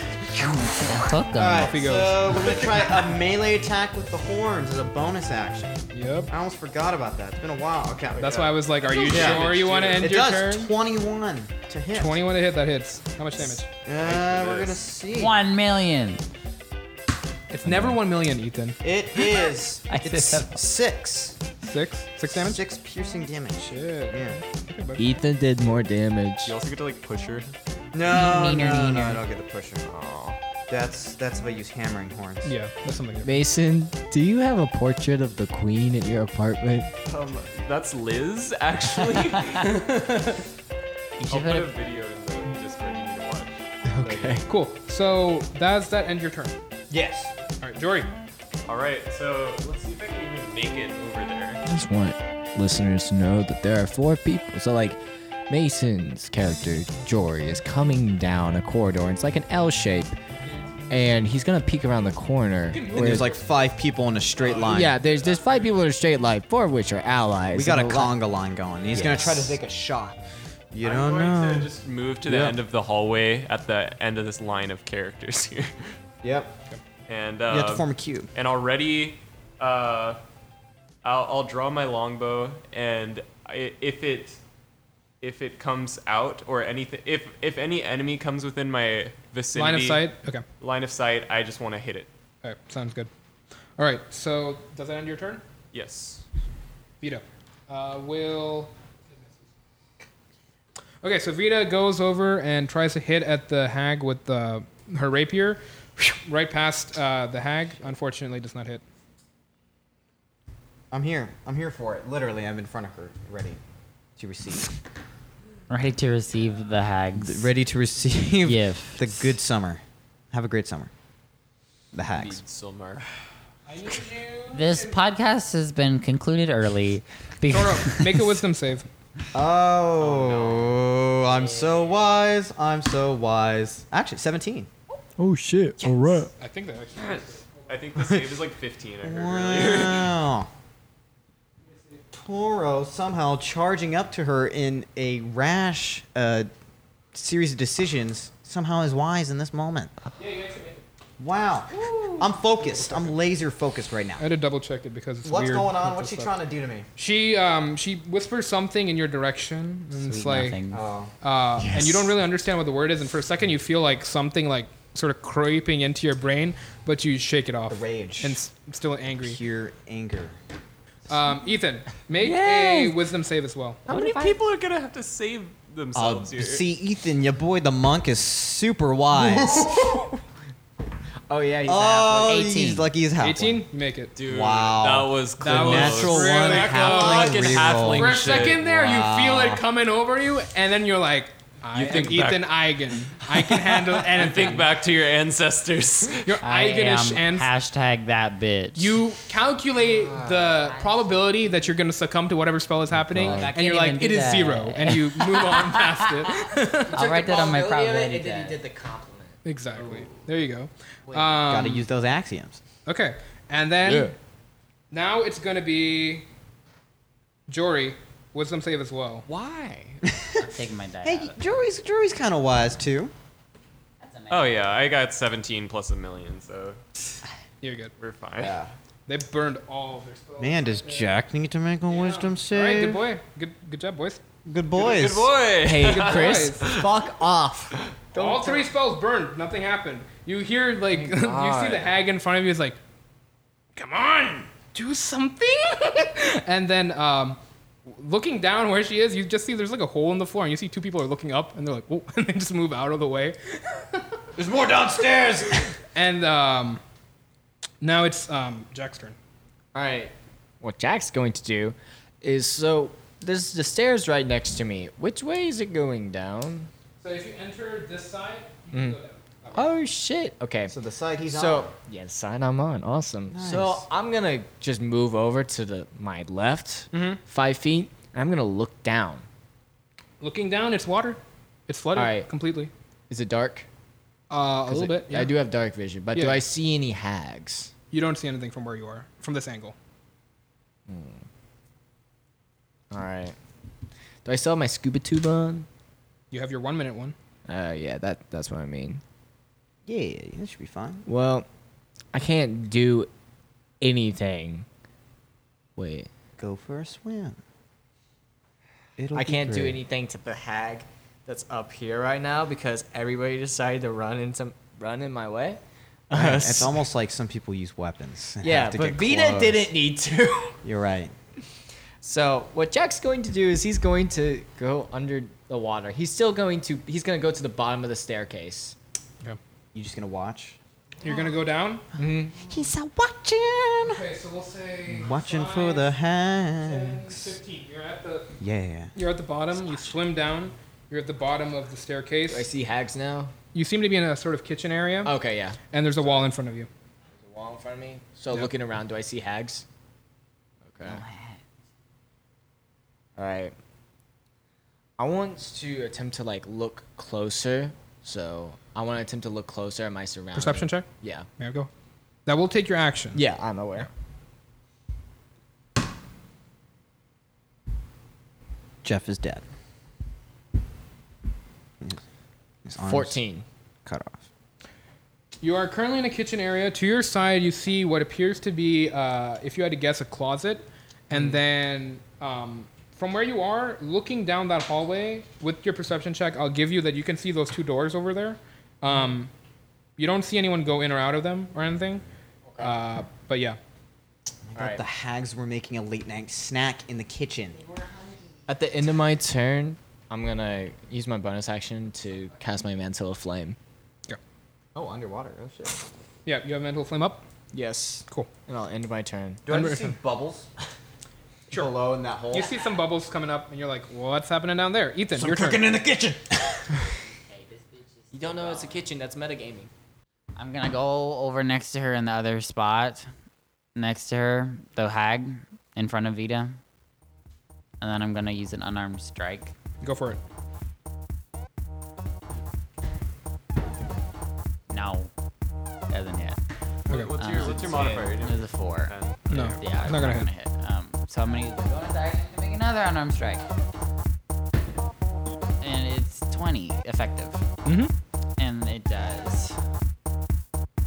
J: Hook 'em.
B: All
A: Off he
B: right,
A: goes.
B: so we're gonna try a melee attack with the horns as a bonus action.
A: Yep.
B: I almost forgot about that. It's been a while. Okay.
A: That's why I was like, are you
B: Yeah.
A: sure you want to end
B: it
A: your
B: does
A: turn?
B: 21 to hit.
A: 21 to hit, that hits. How much damage?
B: Uh, we're gonna see.
J: One million.
A: It's never 1 million, Ethan.
B: It is.
J: I said
B: it's six.
A: Six? Six damage?
B: Six piercing damage.
A: Shit.
B: Yeah.
C: Ethan did more damage.
E: You also get to like push her.
B: No,
J: Neener,
B: no, no,
J: neener.
B: I don't get the pusher. That's that's if I use hammering horns.
A: Yeah, that's something good.
C: Mason, do you have a portrait of the queen at your apartment?
E: Um, that's Liz, actually. I'll
J: You should
E: put
J: put
E: a
J: a,
E: video in the Discord you need to watch.
C: Okay.
A: Cool. So, does that end your turn?
B: Yes.
A: All right, Jory.
E: All right, so let's see if I can even make it over there.
C: I just want listeners to know that there are four people. So, like, Mason's character, Jory, is coming down a corridor. and It's like an L shape. And he's going to peek around the corner.
B: And there's like five people in a straight line.
C: yeah, there's there's five people in a straight line, four of which are allies.
B: We got a
C: and lot-
B: conga line going. He's gonna try to
C: Yes.
B: take a shot. You
E: I'm
B: don't
E: going
B: know.
E: to just move to the
B: Yeah.
E: end of the hallway at the end of this line of characters here,
B: Yep.
E: and uh,
B: You have to form a cube.
E: and already, uh, I'll, I'll draw my longbow and. I- I- if it if it comes out or anything if if any enemy comes within my vicinity
A: Line of sight? Okay.
E: line of sight I just want to hit it
A: All right, sounds good. All right, so does that end your turn?
E: yes
A: Vita. Uh, will. Okay, so Vita goes over and tries to hit at the hag with the, her rapier. Right past uh, the hag. Unfortunately, does not hit.
B: I'm here. I'm here for it. Literally, I'm in front of her, ready to receive.
J: Ready to receive the hags.
B: ready to receive
J: Gifts.
B: the good summer. Have a great summer. The hacks.
C: Silmar.
J: This podcast has been concluded early. Because
A: Toro, make a wisdom save.
B: Oh, I'm so wise. I'm so wise. Actually, 17.
K: Oh shit! All right.
A: I think that actually.
E: I think the save is like 15 I heard earlier
B: Wow. Toro somehow charging up to her in a rash uh, series of decisions somehow is wise in this moment. Wow. I'm focused. I'm laser focused right now.
A: I had to double check it because it's
B: What's
A: weird
B: going on?
A: with
B: What's she
A: this
B: trying
A: stuff.
B: to do to me?
A: She um she whispers something in your direction and it's like
J: nothing.
B: Oh.
A: uh and you don't really understand what the word is and for a second you feel like something like sort of creeping into your brain but you shake it off.
B: The rage.
A: And s- still angry.
B: Pure anger.
A: Um Ethan, make a wisdom save as well.
E: how many people are gonna have to save themselves here
B: Uh, see, Ethan, your boy the monk is super wise.
H: Oh yeah, he's
B: oh,
J: 18.
B: he's lucky he's half.
A: 18, you make it.
E: dude
B: Wow.
E: that was close.
A: That was
B: Natural one
A: really
B: halfling
A: close.
B: reroll.
E: halfling
A: For a
E: shit.
A: second there, you feel it coming over you, and then you're like, I
E: You
A: am
E: think back-
A: Ethan Eigen. I can handle
E: and
A: anything.
E: think back to your ancestors
A: You're
J: I
A: Eigenish
J: am
A: and
J: hashtag that bitch.
A: You calculate the probability that you're going to succumb to whatever spell is
E: Oh
A: happening,
J: I
A: and
J: can't
A: you're like,
J: even do
A: it is
J: that."
A: zero, and you move on past it.
J: I'll write that on my probability.
D: And then
J: tag.
D: he did the compliment.
A: Exactly. There you go. Um,
B: Gotta use those axioms.
A: okay, and then
K: Yeah.
A: now it's going to be Jory. Wisdom save as well.
C: Why?
J: I'll take my die.
B: Hey, Drury's, Drury's kind of wise too.
E: oh yeah I got 17 plus a million so
A: You're good.
E: we're fine
A: They burned all of their spells.
B: Man, does Jack need to make a wisdom
A: All right,
B: save?
A: good boy. Good, good job, boys.
B: Good boys.
E: good boy
A: Good Chris,
B: Fuck off.
A: all three spells burned. Nothing happened. You hear like you see the hag in front of you. It's like, come on, do something. and then um, looking down where she is, you just see there's like a hole in the floor, and you see two people are looking up, and they're like, whoa, and they just move out of the way.
F: There's more downstairs.
A: And um, now it's um, Jack's turn.
C: All right. What Jack's going to do is so there's the stairs right next to me. Which way is it going down?
A: So if you enter this side, you go down.
C: Oh shit. Okay.
B: So the side he's
C: So yeah, the side I'm on. Awesome. So I'm gonna just move over to the my left
A: Mm-hmm.
C: five feet. and I'm gonna look down.
A: Looking down, it's water. It's flooded
C: All right.
A: completely.
C: Is it dark?
A: Uh, a little bit. Yeah.
C: I do have dark vision, but do
A: Yeah.
C: I see any hags?
A: You don't see anything from where you are, from this angle.
C: All right. Do I still have my scuba tube on?
A: You have your one minute one.
C: Uh, yeah, that that's what I mean.
B: on. Yeah, that should be fine.
C: Well, I can't do anything. Wait.
B: Go for a swim. It'll
H: I
B: be
H: can't do
B: great.
H: anything to the hag that's up here right now because everybody decided to run into run in my way.
B: Right, It's almost like some people use weapons. and
H: yeah,
B: have to
H: but
B: get
H: Vita
B: close.
H: didn't need to.
B: You're right.
H: So what Jack's going to do is he's going to go under the water. He's still going to he's going to go to the bottom of the staircase.
B: You just gonna watch?
A: You're gonna go down.
B: He's a watching.
A: Okay, so we'll say
B: Watching
A: five,
B: for the
A: 10,
B: hags.
A: 15. You're at the
B: Yeah.
A: you're at the bottom. You swim down. You're at the bottom of the
C: Do I
A: staircase.
C: see hags now?
A: You seem to be in a sort of kitchen area,
C: Okay, yeah.
A: and there's a wall in front of you.
C: The wall in front of me. So looking around, do I see hags? Okay. All right. I want to attempt to like look closer. So I want to attempt to look closer at my surroundings.
A: Perception check.
C: Yeah.
A: There we go. That will take your action.
C: Yeah, I'm aware.
B: Jeff is dead. His- his arms
C: Fourteen.
B: Cut off.
A: You are currently in a kitchen area. To your side, you see
G: Mm.
A: what appears to be, uh, if you had to guess, a closet, and then um, from where you are, looking down that hallway with your perception check, I'll give you that you can see those two doors over there. Um, you don't see anyone go in or out of them or anything. Uh, but yeah.
L: I thought the hags were making a late night snack in the kitchen.
C: At the end of my turn, I'm gonna use my bonus action to cast my mantle of flame.
G: Oh, underwater. Oh shit.
A: Yeah, you have mental flame up?
C: Yes.
A: Cool.
C: And I'll end my turn.
G: Do I just see bubbles?
A: Sure.
G: Below in that hole.
A: You see some bubbles coming up, and you're like, "What's happening down there?" Ethan,
G: Some
A: your turn.
G: cooking in the kitchen. You don't know it's a kitchen. That's metagaming.
D: I'm gonna go over next to her in the other spot, next to her, the hag, in front of Vita, and then I'm gonna use an unarmed strike.
A: Go for it.
D: No, doesn't hit.
A: Okay.
E: What's
D: Um,
E: your- what's your modifier? You didn't-
D: It was a four.
A: No,
D: yeah,
A: it's not gonna
D: hit. Um, so I'm gonna use the bonus action to make another unarmed strike, and it's 20 effective,
A: Mm-hmm.
D: and it does.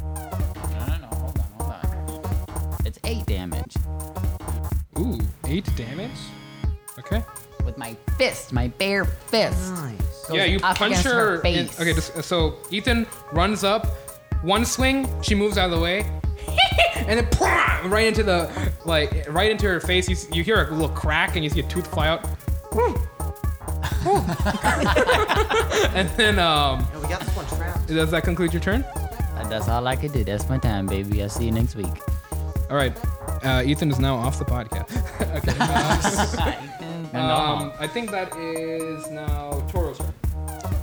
D: No, no, no. Hold on, hold on. It's eight damage.
A: Ooh, eight damage. Okay.
D: with my fist, my bare fist. Goes
A: yeah, you
D: up
A: punch
D: against
A: her. in-
D: face.
A: okay, just, so Ethan runs up, one swing, she moves out of the way, and then pwah, right into the like right into her face. You, s- you hear a little crack, and you see a tooth fly out. and then um,
B: we got this one trapped.
A: does that conclude your turn?
D: And that's all I could do. That's my time, baby. I'll see you next week.
A: All right. Uh, Ethan is now off the podcast. okay. um,
D: And off.
A: um, I think that is now Toro's turn.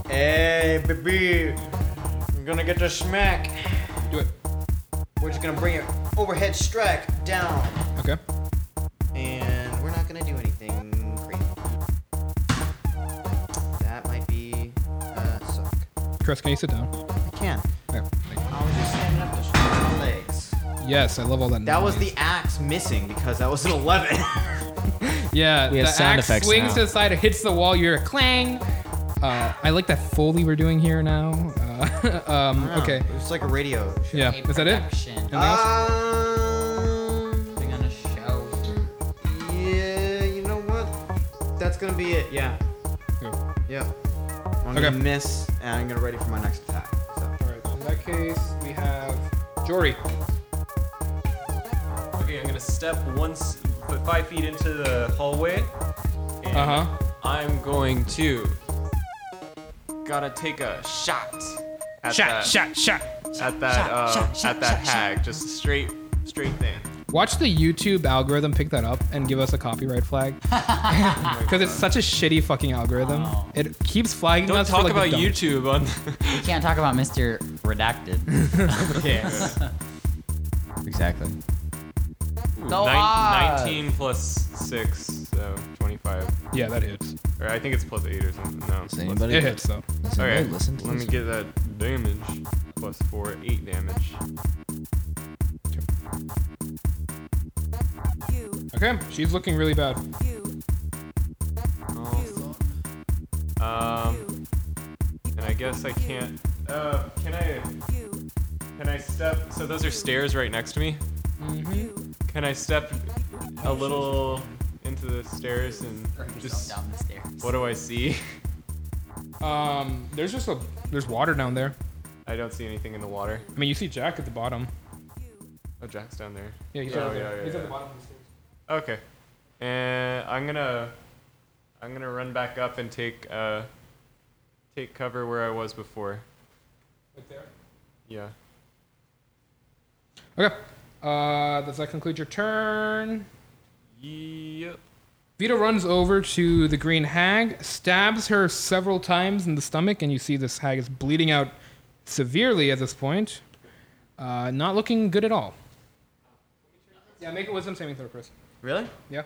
B: Hey, baby. I'm gonna get the smack.
A: Do it.
B: We're just gonna bring it overhead strike down.
A: Okay.
B: And we're not gonna do anything crazy. That might be uh suck.
A: Chris, can you sit down?
B: I can.
A: Okay, thank you.
B: I was just standing up to show my legs.
A: Yes, I love all that.
B: That was
A: noise.
B: the axe missing because that was an eleven.
A: Yeah,
C: We have
A: the
C: sound
A: axe
C: effects
A: swings
C: now.
A: to the side, it hits the wall, you hear a clang. Uh, I like that foley we're doing here now. Uh, um,
B: Yeah,
A: okay.
B: It's like a radio. show.
A: Yeah, is that it? Anything else?
B: Um,
D: They're gonna show.
B: yeah, you know what? That's gonna be it. Yeah.
A: Yeah.
B: Yep. I'm
A: Okay.
B: gonna miss, and I'm gonna ready for my next attack. So.
A: All right, so in that case, we have Jory.
E: Okay, I'm gonna step once, put five feet into the hallway, and
M: Uh-huh.
A: Uh huh.
E: I'm going to gotta take a shot at that,
M: shot, shot.
E: at that, uh, at that hag. Just a straight, straight thing.
A: Watch the YouTube algorithm pick that up and give us a copyright flag. Because it's such a shitty fucking algorithm. It keeps flagging
E: Don't
A: us. for,
E: talk
A: like, the
E: about
A: dumb-
E: YouTube on.
D: You can't talk about Mr. Redacted.
E: yes.
D: exactly. Go
E: Nine,
D: on.
E: 19 plus 6, so 25.
A: Yeah, that hits.
E: Or I think it's plus 8 or something. No. plus-
C: anybody-
A: It hits though.
E: Okay,
C: listen to
E: let me get that damage. Plus 4, 8 damage.
A: Okay, she's looking really bad.
E: Oh. Um, and I guess I can't. Uh, can I? Can I step? So those are stairs right next to me.
C: Mm-hmm.
E: Can I step a little into the stairs and just?
D: down the stairs.
E: What do I see?
A: Um, there's just a there's water down there.
E: I don't see anything in the water.
A: I mean, you see Jack at the bottom.
E: Oh, Jack's down there.
A: Yeah, he's,
E: Oh,
A: right
E: yeah,
A: there.
E: yeah,
A: he's at
E: yeah.
A: the bottom of the stairs.
E: Okay. And I'm gonna I'm gonna run back up and take uh take cover where I was before.
A: Right there.
E: Yeah.
A: Okay. Uh, does that conclude your turn?
E: Yep.
A: Vito runs over to the green hag, stabs her several times in the stomach, and you see this hag is bleeding out severely at this point. Uh, not looking good at all. Yeah, make a wisdom saving throw, Chris.
B: Really?
A: Yeah.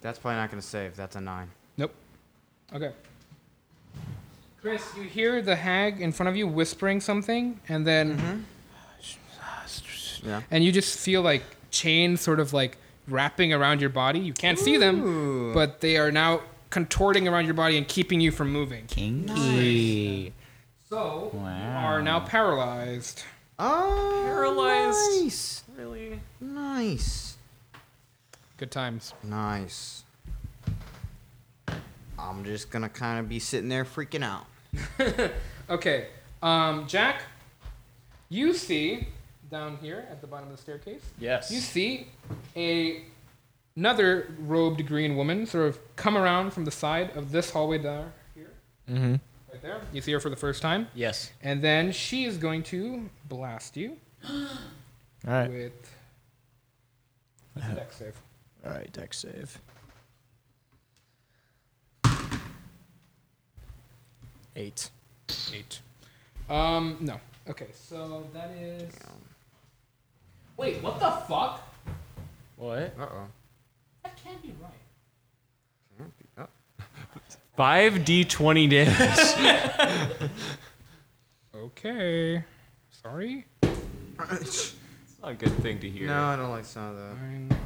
B: That's probably not gonna save. That's a nine.
A: Nope. Okay. Chris, you hear the hag in front of you whispering something, and then
B: Yeah.
A: and you just feel like chains sort of like wrapping around your body. You can't see them, but they are now contorting around your body and keeping you from moving.
D: Kinky.
A: So you
D: Wow.
A: are now paralyzed.
B: Oh.
E: Paralyzed.
B: Nice.
E: Really?
B: Nice.
A: Good times.
B: Nice. I'm just gonna kind of be sitting there freaking out.
A: Okay, um, Jack, you see down here at the bottom of the staircase.
N: Yes.
A: You see a another robed green woman sort of come around from the side of this hallway down here,
N: Mm-hmm.
A: right there. You see her for the first time.
N: Yes.
A: And then she is going to blast you.
N: All right.
A: With with a dex save.
N: All right, deck save. Eight.
A: Eight. Um, no. Okay, so that is. Wait, what the fuck?
N: What?
B: Uh oh.
A: That can't be right.
N: Five d twenty damage.
A: Okay. Sorry.
E: it's not a good thing to hear.
B: No, I don't like some of that.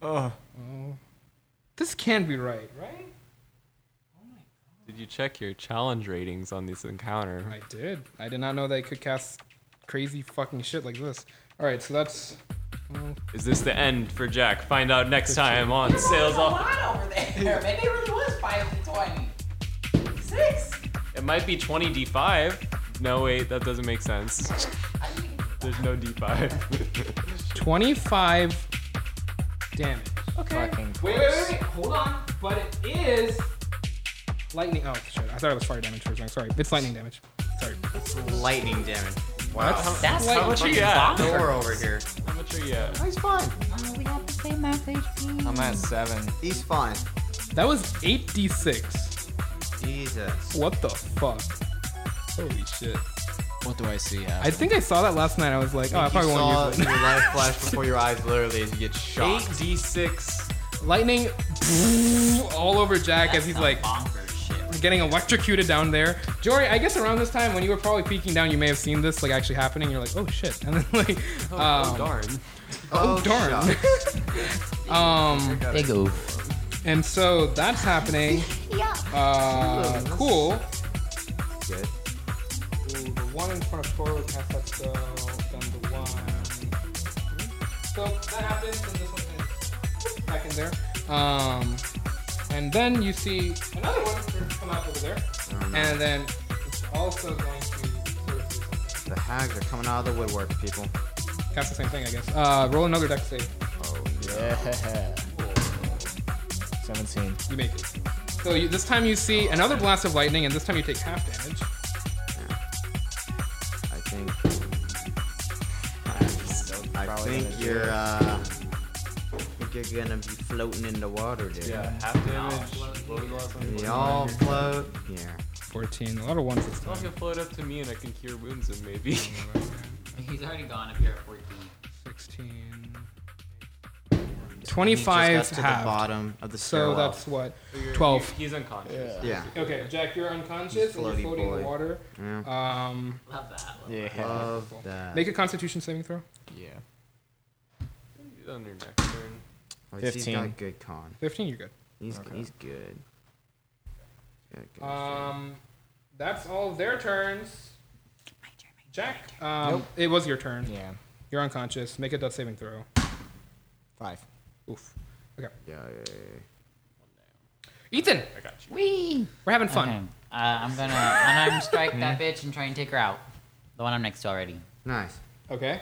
E: Oh.
A: This can be right, right?
E: Did you check your challenge ratings on this encounter?
A: I did. I did not know they could cast crazy fucking shit like this. All right, so that's. Well,
E: Is this the end for Jack? Find out next time on Sales
D: There's a
E: Off.
D: lot over there. Maybe it really was 5 to 20. 6?
E: It might be 20 d5. No, wait, that doesn't make sense. There's no d5.
A: 25 damage.
E: Okay.
A: Wait, wait, wait, wait. Hold on. But it is lightning. Oh shit! I thought it was fire damage for a second. Sorry, it's lightning damage. Sorry.
B: Lightning damage. Wow.
A: That's-
B: That's
A: Lightning
B: how much are you
A: fucking
B: at?
A: bomb.
B: Door over here.
E: How much are you at?
B: He's fine.
D: we have the same max HP.
B: seven. He's fine.
A: That was 8d6.
B: Jesus.
A: What the fuck? Holy shit.
C: What do I see?
A: I think I saw that last night. I was like, oh, I
B: Like,
A: probably
B: you
A: won't
B: saw
A: use it.
B: your life flash before your eyes, literally, as you get shot.
E: 8d6.
A: Lightning all over Jack as he's like getting electrocuted down there. Jory, I guess around this time when you were probably peeking down, you may have seen this like actually happening. You're like, oh shit, and then like,
E: Oh,
A: um,
E: oh, darn.
A: oh,
E: Oh,
A: darn. um,
J: They go.
A: And so that's happening.
D: Yeah.
A: Uh,
B: Ooh,
A: cool.
B: Good.
A: Ooh, the one in front of Toro cast that spell, then the one. So that happens, and this one is back in there. Um, and then you see another one come out over there, and then it's also going to
B: The hags are coming out of the woodwork, people.
A: cast the same thing, I guess. Uh, roll another deck save.
B: Oh,
N: Yeah. 17.
A: You make it. So you, this time you see another blast of lightning, and this time you take half damage.
B: I think. I think you're, uh. I think you're gonna be floating in the water, dude.
E: Yeah, half damage. What was the last one?
B: We all float. Yeah.
A: 14. A lot of ones this
E: Y'all
A: time.
E: can float up to me and I can cure wounds and maybe.
D: He's already gone if you're at 14.
A: 16.
B: And he just
A: 25
B: got to the
A: halved.
B: bottom of the
A: So
B: stairwell.
A: that's what? 12.
E: He's unconscious.
B: Yeah.
A: Okay, Jack, you're unconscious
B: He's
A: and you're
B: floaty
A: floating in the
B: boy.
A: water.
B: Yeah.
A: Um,
D: Love that.
B: Yeah. Love that.
A: Make a constitution saving throw.
N: Yeah.
E: He's on your next turn.
B: At least He's got
N: 15.
B: good con.
A: 15, you're good.
B: He's, he's good. Good, good.
A: Um, that's all of their turns. Jack, um, it was your turn.
N: Yeah.
A: You're unconscious. Make a death saving throw.
N: Five.
A: Oof. Okay.
B: yeah, yeah, yeah.
A: Ethan,
E: I got you.
J: Wee.
A: we're having fun.
J: Okay. Uh, I'm gonna unarmed strike that bitch and try and take her out. The one I'm next to already.
B: Nice.
A: Okay.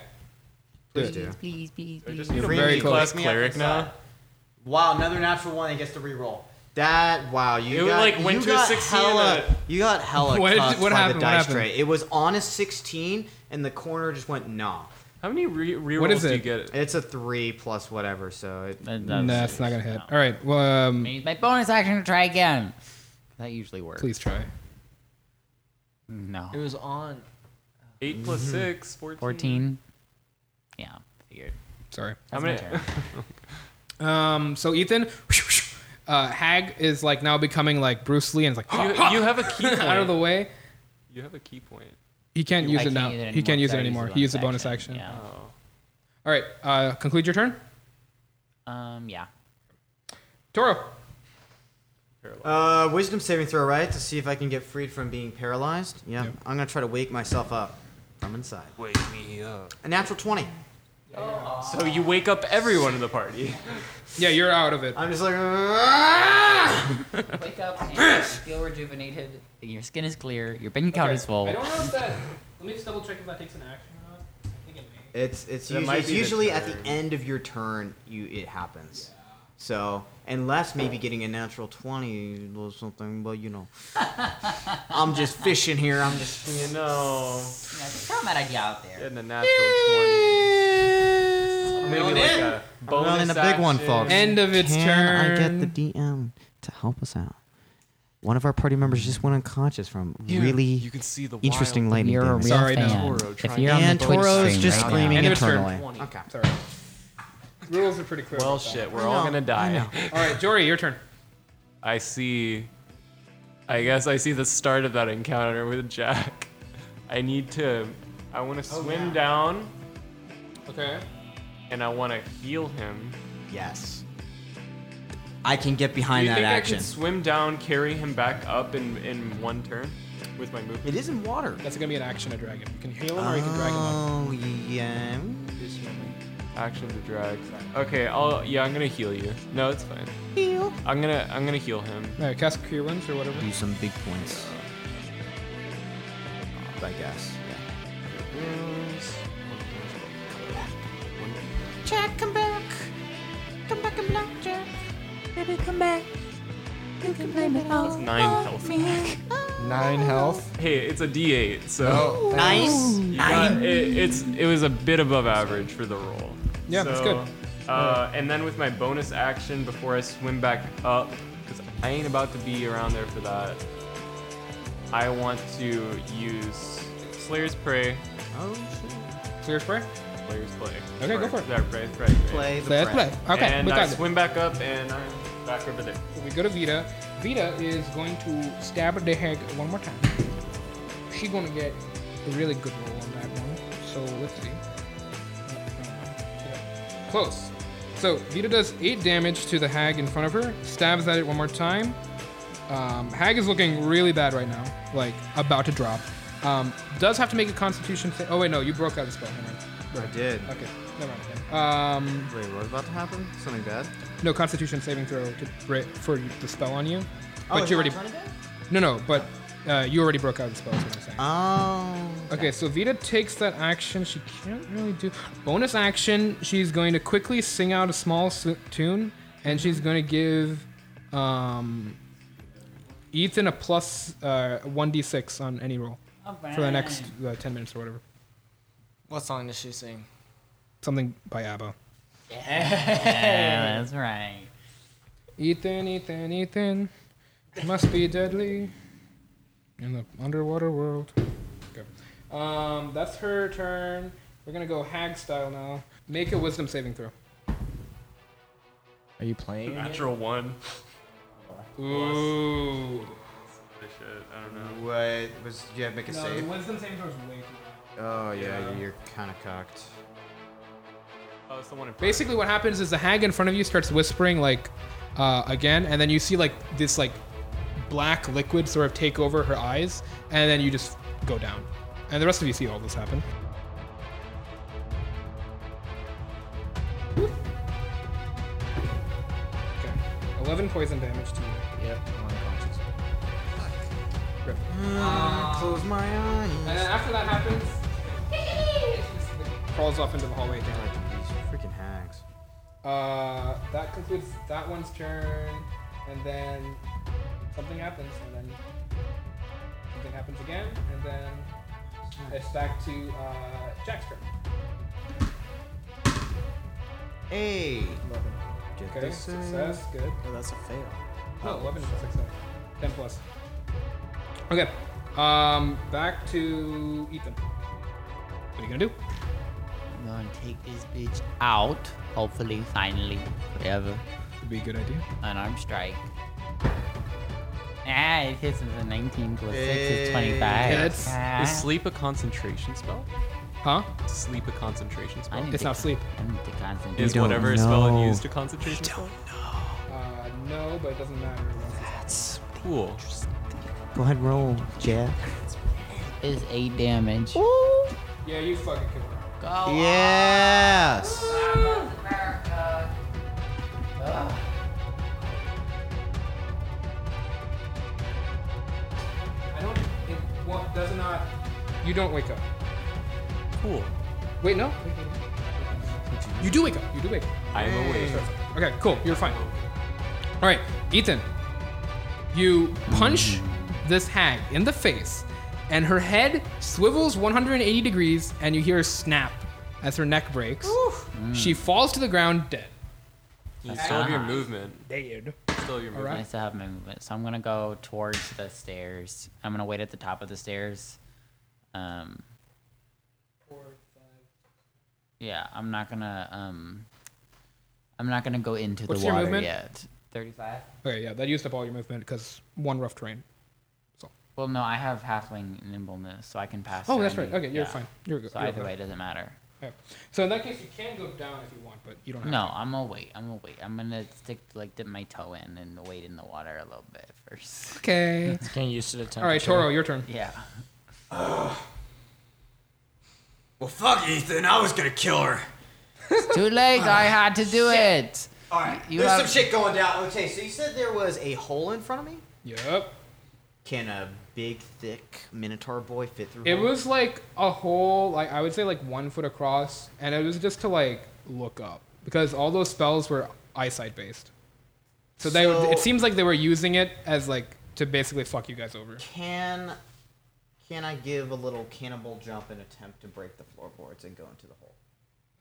B: Please do.
J: Please, please,
E: I
J: please.
E: just need a
B: Free
E: very
B: me,
E: class
B: pick me up
E: cleric now.
B: inside. Wow, another natural one. He gets to reroll. That wow, you
E: It was
B: got,
E: like went
B: you
E: to a
B: got
E: 16
B: hella,
E: and a-
B: you got hella
A: What did-
B: cuffed
A: what
B: by
A: happened? What
B: the dice
A: happened?
B: tray. It was on a sixteen, and the corner just went nah.
E: How many re- rerolls
A: What is
E: do you
A: it?
E: get?
B: It's a three plus whatever, so it,
J: That-
A: No,
J: that was-
A: that's not gonna hit. All right. Well, um,
J: I'm gonna use my bonus action to try again. That usually works.
A: please try.
J: No.
C: It was on.
E: 8 plus 6, 14.
J: 14. Yeah, figured.
A: Sorry.
E: How
J: That's
E: many?
J: my turn.
A: Um, so Ethan, uh, Hag is like now becoming like Bruce Lee and is like
E: you, you have a key point.
A: out of the way.
E: You have a key point.
A: He can't use
J: I
A: it now.
J: use
A: he can't
J: anymore,
A: use
J: so
A: it
J: I
A: anymore.
J: the
A: He used a bonus action.
J: Yeah.
E: Oh.
A: All right. Uh, conclude your turn.
J: Um, yeah.
A: Toro.
B: Uh, wisdom saving throw, right? To see if I can get freed from being paralyzed. Yeah, I'm gonna try to wake myself up from inside. Wake me up. A natural twenty.
E: So you wake up everyone in the party.
A: Yeah, you're out of it.
E: I'm just like.
D: Wake up and feel rejuvenated. Your skin is clear. Your bank account is full.
O: I don't know if that. Let me just double check if that takes an action or not. I think it may.
B: It's it's
O: That
B: usually,
O: might
B: it's
O: be the
B: usually at the
O: turn.
B: end of your turn you it happens. So unless maybe getting a natural twenty or something, but you know, I'm just fishing here. I'm just
E: you know.
D: Yeah, just throw that idea out there.
E: In the natural 20. Maybe
B: Rolling
E: like
B: in.
E: a
B: I'm
E: bonus
B: rolling in a big one,
E: action.
B: folks.
A: End of its
B: Can I
A: turn.
B: get the DM to help us out. One of our party members just went unconscious from
E: Yeah,
B: really
E: you can see the
B: interesting
E: wild-
B: lightning
E: You're a
B: damage.
E: real Sorry, no. fan. Toro If trying- you're on the
B: and
E: Twitch
B: Toro's
E: stream
B: just
E: right now.
B: screaming
E: End of its turn.
B: internally.
A: Okay. Sorry. Rules are pretty clear.
E: Well,
A: about that.
E: shit, we're all gonna die.
A: All right, Jory, your turn.
E: I see. I guess I see the start of that encounter with Jack. I need to. I want to swim down
A: Okay.
E: and I want to heal him.
B: Yes. I can get behind
E: Do
B: that
E: you think
B: action.
E: I can swim down, carry him back up in, in one turn with my movement?
B: It is in water.
A: That's gonna be an action to drag him. You can heal him or you can drag him up.
B: Oh yeah.
E: Action to drag. Okay, I'll yeah, I'm gonna heal you. No, it's fine.
A: Heal.
E: I'm gonna I'm gonna heal him.
A: All right, cast cure wounds or whatever.
B: Do some big points. I guess. Yeah.
O: Jack, come back. Come back and block, Jack. Baby, come back. You can blame it
B: Oh,
O: all.
E: Nine
O: on
E: health
O: me.
E: Nine health. Hey, it's a D8, so
O: Oh, Nice.
E: You got- it, it's it was a bit above average for the roll.
A: Yeah,
E: so,
A: that's good.
E: Uh, and then with my bonus action before I swim back up, because I ain't about to be around there for that. I want to use Slayer's Prey.
B: Oh shit.
A: Slayer's Prey.
E: Slayer's Play.
A: Okay, go for it.
E: That, right, right, right.
A: Play the Slayer's prey. Play. Okay,
E: and
A: we
E: I
A: got it.
E: swim back up and I'm back over there.
A: So we go to Vita. Vita is going to stab the hag one more time. She's gonna get a really good roll on that one. So let's see. Close. So Vita does eight damage to the hag in front of her. Stabs at it one more time. Um, hag is looking really bad right now, like about to drop. Um, does have to make a Constitution. Sa- oh wait, no, you broke out a spell. Never mind.
B: I did.
A: Okay, never mind. Um,
B: Wait, what's about to happen? Something bad?
A: No Constitution saving throw to, bri- for the spell on you.
B: Oh,
A: But
B: it's
A: you
B: not
A: already.
B: twenty then?
A: No, no, but uh, you already broke out the spell. Is what I'm saying.
B: Oh.
A: Okay, so Vita takes that action. She can't really do bonus action. She's going to quickly sing out a small su- tune, and she's going to give um, Ethan a plus uh, one d six on any roll for the next uh, ten minutes or whatever.
C: What song does she sing?
A: Something by ABBA.
D: Yeah, that's right.
A: Ethan, Ethan, Ethan, must be deadly in the underwater world. Okay. Um, that's her turn. We're gonna go hag style now. Make a wisdom saving throw.
N: Are you playing?
E: Natural one.
A: Ooh.
E: I don't know.
B: What was? Did you have to make a
A: No,
B: save?
A: the wisdom saving throw is way
B: Oh yeah,
E: Yeah.
B: you're kind of cocked.
E: Oh, it's the one in front.
A: Basically, what happens is the hag in front of you starts whispering like uh, again, and then you see like this like black liquid sort of take over her eyes, and then you just go down. And the rest of you see all this happen. Okay, eleven poison damage to you. Yep, I'm unconscious. Rip.
B: close my eyes.
A: And then after that happens, it just crawls off into the hallway again.
B: These freaking hags.
A: Uh, that concludes that one's turn, and then something happens, and then something happens again, and then it's back to uh, Jack's turn.
B: Hey. Get
A: Okay,
B: this in.
A: success, good.
H: Oh, that's a fail.
A: No, 11 is a success. 10 plus. Okay, um, back to Ethan. What are you gonna do?
J: I'm gonna take this bitch out. Hopefully, finally, whatever.
A: Would be a good idea.
J: An arm strike. Ah, it hits with a 19 plus 6 is 25.
E: Yes.
J: Ah.
E: Is sleep a concentration spell?
A: Huh?
E: Sleep a concentration spell?
J: need It's to not con- sleep. I need to concentrate.
E: Is
J: We don't
E: whatever spell
J: know.
E: it used a concentration spell?
A: Uh, no, but it doesn't matter. That's
E: Cool.
B: Go ahead, roll, Jack.
J: Is 8 damage.
A: Yeah, you fucking killed her.
B: Yes.
A: I don't. It what, does not. You don't wake up.
E: Cool.
A: Wait, no. You do wake up. You do wake up.
E: I am awake.
A: Okay, cool. You're fine. All right, Ethan. You punch this hag in the face, and her head swivels 180 degrees, and you hear a snap as her neck breaks. She falls to the ground dead.
E: You still have your movement.
A: Dead.
E: Still have your
A: All
E: movement.
A: right.
J: I still have my movement, so I'm gonna go towards the stairs. I'm gonna wait at the top of the stairs. Um, yeah, I'm not gonna. Um, I'm not gonna go into
A: What's
J: the
A: your
J: water
A: movement?
J: yet. Thirty-five.
A: Okay, yeah, that used up all your movement because one rough terrain.
J: Well, no, I have halfling nimbleness, so I can pass.
A: Oh,
J: through
A: that's right.
J: any-
A: Okay, you're
J: yeah.
A: fine. You're good.
J: So
A: You're
J: either
A: good.
J: way, it doesn't matter.
A: Okay. So in that case, you can go down if you want, but you don't have
J: No,
A: to.
J: I'm gonna wait. I'm gonna wait. I'm gonna stick like dip my toe in and wait in the water a little bit first.
A: Okay.
C: Getting used to the temperature.
A: All right, Toro, your turn.
J: Yeah.
F: Well, fuck Ethan. I was gonna kill her.
J: It's too late. I had to do it.
F: All right.
J: You
F: There's
J: have-
F: some shit going down. Okay, so you said there was a hole in front of me.
A: Yep.
B: Can a big, thick Minotaur boy fit through?
A: It
B: hole?
A: was like a hole, like I would say, like one foot across, and it was just to like look up because all those spells were eyesight based. So they,
B: So-
A: it seems like they were using it as like to basically fuck you guys over.
B: Can can I give a little cannibal jump and attempt to break the floorboards and go into the hole?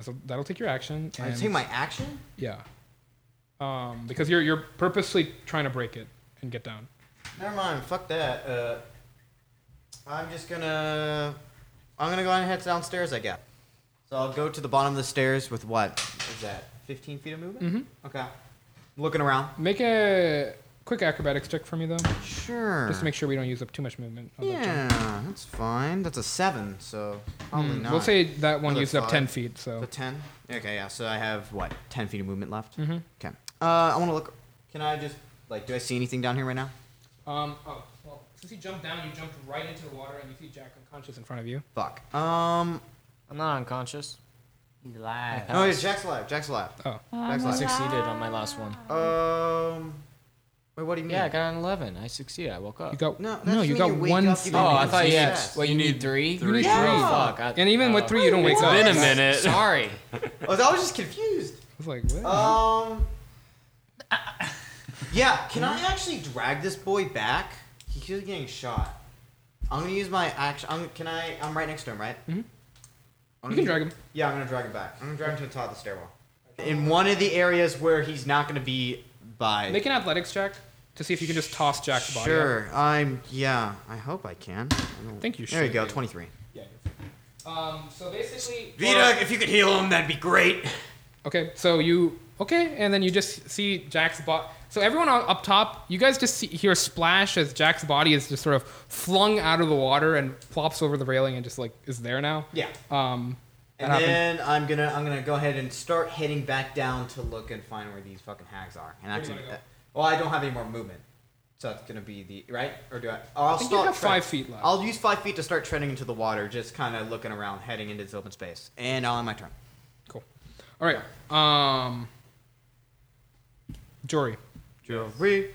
A: So that'll take your action.
B: I
A: and-
B: take my action.
A: Yeah. Um, because you're you're purposely trying to break it and get down.
B: Never mind. Fuck that. Uh, I'm just gonna I'm gonna go on and head downstairs. I guess. So I'll go to the bottom of the stairs with what is that? 15 feet of movement. Mm-hmm. Okay. Looking around.
A: Make a quick acrobatics check for me though.
B: Sure.
A: Just to make sure we don't use up too much movement. on that jump.
B: Yeah, that's fine. That's a seven, so probably
A: Mm,
B: not.
A: we'll say that one
B: Another
A: used up 10
B: five.
A: feet, so-
B: So ten. Okay, yeah. So I have what ten feet of movement left.
A: Mhm.
B: Okay. Uh, I want to look. Can I just like? Do I see anything down here right now?
A: Um. Oh. Well, since you jumped down, you jumped right into the water, and you see Jack unconscious in front of you.
B: Fuck. Um.
C: I'm not unconscious.
J: He's alive.
B: No, wait, Jack's alive. Jack's alive.
A: Oh.
B: Jack's
C: I
B: alive.
C: succeeded on my last one.
B: Um. Wait, what do you mean?
C: Yeah, I got an 11. I succeeded. I woke up.
A: You got
B: No, that's
A: no. You
B: when
A: got
B: you wake
A: one.
B: up, you
A: feet.
C: Oh,
B: You
C: I
B: need
C: thought
B: three.
C: you had.
B: Yes.
C: Well, you need three.
A: You need
B: Yeah.
A: three.
B: Oh,
C: Fuck. I,
A: And even with three, you don't wake
E: It's
A: up.
E: been a
A: I
E: minute.
C: Sorry.
B: I was, Oh, I was just confused.
A: was like, what?
B: Um. yeah, can I actually drag this boy back? He keeps getting shot. I'm gonna use my action. I'm, can I? I'm right next to him, right? Mm-hmm.
A: you can drag him.
B: Yeah, I'm gonna drag him back. I'm gonna drag him to the top of the stairwell. In one of the areas where he's not gonna be by.
A: Make an athletics check to see if you can just toss Jack's body. up.
B: sure, I'm. Yeah, I hope I can. I don't-
A: think you
B: There you
A: should
B: go,
A: be.
B: 23.
A: Yeah. you're fine. Um. So basically.
F: Vita, if you could heal him, that'd be great.
A: Okay. So you. Okay, and then you just see Jack's body. So everyone o- up top, you guys just see, hear a splash as Jack's body is just sort of flung out of the water and plops over the railing and just like is there now.
B: Yeah.
A: Um. that
B: And
A: happened.
B: then I'm gonna I'm gonna go ahead and start heading back down to look and find where these fucking hags are. And
A: Where
B: actually,
A: do you wanna
B: uh, well, I don't have any more movement, so it's gonna be the right or do I? Oh, I'll
A: think you
B: start
A: have
B: tre-
A: five feet left.
B: I'll use five feet to start treading into the water, just kind of looking around, heading into this open space, and I'll end my turn.
A: Cool. All right. Um. Jory.
B: Jory,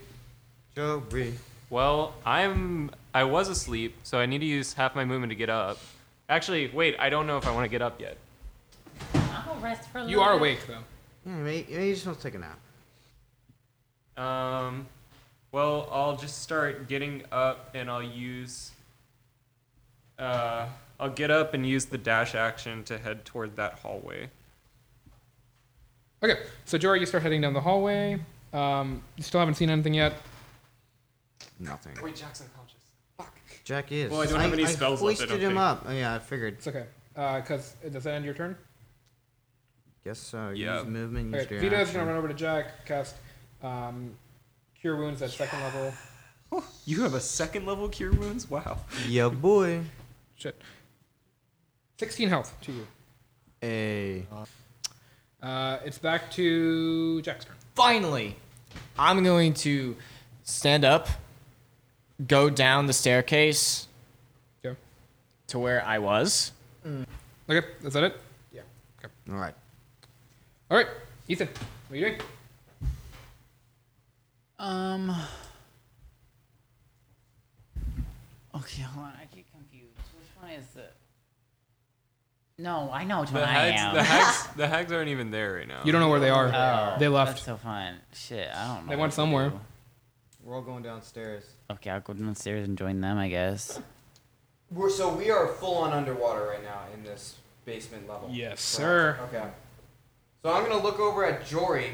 B: Jory.
E: Well, I'm I was asleep, so I need to use half my movement to get up. Actually, wait, I don't know if I want to get up yet.
O: I'm gonna rest for a
A: You are awake though.
B: Yeah, maybe, maybe you just want to take a nap.
E: Um, well, I'll just start getting up, and I'll use. Uh, I'll get up and use the dash action to head toward that hallway.
A: Okay. So Jory, you start heading down the hallway. Um, you still haven't seen anything yet.
B: Nothing.
E: Wait, Jack's unconscious.
B: Jack is.
E: Well, I don't have any spells
B: I
E: left, I
B: hoisted
E: don't
B: him
E: think.
B: up. Oh, yeah, I figured.
A: It's okay. Uh, cause does that end your turn?
B: Guess so.
E: Yeah.
B: Use movement.
A: All right.
B: Use your
A: Vito's
B: action.
A: gonna run over to Jack, cast um, Cure Wounds at second level.
E: You have a second level cure wounds? Wow.
B: Yeah, boy.
A: Shit. Sixteen health to you.
B: Hey.
A: Uh, it's back to Jack's turn.
C: Finally, I'm going to stand up, go down the staircase
A: Okay.
C: to where I was.
A: Okay. Is that it?
B: All right.
A: All right, Ethan, what are you doing?
D: Um. Okay, hold on. I get confused. Which one is the? No, I know which
E: The
D: one I am.
E: hags, the, hags, the hags aren't even there right now.
A: You don't know where they are. They left.
D: Oh, That's so fun. Shit, I don't know.
A: They
D: what
A: went
D: to
A: somewhere.
D: do.
B: We're all going downstairs.
J: Okay, I'll go downstairs and join them, I guess.
H: We're, so we are full on underwater right now in this basement level.
A: Yes,
H: Correct? Okay. So I'm gonna look over at Jory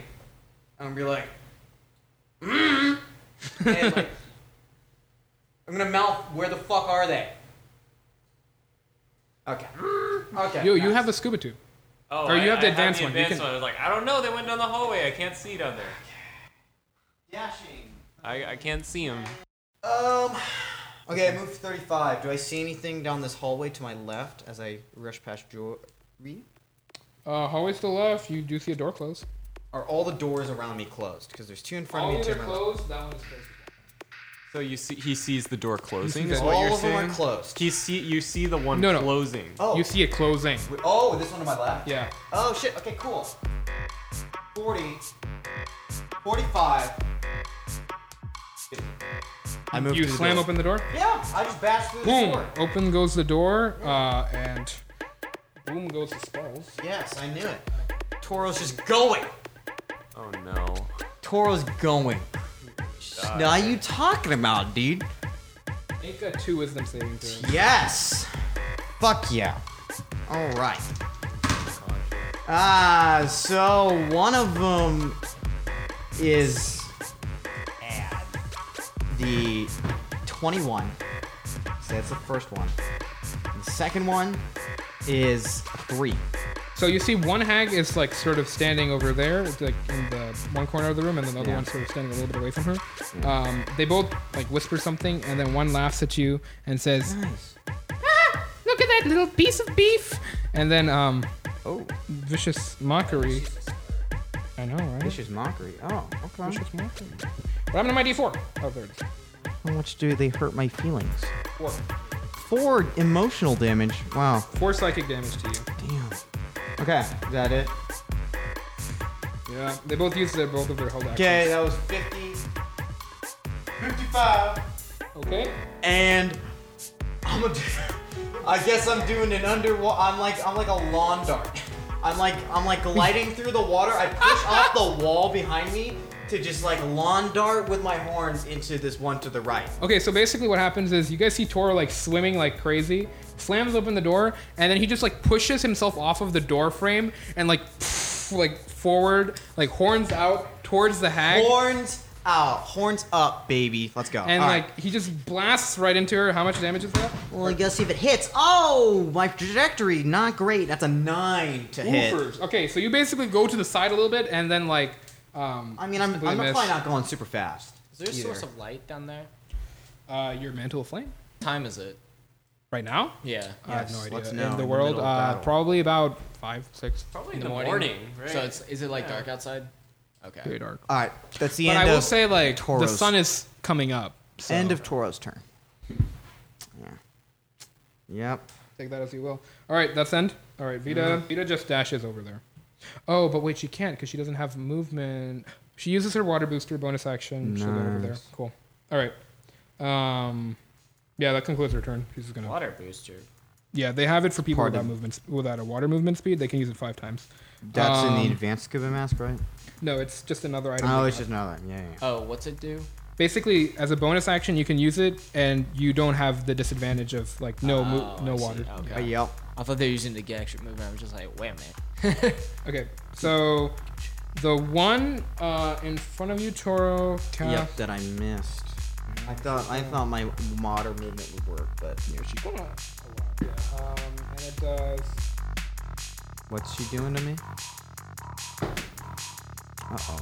H: and be like, mmm. and like, I'm gonna mouth, where the fuck are they? Okay. Okay.
A: Mm-hmm. Yo, you have the scuba tube.
E: Oh,
A: or you
E: I-
A: have the
E: I
A: advanced
E: the
A: one.
E: Advanced
A: you can,
E: one. I was like, I don't know. They went down the hallway. I can't see down there.
B: Dashing.
E: I, I can't see them.
B: Um. Okay, I moved 35. Do I see anything down this hallway to my left as I rush past Jory?
A: Uh, hallway's to the left. You do see a door close.
B: Are all the doors around me closed? Because there's two in front of me. and two in front of me.
A: That one is closed.
E: So you see, he sees the door closing.
B: the
E: is
B: door.
E: what
B: All
E: you're
B: of them are
E: saying?
B: closed.
E: He see, you see the one
A: No, no.
E: closing.
B: Oh.
A: You see it closing.
B: Oh, this one to my left?
A: Yeah.
B: Oh shit, okay, cool. 40, 45.
A: I moved you slam open the door.
B: Yeah, I just bashed through the
A: Boom!
B: door.
A: Open goes the door, uh, and boom goes the spells.
B: Yes, I knew it. Toro's just going.
E: Oh no.
B: Toro's going. Now you talking about, dude?
A: Inka two wisdom saving throw.
B: Yes. Fuck yeah. All right. Ah, so one of them is the 21. So that's the first one. And the second one is a three.
A: So you see one hag is like sort of standing over there, it's, like in the one corner of the room, and the other
B: Yeah.
A: one's sort of standing a little bit away from her. Um, they both like whisper something, and then one laughs at you and says,
O: Ah, look at that little piece of beef.
A: and then um, oh, vicious mockery. I know, right?
B: Vicious mockery. Oh, okay.
A: Vicious mockery. What happened to my D4? Oh, there it is.
B: How much do they hurt my feelings?
A: Four.
B: Four emotional damage. Wow.
A: Four psychic damage to you.
B: Damn. Okay, is that it?
A: Yeah, they both used their both of their hold actions.
B: Okay, that was 50, 55.
A: Okay.
B: And I'm a, I guess I'm doing an underwater. I'm like I'm like a lawn dart. I'm like I'm like gliding through the water. I push off the wall behind me to just like lawn dart with my horns into this one to the right.
A: Okay, so basically what happens is you guys see Toro like swimming like crazy, slams open the door, and then he just like pushes himself off of the door frame and like like forward, like horns out towards the hag.
B: Horns out, horns up, baby. Let's go.
A: And
B: All right.
A: like he just blasts right into her. How much damage is that?
B: Well, I guess if it hits. Oh, my trajectory not great. That's a nine to hit.
A: Woofers. Okay, so you basically go to the side a little bit and then like um
B: I mean, I'm, I'm
A: completely miss.
B: probably not going super fast.
C: Is there a
B: either.
C: source of light down there?
A: uh your mantle of flame
C: Time is it?
A: right now?
C: Yeah.
A: I have no
C: Yes,
A: idea.
C: let's
A: In
C: know.
A: the,
C: In the
A: world,
C: middle of
A: uh,
C: battle.
A: probably about five, six.
E: Probably
C: In the morning. So it's is it like dark outside? Okay.
A: Very dark.
B: All right, that's the
A: but
B: end.
A: I will
B: of
A: say like
B: Toro's.
A: the sun is coming up. So.
B: End of Toro's turn. Yeah. Yep.
A: Take that as you will. All right, that's end. All right, Vita.
C: Mm-hmm.
A: Vita just dashes over there. Oh, but wait, she can't because she doesn't have movement. She uses her water booster bonus action. She'll go over there.
C: Nice.
A: Cool. All right. Um, yeah, that concludes her turn. She's just gonna.
C: Water booster.
A: Yeah, they have it for people
B: Pardon.
A: without movement without a water movement speed. They can use it five times.
B: That's in
A: Um,
B: the advanced scuba mask, right?
A: No, it's just another item.
B: Oh,
A: they
B: it's
A: have.
B: just another. Yeah, yeah.
C: Oh, what's it do?
A: Basically, as a bonus action, you can use it, and you don't have the disadvantage of like no mo-
C: Oh,
A: no
C: I see.
A: water.
C: Okay.
B: Uh, yep.
C: I thought they were Oh, using it to get extra movement. I was just like, wait a minute.
A: Okay, so the one uh, in front of you, Toro, cast.
B: Yep, that I missed. I thought I thought my modern movement would work, but
A: Yeah, she's going on a lot. Yeah. Um, and it does.
B: what's she doing to me? Uh oh.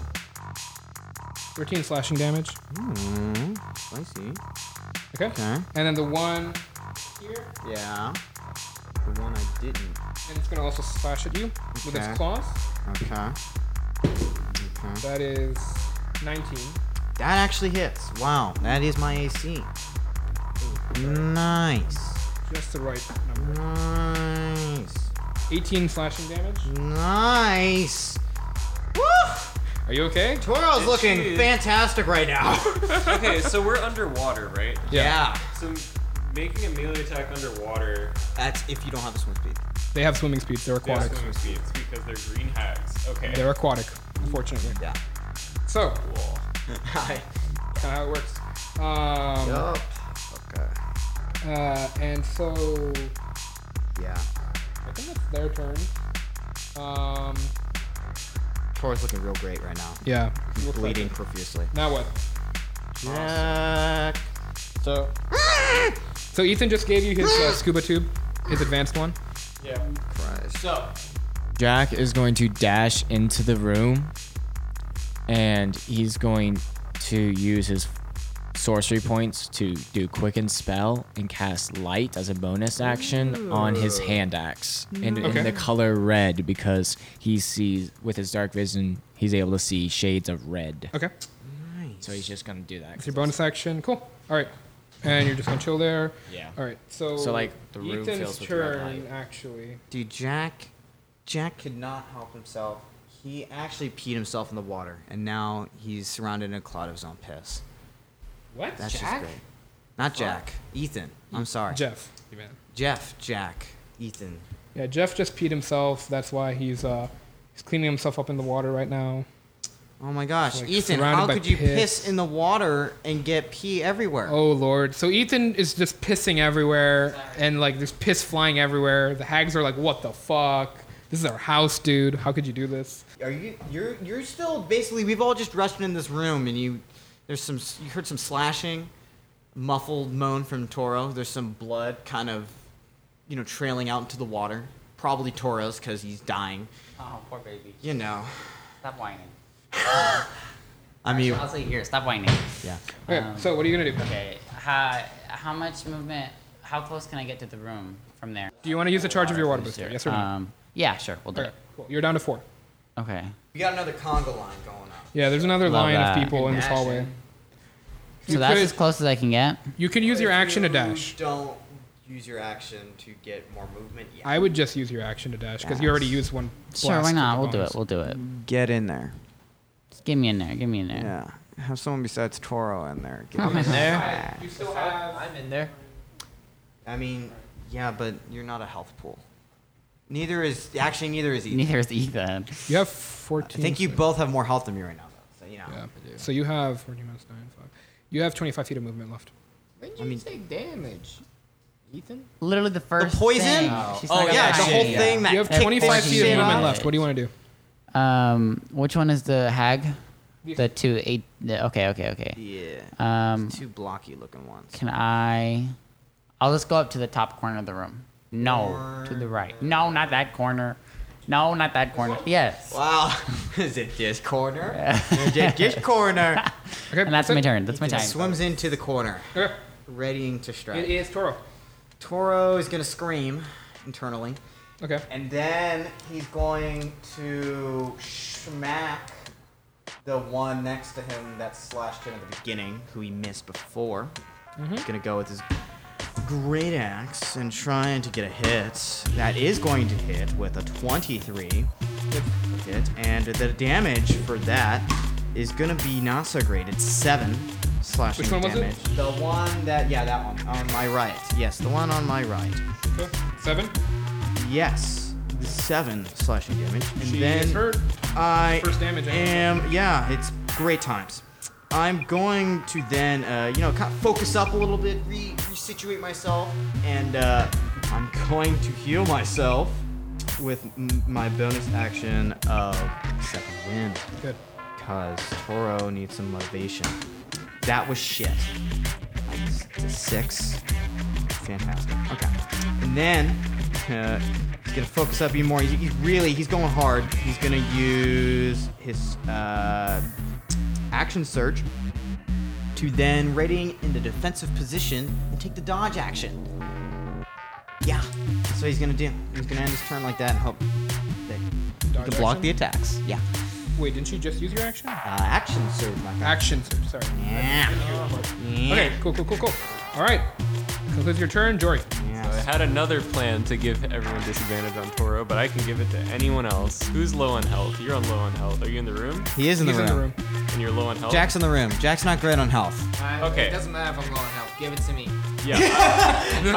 A: 13 slashing damage.
B: Hmm. Spicy.
A: Okay.
B: Okay.
A: And then the one here,
B: Yeah. The one I didn't.
A: and it's going to also slash at you with its
B: Okay.
A: claws.
B: Okay. Okay.
A: That is 19.
B: That actually hits. Wow. That is my AC. Nice.
A: Just the right number.
B: Nice.
A: 18 slashing damage.
B: Nice. Woo!
A: Are you okay?
B: Toro's looking fantastic right now.
E: okay, so we're underwater, right?
B: Yeah.
E: So making a melee attack underwater.
B: That's if you don't have a swim speed.
A: They have swimming speed. They're
E: They have
A: aquatic.
E: swimming Mm-hmm. speeds because they're green hags. Okay.
A: They're aquatic, unfortunately.
B: Yeah.
A: So.
B: Hi.
A: how it works. Um,
B: Yup.
A: Okay. Uh, and so.
B: Yeah.
A: I think it's their turn. Um,
B: Toro's looking real great right now.
A: Yeah.
B: He's
A: Looks like
B: bleeding profusely.
A: now what?
B: Jack.
A: So. So Ethan just gave you his uh, scuba tube, his advanced one.
E: Yeah.
H: So,
C: Jack is going to dash into the room and he's going to use his sorcery points to do quicken spell and cast light as a bonus action on his hand axe in, in
A: Okay.
C: the color red because he sees with his dark vision he's able to see shades of red.
A: Okay.
C: So he's just gonna do that.
A: It's your bonus action. Cool. All right. And you're just gonna chill there.
C: Yeah.
A: All right. So.
C: So, like, the room
A: Ethan's
C: fills with red
A: turn actually.
B: Dude, Jack, Jack could not help himself. He actually peed himself in the water, and now he's surrounded in a cloud of his own piss.
A: What?
B: That's just great. Not Jack. Ethan. I'm sorry.
A: Jeff. You meant.
B: Jeff. Jack. Ethan.
A: Yeah, Jeff just peed himself. That's why he's uh he's cleaning himself up in the water right now.
B: Oh my gosh,
A: Like,
B: Ethan,
A: surrounded
B: how
A: by
B: could you
A: piss.
B: piss. in the water and get pee everywhere?
A: Oh lord. So Ethan is just pissing everywhere and like there's piss flying everywhere. The hags are like, "What the fuck? This is our house, dude. How could you do this?"
B: Are you you're you're still basically we've all just rushed in this room and you there's some you heard some slashing, muffled moan from Toro. There's some blood kind of you know trailing out into the water. Probably Toro's cuz he's dying.
D: Oh, poor baby.
B: You know.
D: Stop whining.
B: I mean
D: I'll say here, stop whining.
B: Yeah.
A: Okay,
D: Um,
A: so what are you gonna do?
D: Okay, how, how much movement, how close can I get to the room from there?
A: Do you want to use the charge of your water booster? Yes or no?
D: Um, yeah, sure, we'll do
A: Okay, cool. You're down to 4.
D: it. Okay.
F: We got another conga line going on.
A: Yeah, there's another
D: Love
A: line
D: that.
A: of people in this
F: Dashing.
A: hallway.
D: So
A: You
D: that's
A: could-
D: as close as I can get.
A: You can use your
F: If
A: action to
F: you
A: dash.
F: Don't use your action to get more movement. Yeah.
A: I would just use your action to dash because you already used one.
D: Sure, why
A: blast
D: not?
A: for
D: We'll do
A: bonus.
D: it. We'll do it.
B: Get in there.
D: Just give me in there. Give me in there.
B: Yeah. Have someone besides Toro in there.
D: Get I'm in in there. there.
B: You
A: still have.
B: I'm in there. I mean, yeah, but you're not a health pool. Neither is actually neither is Ethan.
D: Neither is E Ethan.
A: You have
B: I
A: 14.
B: think you both have more health than me right now, though. So you know.
A: Yeah. So you have 14 minus 9, 5. You have 25 feet of movement left.
C: When did
B: I mean-
C: take damage, Ethan?
D: Literally the first.
B: poison?
D: Thing.
B: Oh.
D: She's
B: Oh,
D: not gonna
B: yeah,
D: die
B: the whole
D: yet.
B: thing that
A: You have
D: That's
A: 25 feet of
D: 14
A: movement
D: damage.
A: left. What do you want to do?
D: Um, which one is the hag? The two eight. The, okay, okay, okay.
B: Yeah.
D: Um,
B: two blocky looking ones.
D: Can I? I'll just go up to the top corner of the room. No, to the right. No, not that corner. No, not that corner. Yes.
B: Wow. is it this corner? is it this corner?
D: and that's my turn. That's my
B: Ethan
D: time.
B: Swims into the corner,
A: Okay.
B: readying to strike.
A: It is Toro.
B: Toro is gonna scream internally,
A: Okay.
B: and then he's going to smack the one next to him that slashed him at the beginning, who he missed before.
A: Mm-hmm.
B: He's gonna go with his great axe and trying to get a hit. That is going to hit with a 23 hit, and the damage for that is gonna be not so great. It's seven slashing
A: Which one was it?
B: damage. The one that yeah, that one on my right. Yes, the one on my right.
A: Okay. Seven.
B: Yes, the seven slashing damage, and
A: She
B: then
A: is hurt.
B: I
A: First damage, I
B: am yeah, it's great times. I'm going to then uh, you know kind of focus up a little bit, re- resituate myself, and uh, I'm going to heal myself with m- my bonus action of second wind.
A: Good.
B: Cause Toro needs some motivation. That was shit. Like s- six. Fantastic. Okay. And then uh, he's gonna focus up even more. He's, he's really he's going hard. He's gonna use his uh, action search to then readying in the defensive position and take the dodge action. Yeah. That's what he's gonna do. He's gonna end his turn like that and hope that he
A: Dodge
B: can block
A: action?
B: the attacks. Yeah.
A: Wait, didn't you just use your action?
B: Uh, action surge, my guy.
A: Action surge, sorry.
B: Yeah.
A: Okay, cool, cool, cool, cool. All right. Concludes your turn, Jory.
B: Yes.
E: had another plan to give everyone disadvantage on Toro, but I can give it to anyone else. Who's low on health? You're on low on health. Are you in the room?
B: He is in the
E: He's
B: room.
E: And you're low on health.
B: Jack's in the room. Jack's not great on health.
P: I-
E: Okay.
P: It doesn't matter if I'm going help. Give it to me.
E: Yeah.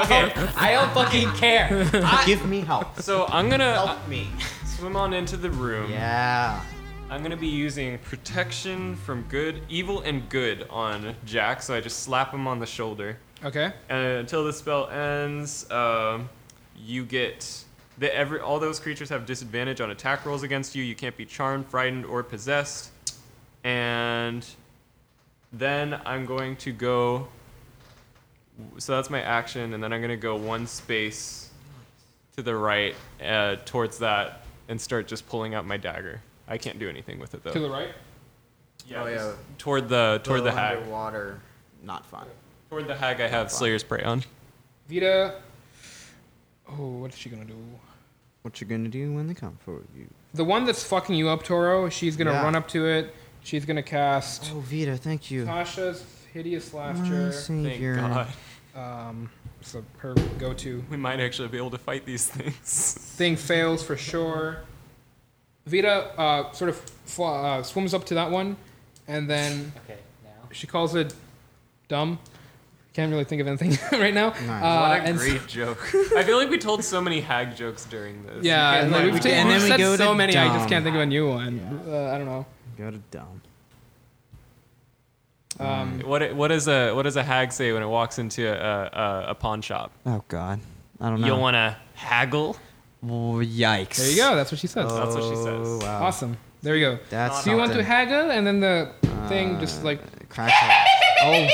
P: okay. I don't fucking care. I,
B: Give me help.
E: So I'm gonna help me swim on into the room. Yeah. I'm gonna be using protection from good, evil, and good on Jack. So I just slap him on the shoulder.
A: Okay.
E: And until the spell ends, um, you get the every all those creatures have disadvantage on attack rolls against you. You can't be charmed, frightened, or possessed. And then I'm going to go. So that's my action, and then I'm gonna go one space to the right uh, towards that and start just pulling out my dagger. I can't do anything with it though.
A: To the right?
E: Yeah. just Toward the toward the, hag.
F: Underwater, not fun.
E: Toward the hag, I have Slayer's prey on.
A: Vita. Oh, what is she gonna do?
B: What you gonna do when they come for you?
A: The one that's fucking you up, Toro. She's gonna
B: Yeah.
A: run up to it. She's gonna cast.
B: Oh, Vita, thank you.
A: Tasha's hideous
B: My
A: laughter.
B: savior. God.
A: Um, so her go-to.
E: We might actually be able to fight these things.
A: Thing fails for sure. Vita uh, sort of fl- uh, swims up to that one, and then she calls it dumb. Can't really think of anything right now. Uh,
E: what a
A: and
E: great joke. I feel like we told so many hag jokes during this.
A: Yeah, and, like, we've ta-
B: and
A: we've
B: then we
A: said
B: go
A: so
B: to
A: many. I just
B: dumb.
A: can't think of a new one. Uh, I don't know.
B: Go to dumb.
A: Um,
E: what what does a what does a hag say when it walks into a a, a pawn shop?
B: Oh God, I don't know.
E: You wanna haggle?
B: Oh, yikes.
A: There you go. That's what she says.
E: That's what she says.
B: Oh, wow.
A: Awesome. There you go.
B: That's
A: so you want to
B: something. Uh,
A: haggle, and then the thing just like
B: cracks. oh,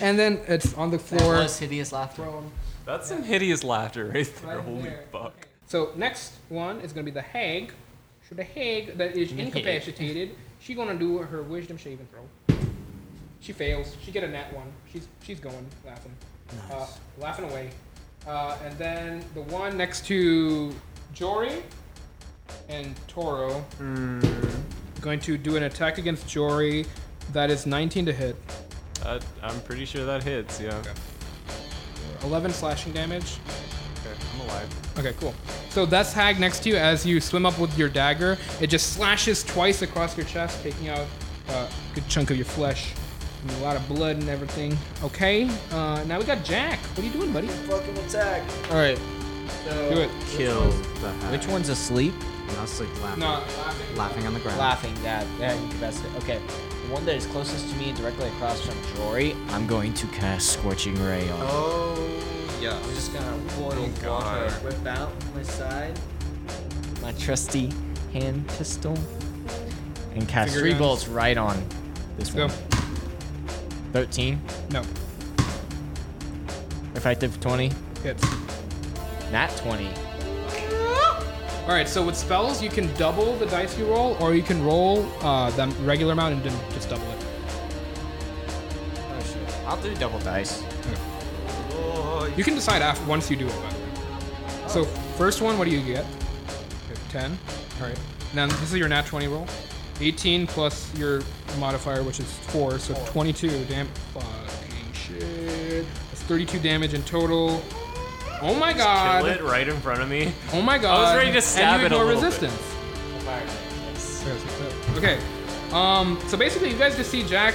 A: and then it's on the
D: That
A: floor.
D: was hideous laughter.
E: That's some hideous laughter right there. Holy fuck.
A: So next one is gonna be the hag. So the hag that is incapacitated, she gonna do her wisdom saving throw. She fails. She get a nat one. She's she's going laughing, uh, laughing away. Uh, and then the one next to Jory and Toro Hmm. going to do an attack against Jory. That is 19 to hit.
E: That, I'm pretty sure that hits. Yeah.
A: 11 slashing damage.
E: Okay, I'm alive.
A: Okay, cool. So that's hag next to you as you swim up with your dagger. It just slashes twice across your chest, taking out uh, a good chunk of your flesh. And a lot of blood and everything. Okay, uh, now we got Jack. What are you doing, buddy?
F: Fucking attack.
P: All right.
A: Do it.
B: Kill the hag.
P: Which one's asleep?
B: No, asleep laughing.
A: No, laughing.
B: Laughing on the ground.
P: Laughing. That. That. That's it. Okay. The one that is closest to me and directly across from Jory.
C: I'm going to cast Scorching Ray on.
F: Oh, yeah. I'm just gonna boil water,
C: God.
F: whip out my side.
C: My trusty hand pistol. And cast
A: Finger
C: three
A: guns.
C: bolts right on this
A: Go.
C: one. 13.
A: No,
C: Effective 20.
A: hits.
C: Nat 20.
A: All right, so with spells, you can double the dice you roll, or you can roll uh, the regular amount and then just double it.
C: Oh, shit. I'll do double dice.
A: You can decide after once you do it. By the way. So first one, what do you get? Okay, Ten. All right. Now this is your nat twenty roll. Eighteen plus your modifier, which is four, so twenty-two. Damn. Fucking shit. That's thirty-two damage in total. Oh my god.
E: Kill it right in front of me.
A: Oh my god.
E: I was ready to
A: and
E: stab
A: you
E: it a
A: ignore
E: little bit.
A: resistance. Okay. Um. So basically, you guys just see Jack.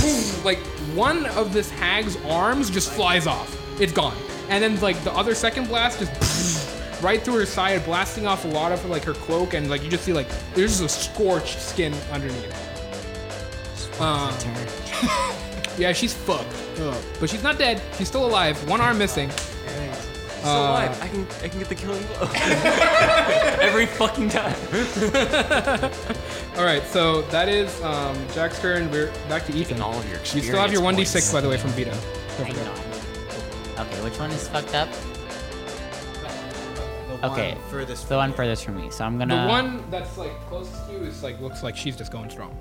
A: Boom, Like one of this hag's arms just flies off. It's gone. And then like the other second blast just right through her side, blasting off a lot of like her cloak, and like you just see like there's just a scorched skin underneath. Um, yeah, she's fucked. Ugh. But she's not dead. She's still alive. One arm missing.
E: Still
A: Uh,
E: alive. I can I can get the killing blow every fucking time.
A: All right, so that is um, Jack's turn. We're back to Ethan.
C: All of your
A: you still have your
C: experience
A: 1d6,
C: points.
A: by the way, from Vita. Don't
J: I
A: forget.
J: know. Okay, which one is fucked up? Okay,
F: one furthest
J: the one
F: from you.
J: furthest from me. So I'm
A: The
J: gonna.
A: one that's like closest to you is like looks like she's just going strong,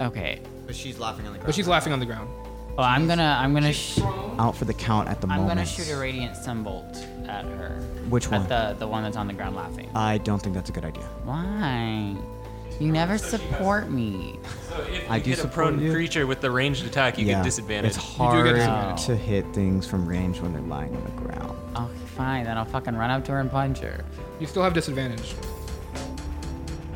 J: Okay.
F: But she's laughing on the ground.
A: but she's laughing on the ground.
J: Well, I'm gonna. I'm gonna. Sh-
B: Out for the count at the
J: I'm
B: moment.
J: gonna shoot a radiant sunbolt at her.
B: Which one? Uh.
J: At the the one that's on the ground laughing.
B: I don't think that's a good idea.
J: Why? You never support me.
E: So if
B: I
E: you
B: do
E: hit a
B: support
E: prone
B: you.
E: creature with the ranged attack, you
B: yeah.
E: get disadvantage.
B: It's hard to hit things from range when they're lying on the ground.
J: Okay, Oh, fine. Then I'll fucking run up to her and punch her.
A: You still have disadvantage.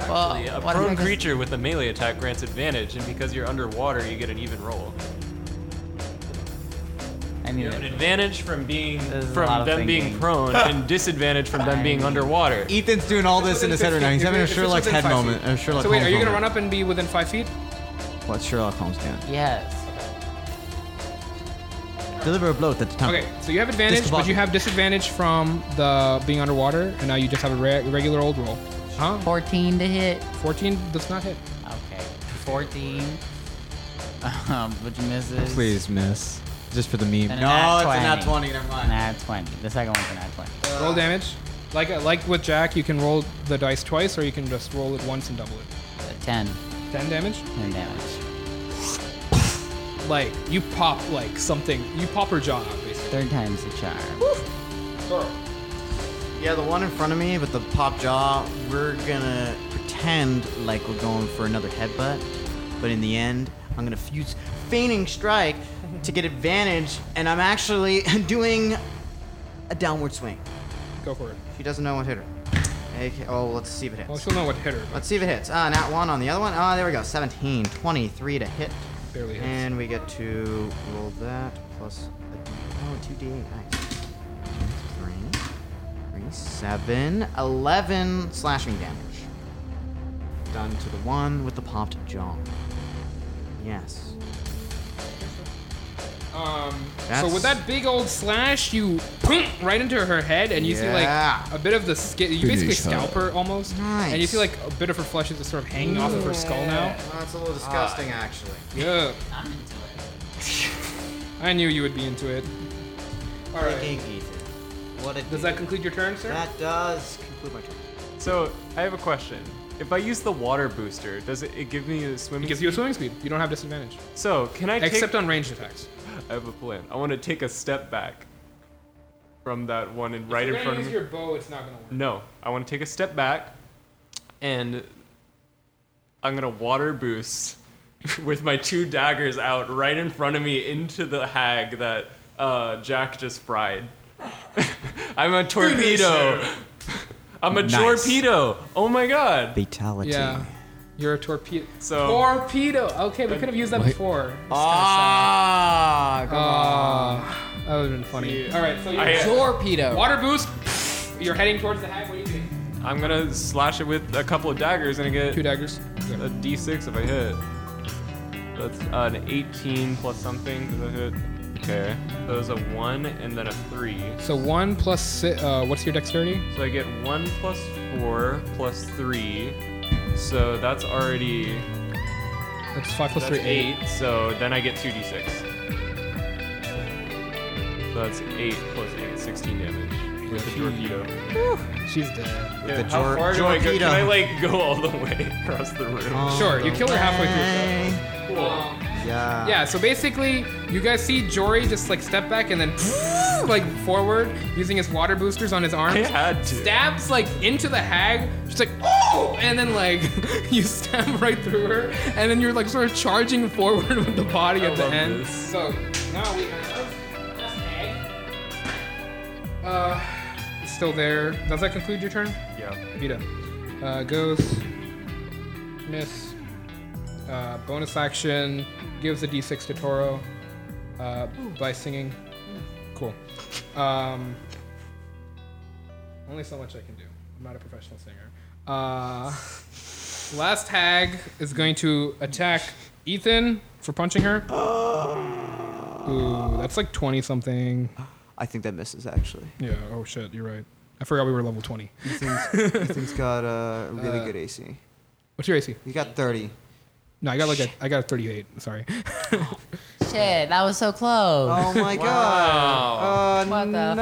E: Actually, a
J: why did I
E: prone
J: just-
E: creature with a melee attack grants advantage, and because you're underwater, you get an even roll.
J: I
E: you have an advantage from being
J: is a lot
E: from
J: of
E: them being
J: thinking.
E: prone, and disadvantage from them being underwater.
B: Ethan's doing all this in his head right now. He's having a Sherlock head moment. A Sherlock
A: so wait,
B: Holmes
A: are you gonna
B: moment.
A: run up and be within five feet?
B: What's Sherlock Holmes doing?
J: Yes.
B: Deliver a blow at the temple.
A: Okay, so you have advantage, but you have disadvantage from the being underwater, and now you just have a re- regular old roll. Huh?
J: 14 to hit.
A: 14 does not hit.
J: Okay. 14. Um, which misses.
B: Please miss. Just for the meme.
J: And
B: no,
J: a nat
B: it's a nat 20. Never mind.
J: Nat 20. The second one's a nat 20.
A: roll damage. Like like with Jack, you can roll the dice twice, or you can just roll it once and double it.
J: 10.
A: 10 damage.
J: 10 Uh, damage.
A: Like you pop like something. You pop her jaw out basically.
J: Third time's the charm.
B: Yeah, the one in front of me with the pop jaw, we're gonna pretend like we're going for another headbutt, but in the end, I'm gonna fuse feigning strike to get advantage, and I'm actually doing a downward swing.
A: Go for it.
B: She doesn't know what hit her. Okay, oh, let's see if it hits.
A: Well, she'll know what hit her.
B: Let's see if it hits. Ah, not one on the other one. Ah, there we go. 17, 23 to hit.
A: Barely hits.
B: And we get to roll that plus a d- oh, 2d8. Nice. Three, three, seven, 11 slashing damage. Done to the one with the popped jaw. Yes.
A: Um, so
B: That's-
A: with that big old slash, you right into her head, and you
B: Yeah.
A: see like a bit of the skin. You basically
B: Finish her.
A: scalp her almost, and you see like a bit of her flesh is just sort of hanging off of her skull now.
B: That's a little disgusting, actually.
A: Yeah. I'm into it. I knew you would be into it. All right.
B: What
A: Does that conclude your turn, sir?
B: That does conclude my turn.
E: So I have a question. If I use the water booster, does it, it give me a swimming? It
A: gives you a swimming speed. You don't have disadvantage.
E: So can I? Take,
A: Except on ranged attacks.
E: I have a plan. I want to take a step back from that one and right
A: If you're
E: in
A: gonna
E: front of
A: use
E: me.
A: your bow, it's not gonna work.
E: No, I want to take a step back, and I'm gonna water boost with my two daggers out right in front of me into the hag that uh, Jack just fried. I'm a torpedo. I'm a
B: Nice.
E: torpedo. Oh my god.
B: Fatality.
A: Yeah. You're a torpedo.
E: So
A: Torpedo. Okay, we could have used that before.
B: Ah,
A: come on. That would have been funny. All right, so you're
E: I- uh, Torpedo.
A: Water boost. You're heading towards the hag. What are you doing?
E: I'm gonna slash it with a couple of daggers and I get
A: Two daggers.
E: A D6 if I hit. That's uh, an 18 plus something. Does that hit? Okay. So was a one and then a three.
A: So one plus si- uh, what's your dexterity?
E: So I get one plus four plus three. So that's already
A: That's five plus
E: that's
A: three, eight.
E: eight. So then I get two D6. So that's eight plus eight, 16 damage with the torpedo.
A: She's dead.
E: Yeah, how far do I go? Can I like go all the way across the room?
A: Sure, you kill her halfway through.
E: Cool.
B: Yeah.
A: Yeah, so basically, you guys see Jory just like step back and then like forward using his water boosters on his arms.
E: I had to.
A: Stabs like into the hag. She's like, oh! And then like you stab right through her. And then you're like sort of charging forward with the body at the end. So now we have this hag. Uh, it's still there. Does that conclude your turn?
E: Yeah.
A: Vita. Uh, goes. Miss. Uh, bonus action. Gives a d6 to Toro uh, by singing. Cool. Um, only so much I can do. I'm not a professional singer. Uh, last hag is going to attack Ethan for punching her. Ooh, that's like 20 something.
B: I think that misses, actually.
A: Yeah, oh shit, you're right. I forgot we were level 20.
B: Ethan's, Ethan's got a really
A: Uh,
B: good AC.
A: What's your AC?
B: You got 30.
A: No, I got like a, I got a 38. Sorry.
J: Shit, that was so close.
B: Oh my god. Oh
J: What the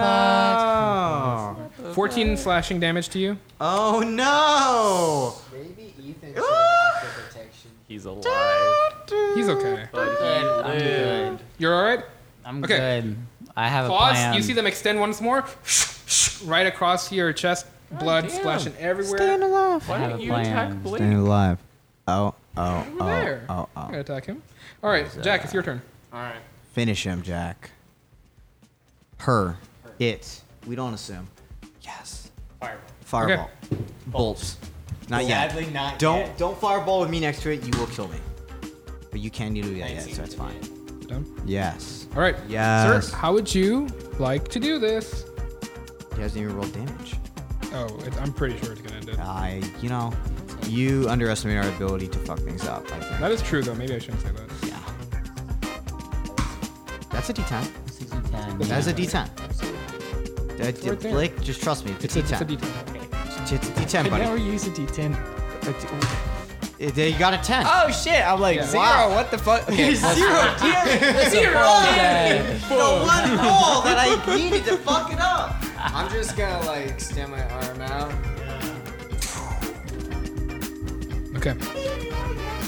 B: no.
A: 14 slashing damage to you.
B: Oh no.
P: Maybe Ethan should have asked for protection.
E: He's alive.
A: He's okay.
J: I'm good.
A: You're all right.
J: I'm
A: Okay.
J: good. I have a
A: Claws,
J: plan.
A: you see them extend once more, right across your chest, blood splashing everywhere.
B: alive.
E: Why
J: I have
E: don't
J: a
E: you
J: plan.
E: attack Blake?
B: alive. Oh, oh,
A: Over
B: oh,
A: there.
B: oh,
A: I'm
B: oh.
A: gonna attack him. All right, Jack, it's your turn.
B: All right. Finish him, Jack. Her. It. We don't assume. Yes.
F: Fireball.
B: Fireball. Bolts. Not
F: Gladly
B: yet.
F: not
B: don't
F: yet.
B: don't fireball with me next to it. You will kill me. But you can do that yet, so that's fine.
A: Done.
B: Yes.
A: All right.
B: Yes.
A: Sir, how would you like to do this?
B: He hasn't even rolled damage.
A: Oh, it, I'm pretty sure it's gonna end it.
B: I, you know, you underestimate our ability to fuck things up. I think.
A: That is true, though. Maybe I shouldn't say that.
B: Yeah. That's a D10. That's a D10.
A: yeah.
B: That's a D10. That,
A: right there.
B: Blake, just trust me. It's, a
A: It's a
B: D10. It's a D10,
C: I
B: buddy.
C: never use a D10.
B: Uh, They got a 10.
C: Oh shit! I'm like
B: Yeah.
C: zero.
B: Wow.
C: What the fuck?
B: Zero, damn it.
C: Zero.
B: Damn it.
C: Fuck.
B: The one roll that I needed to fuck it up.
N: I'm just gonna like extend my arm out.
A: Okay.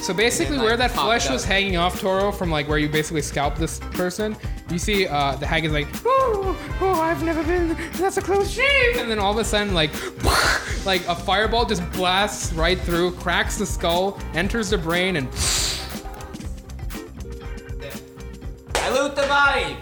A: So basically,
N: And then,
A: where
N: like,
A: that
N: popped
A: flesh
N: up.
A: was hanging off Toro from like where you basically scalped this person, you see uh, the hag is like, oh, oh, I've never been. That's a close shave. And then all of a sudden, like, like a fireball just blasts right through, cracks the skull, enters the brain, and
D: I loot the body.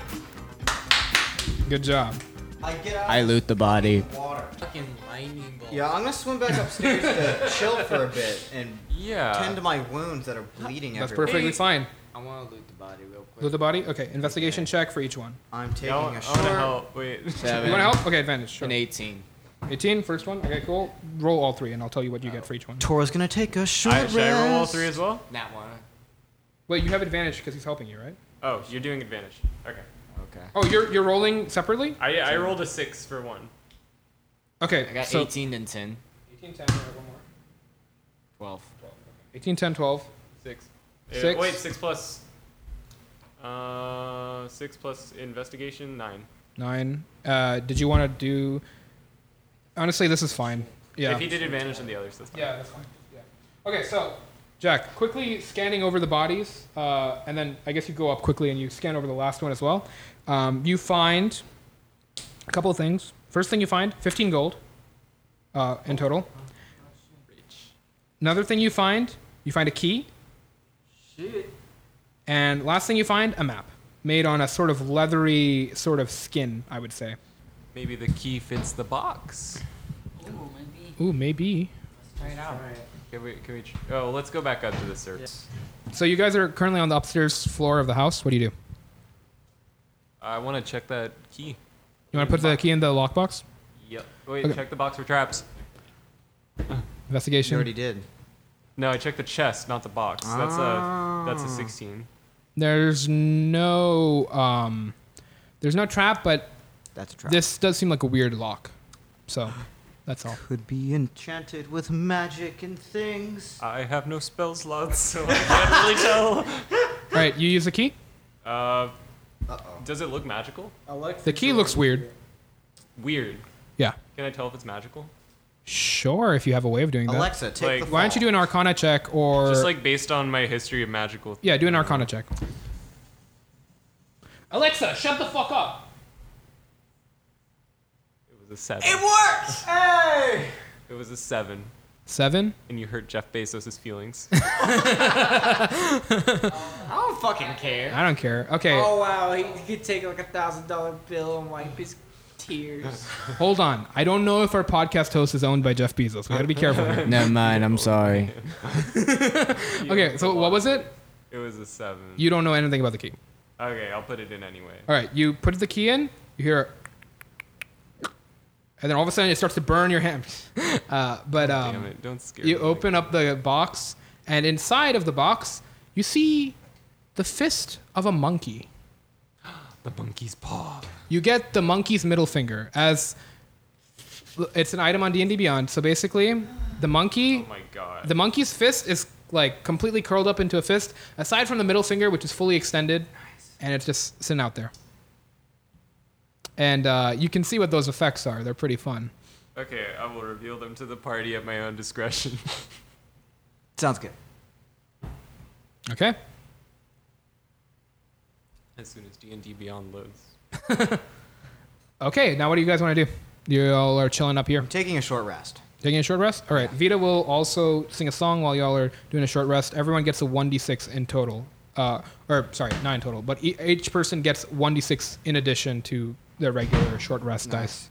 A: good job.
F: I get out.
C: I loot the body.
F: Water.
D: Fucking lightning bolt.
B: Yeah, I'm gonna swim back upstairs to chill for a bit and
E: Yeah.
B: tend to my wounds that are bleeding
A: That's
B: everywhere.
A: perfectly fine.
N: I want to loot the body real quick.
A: Loot the body. Okay, investigation check for each one.
B: I'm taking
E: I
B: a
E: want
B: short.
E: to help. Wait.
A: You want to help? Okay, advantage. Sure.
C: An 18.
A: 18, first one. Okay, cool. Roll all three, and I'll tell you what you get for each one.
B: Tora's gonna take a short
E: I, should I roll all
B: rest.
E: three as well?
C: Not one.
A: Wait, you have advantage because he's helping you, right?
E: Oh, you're doing advantage. Okay.
C: Okay.
A: Oh, you're you're rolling separately.
E: I, I rolled a six for one.
A: Okay,
C: I got
A: so
C: 18 and 10.
A: 18, 10, all right, one more.
C: 12.
A: 18, 10, 12.
E: Six. Uh,
A: Six.
E: Wait, six plus. Uh, six plus investigation nine.
A: Nine. Uh, did you want to do? Honestly, this is fine. Yeah.
E: If he did advantage on the others, that's fine.
A: Yeah, that's fine. Yeah. Okay, so Jack, quickly scanning over the bodies, uh, and then I guess you go up quickly and you scan over the last one as well. Um, you find a couple of things. First thing you find, 15 gold uh, in total. Another thing you find, you find a key.
N: Shit.
A: And last thing you find, a map made on a sort of leathery sort of skin, I would say.
E: Maybe the key fits the box.
D: Ooh, maybe.
A: Ooh, maybe.
D: Try it out.
E: Can we? Can we? Tr- oh, let's go back up to the surface.
A: So you guys are currently on the upstairs floor of the house. What do you do?
E: I want to check that key.
A: You want to put the key in the lockbox?
E: Yep. Wait,
A: Okay.
E: check the box for traps.
A: Investigation.
B: did.
E: No, I checked the chest, not the box. That's a that's a
B: Ah.
E: 16.
A: There's no um, there's no trap, but
B: That's a trap.
A: This does seem like a weird lock, so that's all.
B: Could be enchanted with magic and things.
E: I have no spell slots, so I can't really tell.
A: All right, you use the key.
E: Uh, does it look magical?
A: The key looks weird.
E: Weird.
A: Yeah.
E: Can I tell if it's magical?
A: Sure, if you have a way of doing that.
E: Alexa, take Like- the
A: Why don't you do an Arcana check or?
E: Just like based on my history of magical.
A: yeah, do an Arcana check.
G: Alexa, shut the fuck up.
E: It was a seven.
G: It works.
F: Hey!
E: It was a seven.
A: Seven.
E: And you hurt Jeff Bezos' feelings.
N: I don't fucking care.
A: I don't care. Okay,
N: Oh wow, he could take like a thousand dollar bill and wipe his tears.
A: hold on. I don't know if our podcast host is owned by Jeff Bezos. We gotta be careful. here.
C: Never mind. I'm sorry.
A: Okay, so what was it?
E: It was a seven.
A: You don't know anything about the key.
E: Okay, I'll put it in anyway.
A: All right, you put the key in. You hear, a- and then all of a sudden it starts to burn your hand. Uh, but um,
E: Damn it, don't scare
A: you
E: me. Oh
A: open up the box, and inside of the box you see the fist of a monkey.
E: The monkey's paw.
A: You get the monkey's middle finger as it's an item on D and D Beyond. So basically, the monkey.
E: Oh my god.
A: The monkey's fist is like completely curled up into a fist, aside from the middle finger, which is fully extended, and it's just sitting out there. And uh, you can see what those effects are. They're pretty fun.
E: Okay, I will reveal them to the party at my own discretion.
B: Sounds good.
A: Okay.
E: as soon as D and D Beyond loads.
A: Okay. Now, what do you guys want to do? You all are chilling up here.
B: I'm taking a short rest.
A: Taking a short rest? All right. Vita will also sing a song while y'all are doing a short rest. Everyone gets a 1d6 in total. Uh, or, sorry, 9 total. But e- each person gets 1d6 in addition to their regular short rest dice.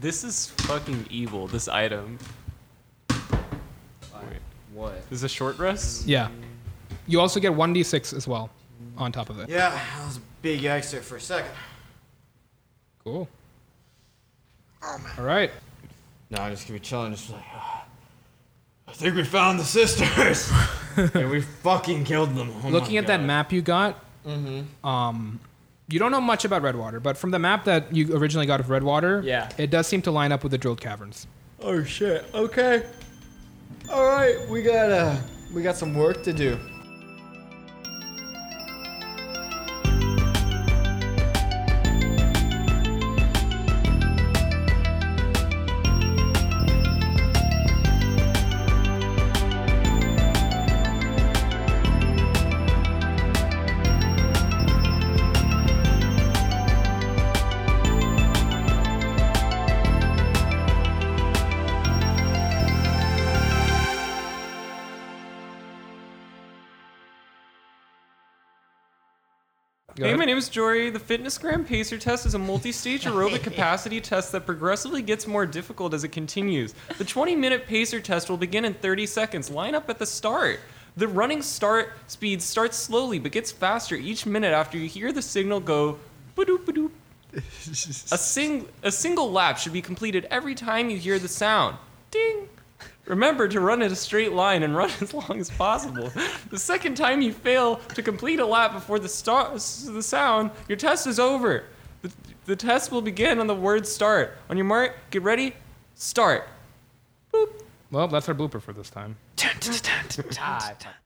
E: This is fucking evil. This item. Wait,
P: what?
E: This is a short rest.
A: Yeah. You also get 1d6 as well on top of it.
F: Yeah, that was a big extra for a second.
A: Cool.
F: Oh,
A: All right.
F: No, I'm just gonna be chilling, just like. "Ah, I think we found the sisters, and we fucking killed them. Oh my
A: Looking at that
F: God.
A: map you got,
F: Mm-hmm.
A: um, you don't know much about Redwater, but from the map that you originally got of Redwater,
F: Yeah.
A: it does seem to line up with the drilled caverns.
F: Oh shit. Okay. All right, we got uh, we got some work to do.
E: Hey, my name is Jory. The Fitness Gram Pacer Test is a multi-stage aerobic capacity test that progressively gets more difficult as it continues. The 20-minute pacer test will begin in 30 seconds. Line up at the start. The running start speed starts slowly but gets faster each minute after you hear the signal go ba-doop-ba-doop. a, sing- a single lap should be completed every time you hear the sound. Ding! Remember to run in a straight line and run as long as possible. The second time you fail to complete a lap before the, star- s- the sound, your test is over. The, the test will begin on the word start. On your mark, get ready, start.
A: Well, that's our blooper for this time.
E: Time.